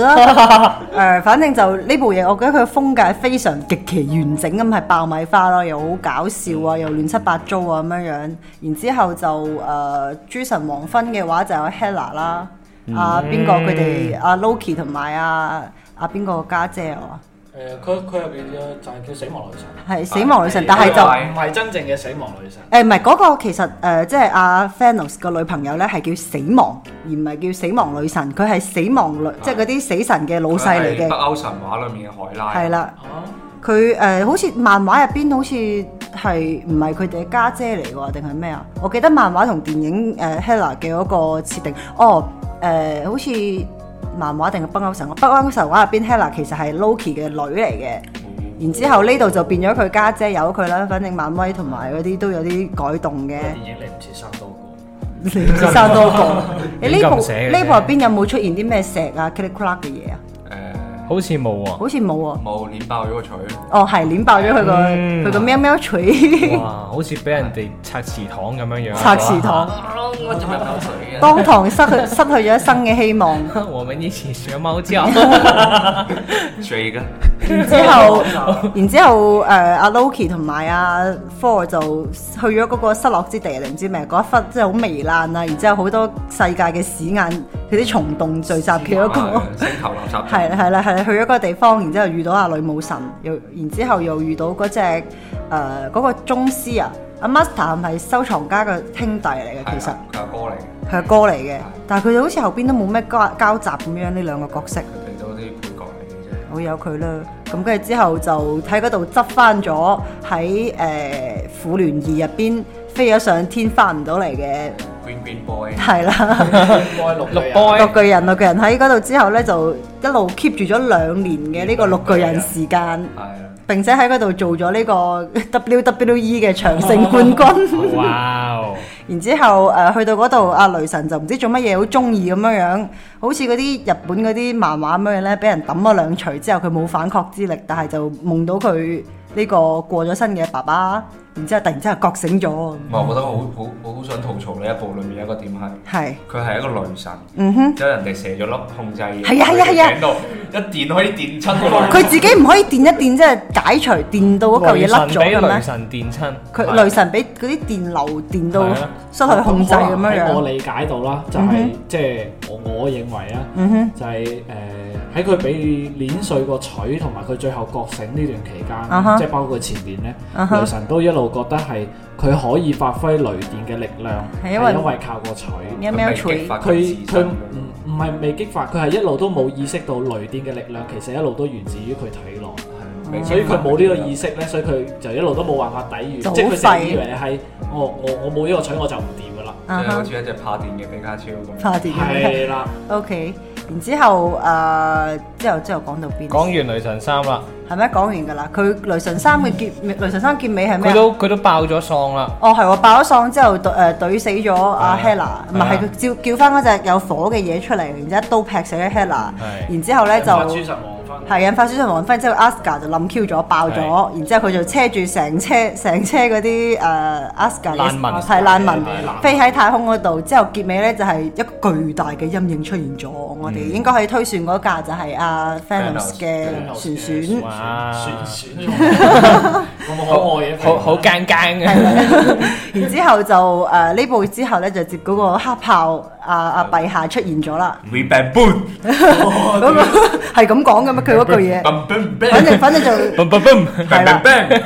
Speaker 2: 誒、反正就呢部嘢，我覺得佢風格非常極其完整咁，係爆米花咯，又好搞笑啊，又亂七八糟啊咁樣樣。然之後就誒、呃諸神黃昏》嘅話就有 Hella 啦，啊邊個佢哋啊 Loki 同埋啊啊邊個家姐啊？
Speaker 3: 誒，佢佢入邊嘅就係叫死亡女神，
Speaker 2: 係死亡女神，但係
Speaker 4: 係
Speaker 2: 就
Speaker 4: 啊
Speaker 3: 唔係真正嘅死亡女神。
Speaker 2: 誒唔係嗰個其實誒、呃即係阿 Thanos 個女朋友咧係叫死亡，而唔係叫死亡女神，佢係死亡女，即係嗰啲死神嘅老細嚟
Speaker 4: 佢係北
Speaker 2: 嘅，
Speaker 4: 歐神話裏面嘅海拉。
Speaker 2: 係啦。
Speaker 3: 啊，
Speaker 2: 佢誒、呃好似漫畫入邊好似係唔係佢哋嘅家姐嚟喎，定係咩啊？我記得漫畫同電影誒、呃 Hela 嘅嗰個設定，哦誒、呃好似漫畫定係北歐神話，北歐神話入邊 Hela 其實係 Loki 嘅女嚟嘅。然之後呢度就變咗佢家姐有佢啦，反正漫威同埋嗰啲都有啲改動嘅。
Speaker 3: 電影你唔似生多過。
Speaker 2: 你唔知生多個。你呢部
Speaker 1: 亂咁寫嘅啫
Speaker 2: 呢部入邊有冇出現啲咩石啊、click clack 嘅嘢啊？
Speaker 4: 誒，
Speaker 1: 好似冇喎。
Speaker 2: 好似冇喎。
Speaker 4: 冇碾爆咗個錘。
Speaker 2: 哦，係碾爆咗佢個
Speaker 1: 嗯
Speaker 2: 佢個喵喵錘，
Speaker 1: 哇，好似俾人哋拆祠堂咁樣樣。
Speaker 2: 拆祠堂，
Speaker 4: 我仲有口水嘅。
Speaker 2: 當堂失去 失去咗一生嘅希望。
Speaker 1: 哇。 我們一起學貓 叫。
Speaker 4: 醉嘅。
Speaker 2: 然之
Speaker 3: 哦
Speaker 2: 後，然之後誒呃阿 Loki 同埋阿 Thor 就去咗嗰個失落之地定唔知咩嗰一忽，真係好糜爛啊！然之後好多世界嘅屎眼，佢啲蟲洞聚集嘅一
Speaker 4: 啊
Speaker 2: 個。
Speaker 4: 星球垃圾。
Speaker 2: 係啦係啦係啦，去咗個地方，然之後遇到阿女武神，又然之後又遇到嗰隻誒嗰個宗師啊，阿 Master 係咪收藏家嘅兄弟嚟嘅？其實
Speaker 4: 佢阿哥嚟嘅，
Speaker 2: 佢係哥嚟嘅，但係佢哋好似後邊都冇咩交交集咁樣呢兩個角色，
Speaker 4: 佢哋都啲配角嚟嘅啫。
Speaker 2: 我有佢啦。咁跟住之後就喺嗰度執翻咗喺誒《婦聯二》入邊飛咗上天翻唔到嚟嘅，
Speaker 4: Green Green Boy。
Speaker 2: 係啦。
Speaker 3: 應該六
Speaker 1: 綠
Speaker 3: 波。
Speaker 1: boy
Speaker 2: 六巨人，六巨人喺嗰度之後呢，就一路 keep 住咗兩年嘅呢個六巨人時間。
Speaker 4: 係啦。
Speaker 2: 並 E 且喺嗰度做咗呢個 WWE 嘅長勝冠軍，
Speaker 1: 哇哦！
Speaker 2: 然之後誒、呃去到嗰度，阿雷神就唔知做乜嘢，好中意咁樣樣，好似嗰啲日本嗰啲漫畫咁樣咧，俾人抌咗兩錘之後，佢冇反抗之力，但係就夢到佢呢個過咗身嘅爸爸，然之後突然之間覺醒咗，
Speaker 4: 唔係，我覺得好好我好想吐槽呢一部裏面一個點係，
Speaker 2: 係，
Speaker 4: 佢係一個雷神，
Speaker 2: 嗯哼。
Speaker 4: 即係人哋射咗粒控制嘢，
Speaker 2: 係啊係啊係啊
Speaker 4: 喺度一電可以電親個雷神
Speaker 2: 佢自己唔可以電一電，即係解除電到嗰嚿嘢甩咗嘅
Speaker 1: 雷
Speaker 2: 咩？
Speaker 1: 神俾雷神電親，
Speaker 2: 佢雷神俾嗰啲電流電到
Speaker 1: 係啊
Speaker 2: 失去控制咁樣
Speaker 3: 喺我
Speaker 2: 樣。
Speaker 3: 理解到啦，就係即係我我認為啊，
Speaker 2: 嗯哼，
Speaker 3: 就係誒喺佢俾碾碎個錘同埋佢最後覺醒呢
Speaker 2: 啊
Speaker 3: 段期間，
Speaker 2: 哈
Speaker 3: 即係包括佢前邊咧
Speaker 2: 啊，哈
Speaker 3: 雷神都一路覺得係佢可以發揮雷電嘅力量，
Speaker 2: 係因為
Speaker 3: 係因為靠個錘。
Speaker 2: 喵喵
Speaker 4: 佢未
Speaker 2: 脆
Speaker 4: 激，發佢
Speaker 3: 佢
Speaker 4: 自
Speaker 3: 佢
Speaker 4: 身
Speaker 3: 唔唔係未激發，佢係一路都冇意識到雷電嘅力量，其實一路都源自於佢體內。
Speaker 4: 係
Speaker 3: 所以佢冇呢個意識咧，所以佢就一路都冇辦法抵
Speaker 2: 就
Speaker 3: 禦，
Speaker 2: 好
Speaker 3: 即係佢成
Speaker 2: 廢
Speaker 3: 日以為係我我我冇呢個取我就唔掂噶啦，
Speaker 4: 即係好
Speaker 2: 啊
Speaker 4: 似一隻怕電嘅比卡超咁。
Speaker 2: 哈，化電嘅。
Speaker 3: 係啦，
Speaker 2: OK，然之後誒，之後之後講到邊？
Speaker 1: 講完雷神三啦，
Speaker 2: 係咪講完㗎啦？佢雷神三嘅結，雷神三結尾係咩
Speaker 1: 佢
Speaker 2: 啊？
Speaker 1: 都佢都爆咗喪啦，
Speaker 2: 哦，係喎，爆咗喪之後，誒懟死咗阿 Hela，唔係係啊佢叫叫翻嗰隻有火嘅嘢出嚟，然之後一刀劈死咗 Hela，然之後咧
Speaker 3: 發
Speaker 2: 就
Speaker 3: 諸。神黃昏。
Speaker 2: 係引發出咗黃昏之後，Aska 就冧 Q 咗，爆咗，
Speaker 1: 係
Speaker 2: 然之後佢就車住成車成車嗰啲誒 Aska
Speaker 1: 難民
Speaker 2: 係難民
Speaker 3: 係
Speaker 2: 飛喺太空嗰度，之後結尾咧就係一個巨大嘅陰影出現咗，我哋應該可以推算嗰架就係阿嗯 Thanos
Speaker 4: Thanos
Speaker 2: 嘅
Speaker 3: 嘅
Speaker 2: 船船。
Speaker 1: 哇
Speaker 3: 選選咗，咁可愛嘅，
Speaker 1: 好好奸奸
Speaker 2: 係
Speaker 1: 嘅，
Speaker 2: 啦 然之後就誒呢、部之後咧就接嗰個黑豹啊啊陛下出現咗啦，
Speaker 4: We bang boom，
Speaker 1: 哦
Speaker 2: 嗰、個 係咁講嘅咩？佢嗰句 嘢，
Speaker 4: bang bang
Speaker 2: 反
Speaker 4: bang，
Speaker 2: 正反正就。
Speaker 1: 嘣嘣嘣，
Speaker 2: 係啦
Speaker 4: bang bang，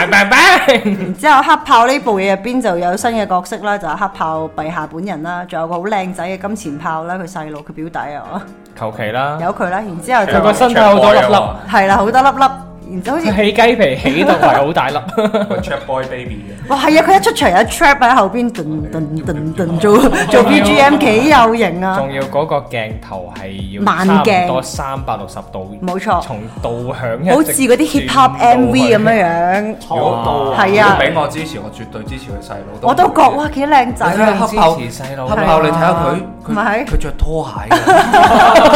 Speaker 1: bang bang bang，
Speaker 2: 然之後黑豹呢部嘢入邊就有新嘅角色啦，就係、黑豹陛下本人啦，仲有個好靚仔嘅金錢豹啦，佢細佬佢表弟
Speaker 1: 哦
Speaker 2: 啊，
Speaker 1: 求其啦，
Speaker 2: 有佢啦。然之後
Speaker 1: 佢個
Speaker 2: 就
Speaker 1: 身體好多粒
Speaker 4: 長波啊
Speaker 1: 粒，
Speaker 2: 係啦，好多粒粒，然之後好似
Speaker 1: 佢起雞皮起到係好大粒，
Speaker 4: 個 trap boy baby 嘅。
Speaker 2: 哇係啊，佢一出場有 trap 喺後邊，噔噔噔噔做做 BGM 幾有型 啊！
Speaker 1: 哦仲要嗰個鏡頭係要
Speaker 2: 慢
Speaker 1: 差
Speaker 2: 鏡
Speaker 1: 唔多三百六十度，
Speaker 2: 冇錯
Speaker 1: 從導向一直
Speaker 2: 好似嗰啲 hip hop
Speaker 1: 轉到
Speaker 2: MV 咁
Speaker 1: 去
Speaker 2: 樣樣，
Speaker 4: 如果到
Speaker 2: 係啊
Speaker 4: 如果俾我支持，我絕對支持佢細佬。
Speaker 2: 我都覺哇幾靚仔
Speaker 4: 你睇下
Speaker 2: 啊！
Speaker 4: 黑豹，
Speaker 1: 支持細佬
Speaker 4: 黑豹你睇下
Speaker 2: 係啊
Speaker 4: 佢，
Speaker 2: 咪係
Speaker 4: 佢佢著拖鞋嘅，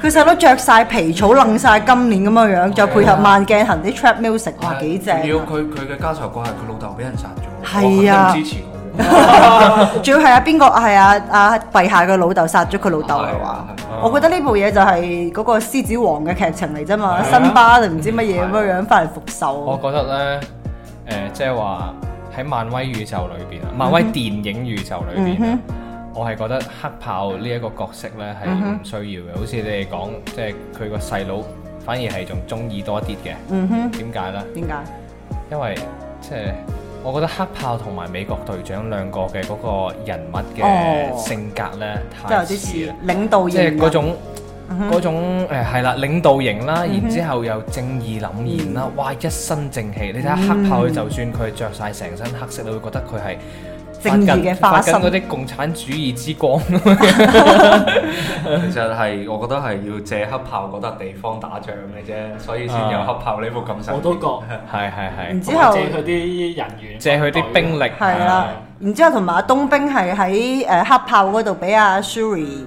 Speaker 2: 佢細佬着晒皮草，楞晒金鏈咁樣樣，再配合慢鏡行啲 trap music，哇幾正啊！
Speaker 4: 仲要佢佢嘅家仇怪係佢老豆俾人殺咗，
Speaker 2: 係啊
Speaker 4: 我肯定支持佢。
Speaker 2: 仲要係啊邊個係啊啊陛下嘅老豆殺咗佢 老豆啊
Speaker 4: 係
Speaker 2: 話
Speaker 4: 啊係啊，
Speaker 2: 我覺得呢部嘢就係嗰個獅子王嘅劇情嚟啫嘛，
Speaker 1: 係啊
Speaker 2: 辛巴定唔知乜嘢咁樣樣翻嚟復
Speaker 1: 我
Speaker 2: 仇。
Speaker 1: 覺得呢，誒、即係話喺漫威宇宙裏邊啊，
Speaker 2: 嗯
Speaker 1: 漫威電影宇宙裏邊啊，我係覺得黑豹呢一個角色呢係唔
Speaker 2: 嗯
Speaker 1: 需要嘅，好似你哋講，即係佢個細佬反而係仲中意多啲嘅。
Speaker 2: 嗯哼，
Speaker 1: 點解呢？
Speaker 2: 點解？
Speaker 1: 因為即係我覺得黑豹同埋美國隊長兩個嘅嗰個人物
Speaker 2: 哦
Speaker 1: 嘅性格呢，
Speaker 2: 即係
Speaker 1: 太
Speaker 2: 有啲
Speaker 1: 似啦
Speaker 2: 似。領導
Speaker 1: 即係
Speaker 2: 型
Speaker 1: 嗰種嗰種誒係啦，領導型啦，然之後又正義凛然啦，哇！一身正氣，你睇下黑豹，就算佢着晒成身黑色，你會覺得佢係
Speaker 2: 正義嘅
Speaker 1: 發
Speaker 2: 化
Speaker 1: 緊
Speaker 2: 身
Speaker 1: 發緊嗰啲共產主義之 光。
Speaker 4: 其實係，我覺得係要借黑豹嗰笪地方打仗嘅啫，所以先有黑豹呢部咁神。
Speaker 3: 啊我都覺，
Speaker 1: 係係
Speaker 2: 然
Speaker 1: 係，
Speaker 2: 之後
Speaker 3: 借佢啲人員，
Speaker 1: 借佢啲兵力啊
Speaker 2: 係啦，然之後同埋阿冬兵係喺誒黑豹嗰度俾阿 Shuri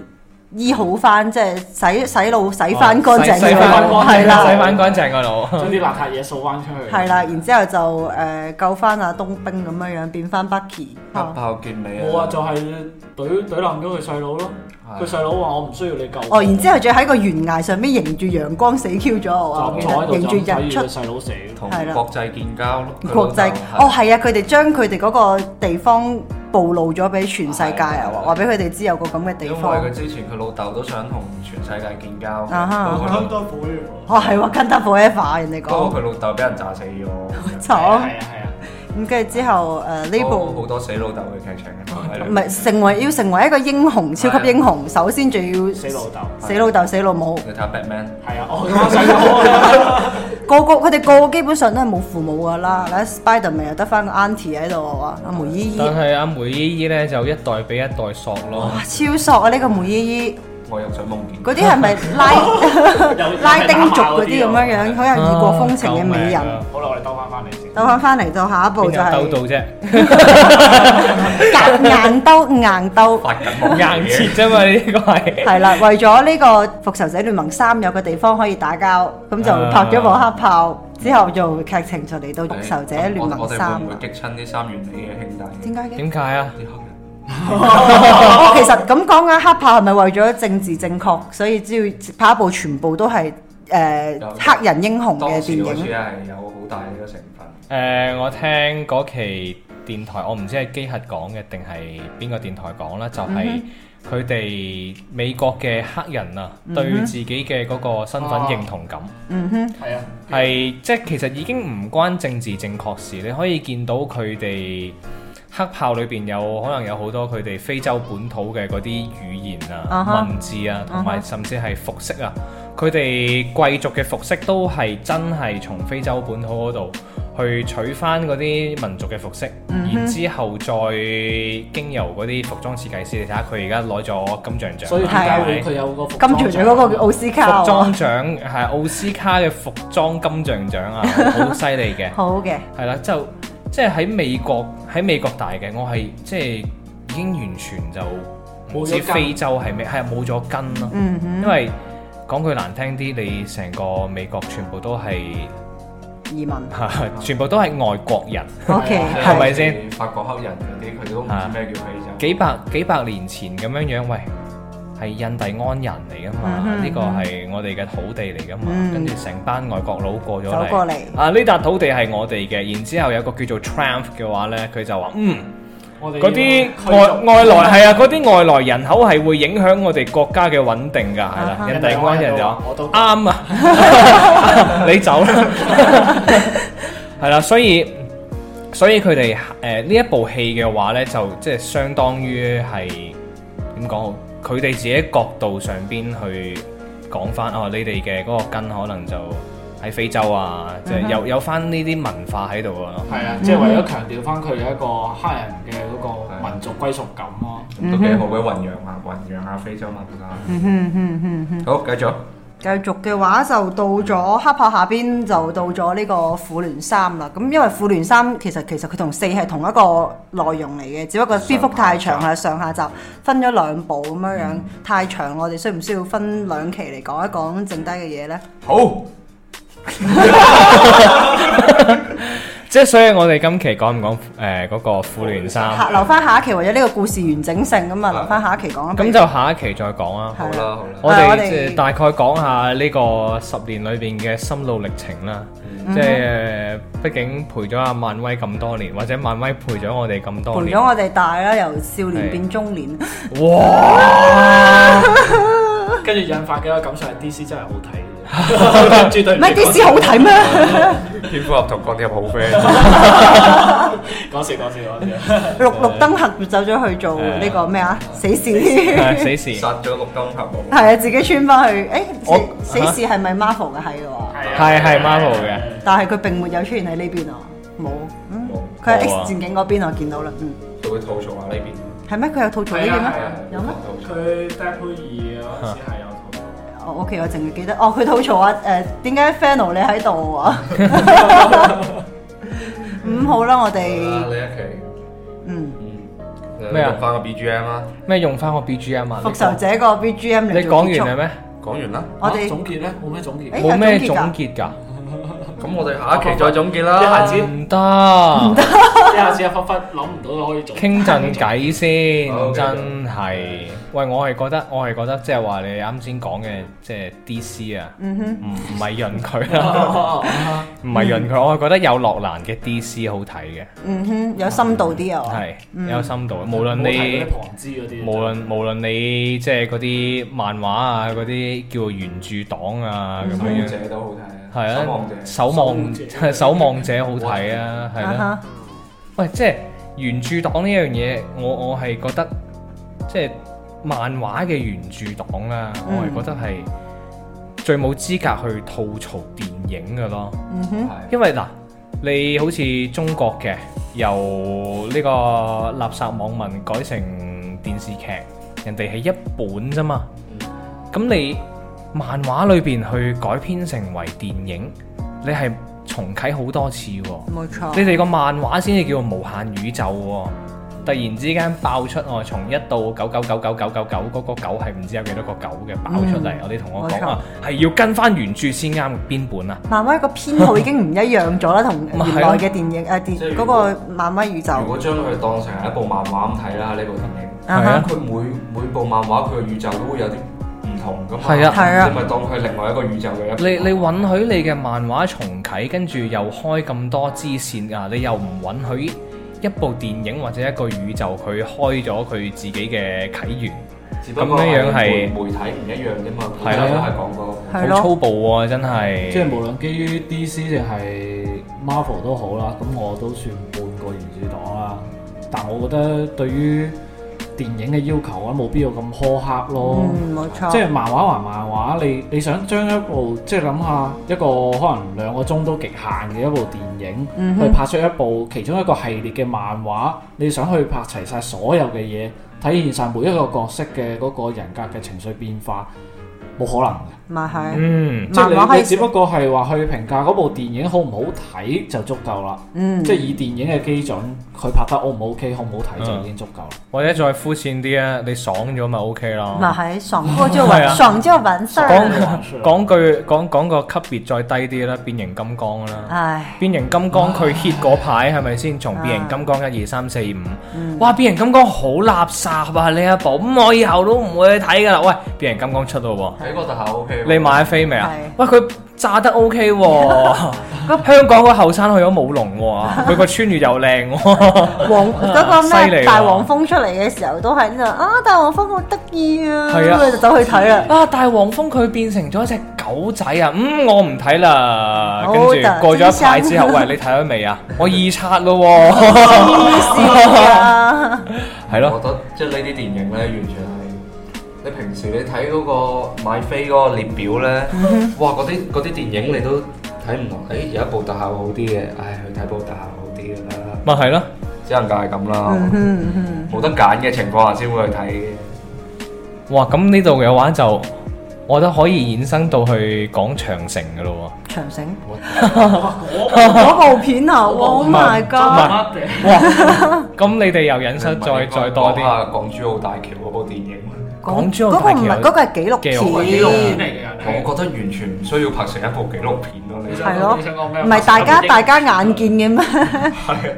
Speaker 2: 醫好翻，即係洗洗腦洗翻乾淨
Speaker 1: 洗洗
Speaker 2: 佢
Speaker 1: 翻
Speaker 2: 腦，係啦。
Speaker 1: 洗翻乾 淨個腦。
Speaker 3: 將啲邋遢嘢掃翻出去，
Speaker 2: 係啦，然之後就誒、呃救翻阿冬兵咁樣樣，變翻 Bucky 哦
Speaker 4: 黑
Speaker 2: 嚇
Speaker 4: 豹結尾
Speaker 3: 冇啊，就係懟懟冧咗佢細佬咯，佢細佬話我唔需要你救我，
Speaker 2: 哦，然之後仲喺個懸崖上面迎住陽光死 Q 咗我啊，我
Speaker 3: 就
Speaker 2: 記
Speaker 3: 坐喺
Speaker 2: 得
Speaker 3: 度
Speaker 2: 迎
Speaker 3: 就
Speaker 2: 住
Speaker 3: 睇
Speaker 2: 日
Speaker 3: 住
Speaker 2: 出
Speaker 3: 佢細佬死，
Speaker 4: 同
Speaker 2: 係啦
Speaker 4: 國際建交咯。佢
Speaker 2: 國際
Speaker 4: 老豆係
Speaker 2: 哦，係啊，佢哋將佢哋嗰個地方暴露咗俾全世界啊，
Speaker 4: 係
Speaker 2: 話話俾佢哋知有個咁嘅地
Speaker 4: 因為
Speaker 2: 方
Speaker 4: 佢。之前佢老豆都想同全世界建交，
Speaker 2: 啊哈
Speaker 4: 不過佢老
Speaker 2: 哦，係喎 c a n t a Forever 人哋
Speaker 4: 不
Speaker 2: 講
Speaker 4: 過佢老豆俾人炸死咗。
Speaker 2: 慘
Speaker 3: 係啊係啊。
Speaker 2: 咁，跟住之後誒 呢
Speaker 4: 好
Speaker 2: 部
Speaker 4: 好多死老豆嘅劇情啊嘅，
Speaker 2: 唔係成為要成為一個英雄，超級英雄，首先仲要
Speaker 3: 死老豆，
Speaker 2: 死老豆死老母，
Speaker 4: 你睇下 Batman，
Speaker 3: 係啊，我啱細佬啊，
Speaker 2: 個個佢哋個個基本上都係冇父母噶啦，嗱 Spider 咪又得翻個 auntie 喺度啊，阿梅姨姨。
Speaker 1: 但係阿梅姨姨咧就一代比一代索咯
Speaker 2: 哇！，超索啊！呢、個梅姨姨，
Speaker 4: 我又想夢見。
Speaker 2: 嗰啲係咪拉拉丁族嗰啲咁樣樣，好有異國風情嘅美
Speaker 1: 啊救命
Speaker 2: 人
Speaker 1: 啊。
Speaker 3: 好啦，我哋兜翻翻嚟先。
Speaker 2: 兜翻翻嚟到下一步就
Speaker 1: 邊有兜
Speaker 2: 係
Speaker 1: 到啫，
Speaker 2: 夾硬兜硬兜，
Speaker 4: 發緊夢
Speaker 1: 硬切啫嘛，呢個 係。
Speaker 2: 係啦，為咗呢個復仇者聯盟三有個地方可以打交，咁就拍咗部黑炮，之後就劇情就嚟到復仇者聯
Speaker 4: 我
Speaker 2: 盟
Speaker 4: 我哋
Speaker 2: 三
Speaker 4: 會唔
Speaker 2: 啦
Speaker 4: 會。激親啲三元里嘅兄弟？
Speaker 2: 點解嘅？
Speaker 1: 點解啊？
Speaker 4: 啲黑人
Speaker 2: 哦其實咁講啊，黑豹係咪為咗政治正確，所以只要拍一部全部都係誒
Speaker 4: 有
Speaker 2: 黑人英雄嘅
Speaker 4: 當
Speaker 2: 電
Speaker 4: 時好似
Speaker 2: 影？
Speaker 4: 係有好大嘅一個成分。
Speaker 1: 誒，我聽嗰期電台，我唔知係機核講嘅定係邊個電台講啦，就係佢哋美國嘅黑人啊，對自己嘅嗰個身份認同感。
Speaker 2: 嗯哼，
Speaker 3: 係啊，
Speaker 1: 係即係其實已經唔關政治正確事，你可以見到佢哋黑豹裏邊有可能有好多佢哋非洲本土嘅嗰啲語言啊、
Speaker 2: 啊哈
Speaker 1: 文字啊，同
Speaker 2: 啊
Speaker 1: 埋
Speaker 2: 哈
Speaker 1: 甚至係服飾啊，佢哋貴族嘅服飾都係真係從非洲本土嗰度。去取翻嗰啲民族嘅服飾，然之後再經由嗰啲服裝設計師，你睇下佢而家攞咗金像獎啦，
Speaker 3: 所以點解
Speaker 1: 係
Speaker 3: 會
Speaker 1: 咪
Speaker 3: 佢有個服裝
Speaker 2: 金條獎嗰個奧斯卡
Speaker 1: 服裝
Speaker 2: 喎，
Speaker 1: 獎係奧斯卡嘅服裝金像獎啊，好犀利嘅，
Speaker 2: 好嘅。
Speaker 1: 係啦，就即係喺美國喺美國大嘅，我係即係已經完全就唔
Speaker 3: 冇咗
Speaker 1: 知
Speaker 3: 根
Speaker 1: 非洲係咩，係冇咗根咯，
Speaker 2: 嗯
Speaker 1: 因
Speaker 2: 哼，
Speaker 1: 為講句難聽啲，你成個美國全部都係
Speaker 2: 移民。
Speaker 1: 全部都係外國人，
Speaker 2: O K，
Speaker 3: 係
Speaker 1: 係咪
Speaker 2: 係
Speaker 1: 先？
Speaker 4: 法國黑人嗰啲，佢哋都唔知咩叫非洲。
Speaker 1: 幾百幾百年前咁樣樣，喂，係印第安人嚟噶
Speaker 2: 嗯
Speaker 1: 嘛？
Speaker 2: 哼
Speaker 1: 呢個係我哋嘅土地嚟噶嘛？
Speaker 2: 嗯
Speaker 1: 跟住成班外國佬過咗
Speaker 2: 走過嚟
Speaker 1: 啊呢笪土地係我哋嘅，然之後有個叫做 Trump 嘅話呢，佢就話嗯
Speaker 2: 哎
Speaker 3: 我哋
Speaker 1: 嗰啲
Speaker 3: 要驅逐
Speaker 1: 外外來係啊，嗰啲外來人口係會影響我哋國家嘅穩定㗎，係
Speaker 2: 啊
Speaker 1: 啦
Speaker 2: 哈，
Speaker 1: 印第安人就話
Speaker 3: 我都
Speaker 1: 啱啊， 你走啦，係啦，所以。所以佢哋誒呢一部戲嘅話呢，就即係相當於係點講好？佢哋自己角度上邊去講翻哦，你哋嘅嗰個根可能就喺非洲啊，即係有有翻呢啲文化喺度咯。
Speaker 3: 係啊，即係為咗強調翻佢有一個黑人嘅嗰個民族歸屬感咯。
Speaker 2: 嗯
Speaker 4: 都幾好嘅混養啊，混養下非洲文化。
Speaker 2: 嗯
Speaker 4: 好，繼續。
Speaker 2: 繼續嘅話就到咗黑豹下邊就到咗呢個復聯三啦。咁因為復聯三其實其實佢同四係同一個內容嚟嘅，只不過篇幅太長啦，上下集分咗兩部咁樣樣，太長我哋需唔需要分兩期嚟講一講剩低嘅嘢呢？
Speaker 4: 好，
Speaker 1: 即係所以我哋今期講唔講誒嗰個婦聯三？
Speaker 2: 下留翻下一期為咗呢個故事完整性咁啊，
Speaker 4: 係
Speaker 2: 留翻下一期講啊。
Speaker 1: 咁就下一期再講啦。
Speaker 4: 好
Speaker 2: 係
Speaker 4: 啦，
Speaker 2: 啦
Speaker 4: 好啦。
Speaker 1: 我
Speaker 2: 係我
Speaker 1: 哋
Speaker 2: 哋
Speaker 1: 即係大概講下呢個十年裏邊嘅心路歷程啦，
Speaker 2: 嗯
Speaker 1: 即係呃畢竟陪咗阿漫威咁多年，或者漫威陪咗我哋咁多
Speaker 2: 陪
Speaker 1: 年
Speaker 2: 咗。我哋大啦，由少年變中年。
Speaker 1: 哇！
Speaker 3: 跟住引發嘅一個感想係 DC 真係好睇嘅，絕 對
Speaker 2: 唔係啲事好睇咩？
Speaker 4: 蝙蝠俠同鋼鐵俠好 friend。
Speaker 3: 講笑講笑講笑。
Speaker 2: 綠綠燈俠走咗去做呢個咩啊？死侍。
Speaker 1: 係死侍
Speaker 4: 殺咗綠燈俠 冇？
Speaker 2: 係啊，自己穿翻去。誒、
Speaker 1: 我
Speaker 2: 死死侍係咪 Marvel 嘅係嘅喎？
Speaker 3: 啊
Speaker 1: 係係 Marvel 嘅
Speaker 2: 但係佢並沒有出現喺呢邊啊，冇。嗯，
Speaker 4: 冇，
Speaker 2: 佢喺
Speaker 1: 冇啊
Speaker 2: X 戰警嗰邊我見到啦。嗯，
Speaker 4: 佢會吐槽下呢邊。
Speaker 2: 係咩？佢有吐槽呢
Speaker 3: 係
Speaker 2: 邊
Speaker 3: 啊係
Speaker 2: 咩？
Speaker 3: 啊，
Speaker 2: 有咩
Speaker 4: 吐槽
Speaker 3: 佢 Deadpool 二嗰陣時係有套嘅。
Speaker 2: 哦，OK，我淨係記得哦，佢吐槽啊誒，點解 Fano 你喺度啊？ 咁好啦，我
Speaker 4: 啊
Speaker 2: 哋
Speaker 4: 呢一期，
Speaker 2: 嗯
Speaker 4: 嗯，
Speaker 1: 咩啊
Speaker 4: 用翻個 BGM 啦，
Speaker 1: 咩用翻個 BGM 啊？
Speaker 2: 復仇者個 BGM
Speaker 1: 你
Speaker 2: 嚟
Speaker 1: 講
Speaker 2: 做
Speaker 1: 你講完
Speaker 2: 結束。
Speaker 1: 啦
Speaker 4: 講完啦。
Speaker 2: 我
Speaker 3: 啊
Speaker 2: 哋
Speaker 3: 總結咧，冇咩總結。
Speaker 1: 咩？
Speaker 2: 誒
Speaker 1: 冇咩
Speaker 2: 有總
Speaker 1: 總
Speaker 2: 結㗎
Speaker 1: 結㗎？
Speaker 4: 咁我哋下一期再總結啦。
Speaker 3: 一下子
Speaker 1: 唔得，
Speaker 3: 一下子一忽忽諗唔到可以做。
Speaker 1: 傾陣偈先
Speaker 4: 好，
Speaker 1: 真係。喂，我係覺得，我係覺得，即係話你啱先講嘅，即係 DC 啊，
Speaker 2: 嗯哼，
Speaker 1: 唔唔係潤佢啊
Speaker 3: 啊
Speaker 1: 啦。唔係潤佢，我係覺得有洛蘭嘅 DC 好睇嘅，
Speaker 2: 嗯哼，有深度啲啊，
Speaker 1: 係有深度嘅。無論
Speaker 3: 你
Speaker 1: 你
Speaker 3: 旁支嗯嗰啲，
Speaker 1: 無論無論你即係嗰啲漫畫啊，嗰啲叫做原著黨啊咁
Speaker 4: 守
Speaker 1: 樣
Speaker 4: 望
Speaker 1: 樣，
Speaker 4: 者都好睇啊，
Speaker 1: 係
Speaker 4: 嗯守望者
Speaker 1: 啊，守望守望者好睇啊，係
Speaker 2: 啊
Speaker 1: 啦。
Speaker 2: 哈，
Speaker 1: 喂，即係原著黨呢樣嘢，我我係覺得即係漫畫嘅原著黨啦，
Speaker 2: 嗯
Speaker 1: 我係覺得係最冇資格去吐槽電影嘅咯。
Speaker 2: 嗯哼，
Speaker 1: 因為嗱，你好似中國嘅由呢個垃圾網民改成電視劇，人哋係一本啫嘛。咁你漫畫裏邊去改編成為電影，你係重啟好多次喎。
Speaker 2: 冇錯。
Speaker 1: 你哋個漫畫先至叫做無限宇宙喎、突然之間爆出我從一到九九九九九九九嗰個九係唔知有幾多個九嘅爆出嚟，我哋同我
Speaker 2: 冇
Speaker 1: 講
Speaker 2: 錯
Speaker 1: 啊，係要跟翻原著先啱邊本啊？
Speaker 2: 漫威個編號已經唔一樣 咗啦，同
Speaker 1: 咪係咯啊
Speaker 2: 原來嘅電影誒
Speaker 4: 即係
Speaker 2: 電
Speaker 4: 如
Speaker 2: 嗰
Speaker 4: 果
Speaker 2: 個漫威宇宙
Speaker 4: 如果將佢當成係一部漫畫咁睇啦，呢部電影，
Speaker 2: 啊
Speaker 1: 係
Speaker 2: 哈
Speaker 1: 啊
Speaker 4: 咁佢每每部漫畫佢嘅宇宙都會有啲唔同噶嘛，
Speaker 1: 係啊
Speaker 2: 係啊
Speaker 4: 你咪當佢係另外一個宇宙嘅一部
Speaker 1: 你你
Speaker 4: 分
Speaker 1: 允許你嘅漫畫重啟，跟住又開咁多支線啊，你又唔允許一部電影或者一個宇宙佢開咗佢自己嘅啟源，
Speaker 4: 只不過
Speaker 1: 咁樣樣
Speaker 4: 係
Speaker 1: 係
Speaker 4: 媒媒體唔一樣啫嘛，
Speaker 1: 係
Speaker 4: 係
Speaker 1: 啊
Speaker 4: 都係講嗰個。
Speaker 2: 係
Speaker 1: 好
Speaker 2: 咯
Speaker 1: 粗暴喎、真係。
Speaker 3: 即係無論基於 DC 定係 Marvel 都好啦，咁我都算半個原著黨啦。但我覺得對於電影嘅要求啊，冇必要咁苛刻咯。
Speaker 2: 嗯冇錯，
Speaker 3: 即係漫畫還漫畫，你你想將一部即係諗下一個可能兩個鐘都極限嘅一部電影，
Speaker 2: 嗯哼
Speaker 3: 去拍出一部其中一個系列嘅漫畫，你想去拍齊晒所有嘅嘢，體現晒每一個角色嘅嗰個人格嘅情緒變化，冇可能嘅。
Speaker 2: 咪係
Speaker 1: 嗯，
Speaker 3: 即係
Speaker 2: 漫畫可
Speaker 3: 你
Speaker 2: 以
Speaker 3: 你只不過係話去評價嗰部電影好唔好睇就足夠啦，
Speaker 2: 嗯
Speaker 3: 即係以電影嘅基準，佢拍得 O 唔 OK，好唔好睇就已經足夠啦。
Speaker 1: 或者再膚淺啲啊，你爽咗咪 OK 咯。
Speaker 2: 咪係爽過就
Speaker 1: 係啊
Speaker 2: 完，爽就完事
Speaker 1: 講
Speaker 2: 兒。
Speaker 1: 講句講講個級別再低啲啦，變形金剛啦。
Speaker 2: 唉，
Speaker 1: 變形金剛佢 hit 嗰排係咪先？從變形金剛一二三四
Speaker 2: 嗯
Speaker 1: 五，哇！變形金剛好垃圾啊！呢一部咁我以後都唔會去睇噶啦。喂，變形金剛出咯
Speaker 4: 睇個特效 O K
Speaker 1: 喎，你買飛未啊
Speaker 2: 係？
Speaker 1: 喂，佢炸得 OK 喎，香港個後生去咗舞龍喎，佢個穿越又靚 喎，
Speaker 2: 黃嗰個
Speaker 1: 犀利啊
Speaker 2: 咩
Speaker 1: 喎
Speaker 2: 大黃蜂出嚟嘅時候都係呢度啊，大黃蜂好得意啊，
Speaker 1: 係啊
Speaker 2: 咁佢就走去 睇啦。
Speaker 1: 啊！大黃蜂佢變成咗一隻狗仔啊！嗯，我唔睇啦。跟
Speaker 2: 好
Speaker 1: 住
Speaker 2: 的
Speaker 1: 過咗一
Speaker 2: 真
Speaker 1: 排
Speaker 2: 香
Speaker 1: 之後，喂，你睇咗 未啊？我二刷咯喎。
Speaker 2: 係 啊，
Speaker 1: 係
Speaker 4: 我
Speaker 1: 咯，
Speaker 4: 覺得即係呢啲電影咧，完全係你平時你睇嗰個買飛嗰個列表咧，哇！嗰啲嗰啲電影你都睇唔落，誒、有一部特效好啲嘅，唉，去睇部特效好啲嘅啦，
Speaker 1: 咪係咯，
Speaker 4: 只能夠係咁啦，
Speaker 2: 嗯哼嗯
Speaker 4: 冇得揀嘅情況下先會去睇嘅。
Speaker 1: 哇！咁呢度嘅話就，我覺得可以衍生到去講長城嘅咯
Speaker 2: 哼，長城嗰部片啊，Oh
Speaker 1: 唔係
Speaker 2: my god！
Speaker 1: 喎。哇！咁你哋又引申
Speaker 4: 唔係
Speaker 1: 再
Speaker 4: 應該
Speaker 1: 再多
Speaker 4: 講
Speaker 1: 啲，
Speaker 4: 下港珠澳大橋嗰部電影，
Speaker 1: 港珠澳
Speaker 2: 嗰
Speaker 1: 大
Speaker 2: 個
Speaker 1: 橋
Speaker 2: 唔係嗰個係紀錄
Speaker 1: 紀錄
Speaker 3: 紀錄片
Speaker 2: 片，
Speaker 3: 嚟嘅，
Speaker 4: 我覺得完全唔需要拍成一部紀錄片咯，你真
Speaker 2: 係
Speaker 4: 係
Speaker 2: 咯
Speaker 3: 你想講咩
Speaker 2: 唔係大家大家眼見嘅咩？
Speaker 4: 係啊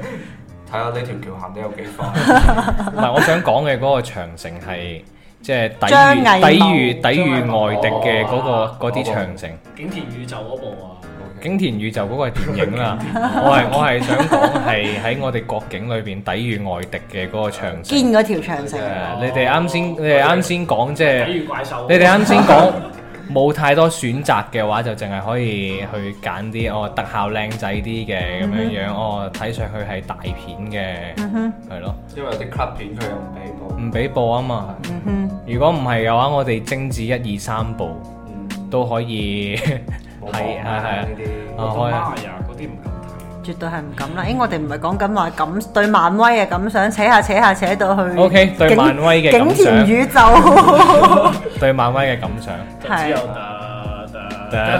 Speaker 4: 睇下呢條橋行得有幾快。
Speaker 1: 唔係我想講嘅嗰個長城係即係抵
Speaker 2: 張藝
Speaker 1: 禦
Speaker 2: 謀
Speaker 1: 抵禦抵禦外敵嘅嗰
Speaker 3: 哦
Speaker 1: 個嗰啲
Speaker 4: 嗰個
Speaker 1: 長城。
Speaker 3: 景田宇宙嗰部啊，
Speaker 1: 景田宇宙嗰個係電影啦，我係我係想講係 喺我哋國境裏邊抵禦外敵嘅嗰個長城。
Speaker 2: 堅嗰條長城
Speaker 1: 誒，你哋啱先你哋啱先講即係。
Speaker 3: 如怪獸
Speaker 1: 你哋啱先講冇太多選擇嘅話，就淨係可以去揀啲哦特效靚仔啲嘅咁樣樣，
Speaker 2: 嗯
Speaker 1: 哦睇上去係大片嘅，係咯，
Speaker 4: 因為有啲 cut 片佢又唔俾播。
Speaker 1: 唔俾播啊嘛。
Speaker 2: 嗯
Speaker 1: 如果唔係嘅話，我哋精緻一二三部
Speaker 4: 嗯
Speaker 1: 都可 以
Speaker 4: 冇
Speaker 1: 係係
Speaker 4: 望啊
Speaker 1: 係
Speaker 4: 呢啲
Speaker 1: 啊開啊。
Speaker 3: 呀嗰啲唔敢
Speaker 2: 哼，絕對係唔敢
Speaker 1: 嗯
Speaker 2: 啦！咦，我哋唔係講緊話咁對漫威啊咁想扯下扯下扯到去
Speaker 1: OK，對
Speaker 2: 景
Speaker 1: 漫威嘅感
Speaker 2: 景田
Speaker 1: 想
Speaker 2: 宇 宙。
Speaker 1: 對漫威嘅感 想。
Speaker 2: 係
Speaker 3: 就得得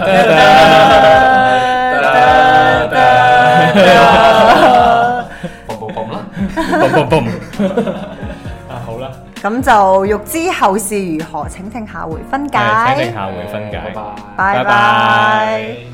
Speaker 1: 噠
Speaker 2: 噠
Speaker 1: 噠
Speaker 2: 噠噠噠
Speaker 4: 放部咁啦，
Speaker 1: 噠，boom boom boom
Speaker 3: 啊好啦，
Speaker 2: 咁就欲知後事如何，請聽下回分解。
Speaker 1: 係請定下回分解。
Speaker 4: 拜拜。
Speaker 2: 拜
Speaker 1: 拜拜
Speaker 2: 拜。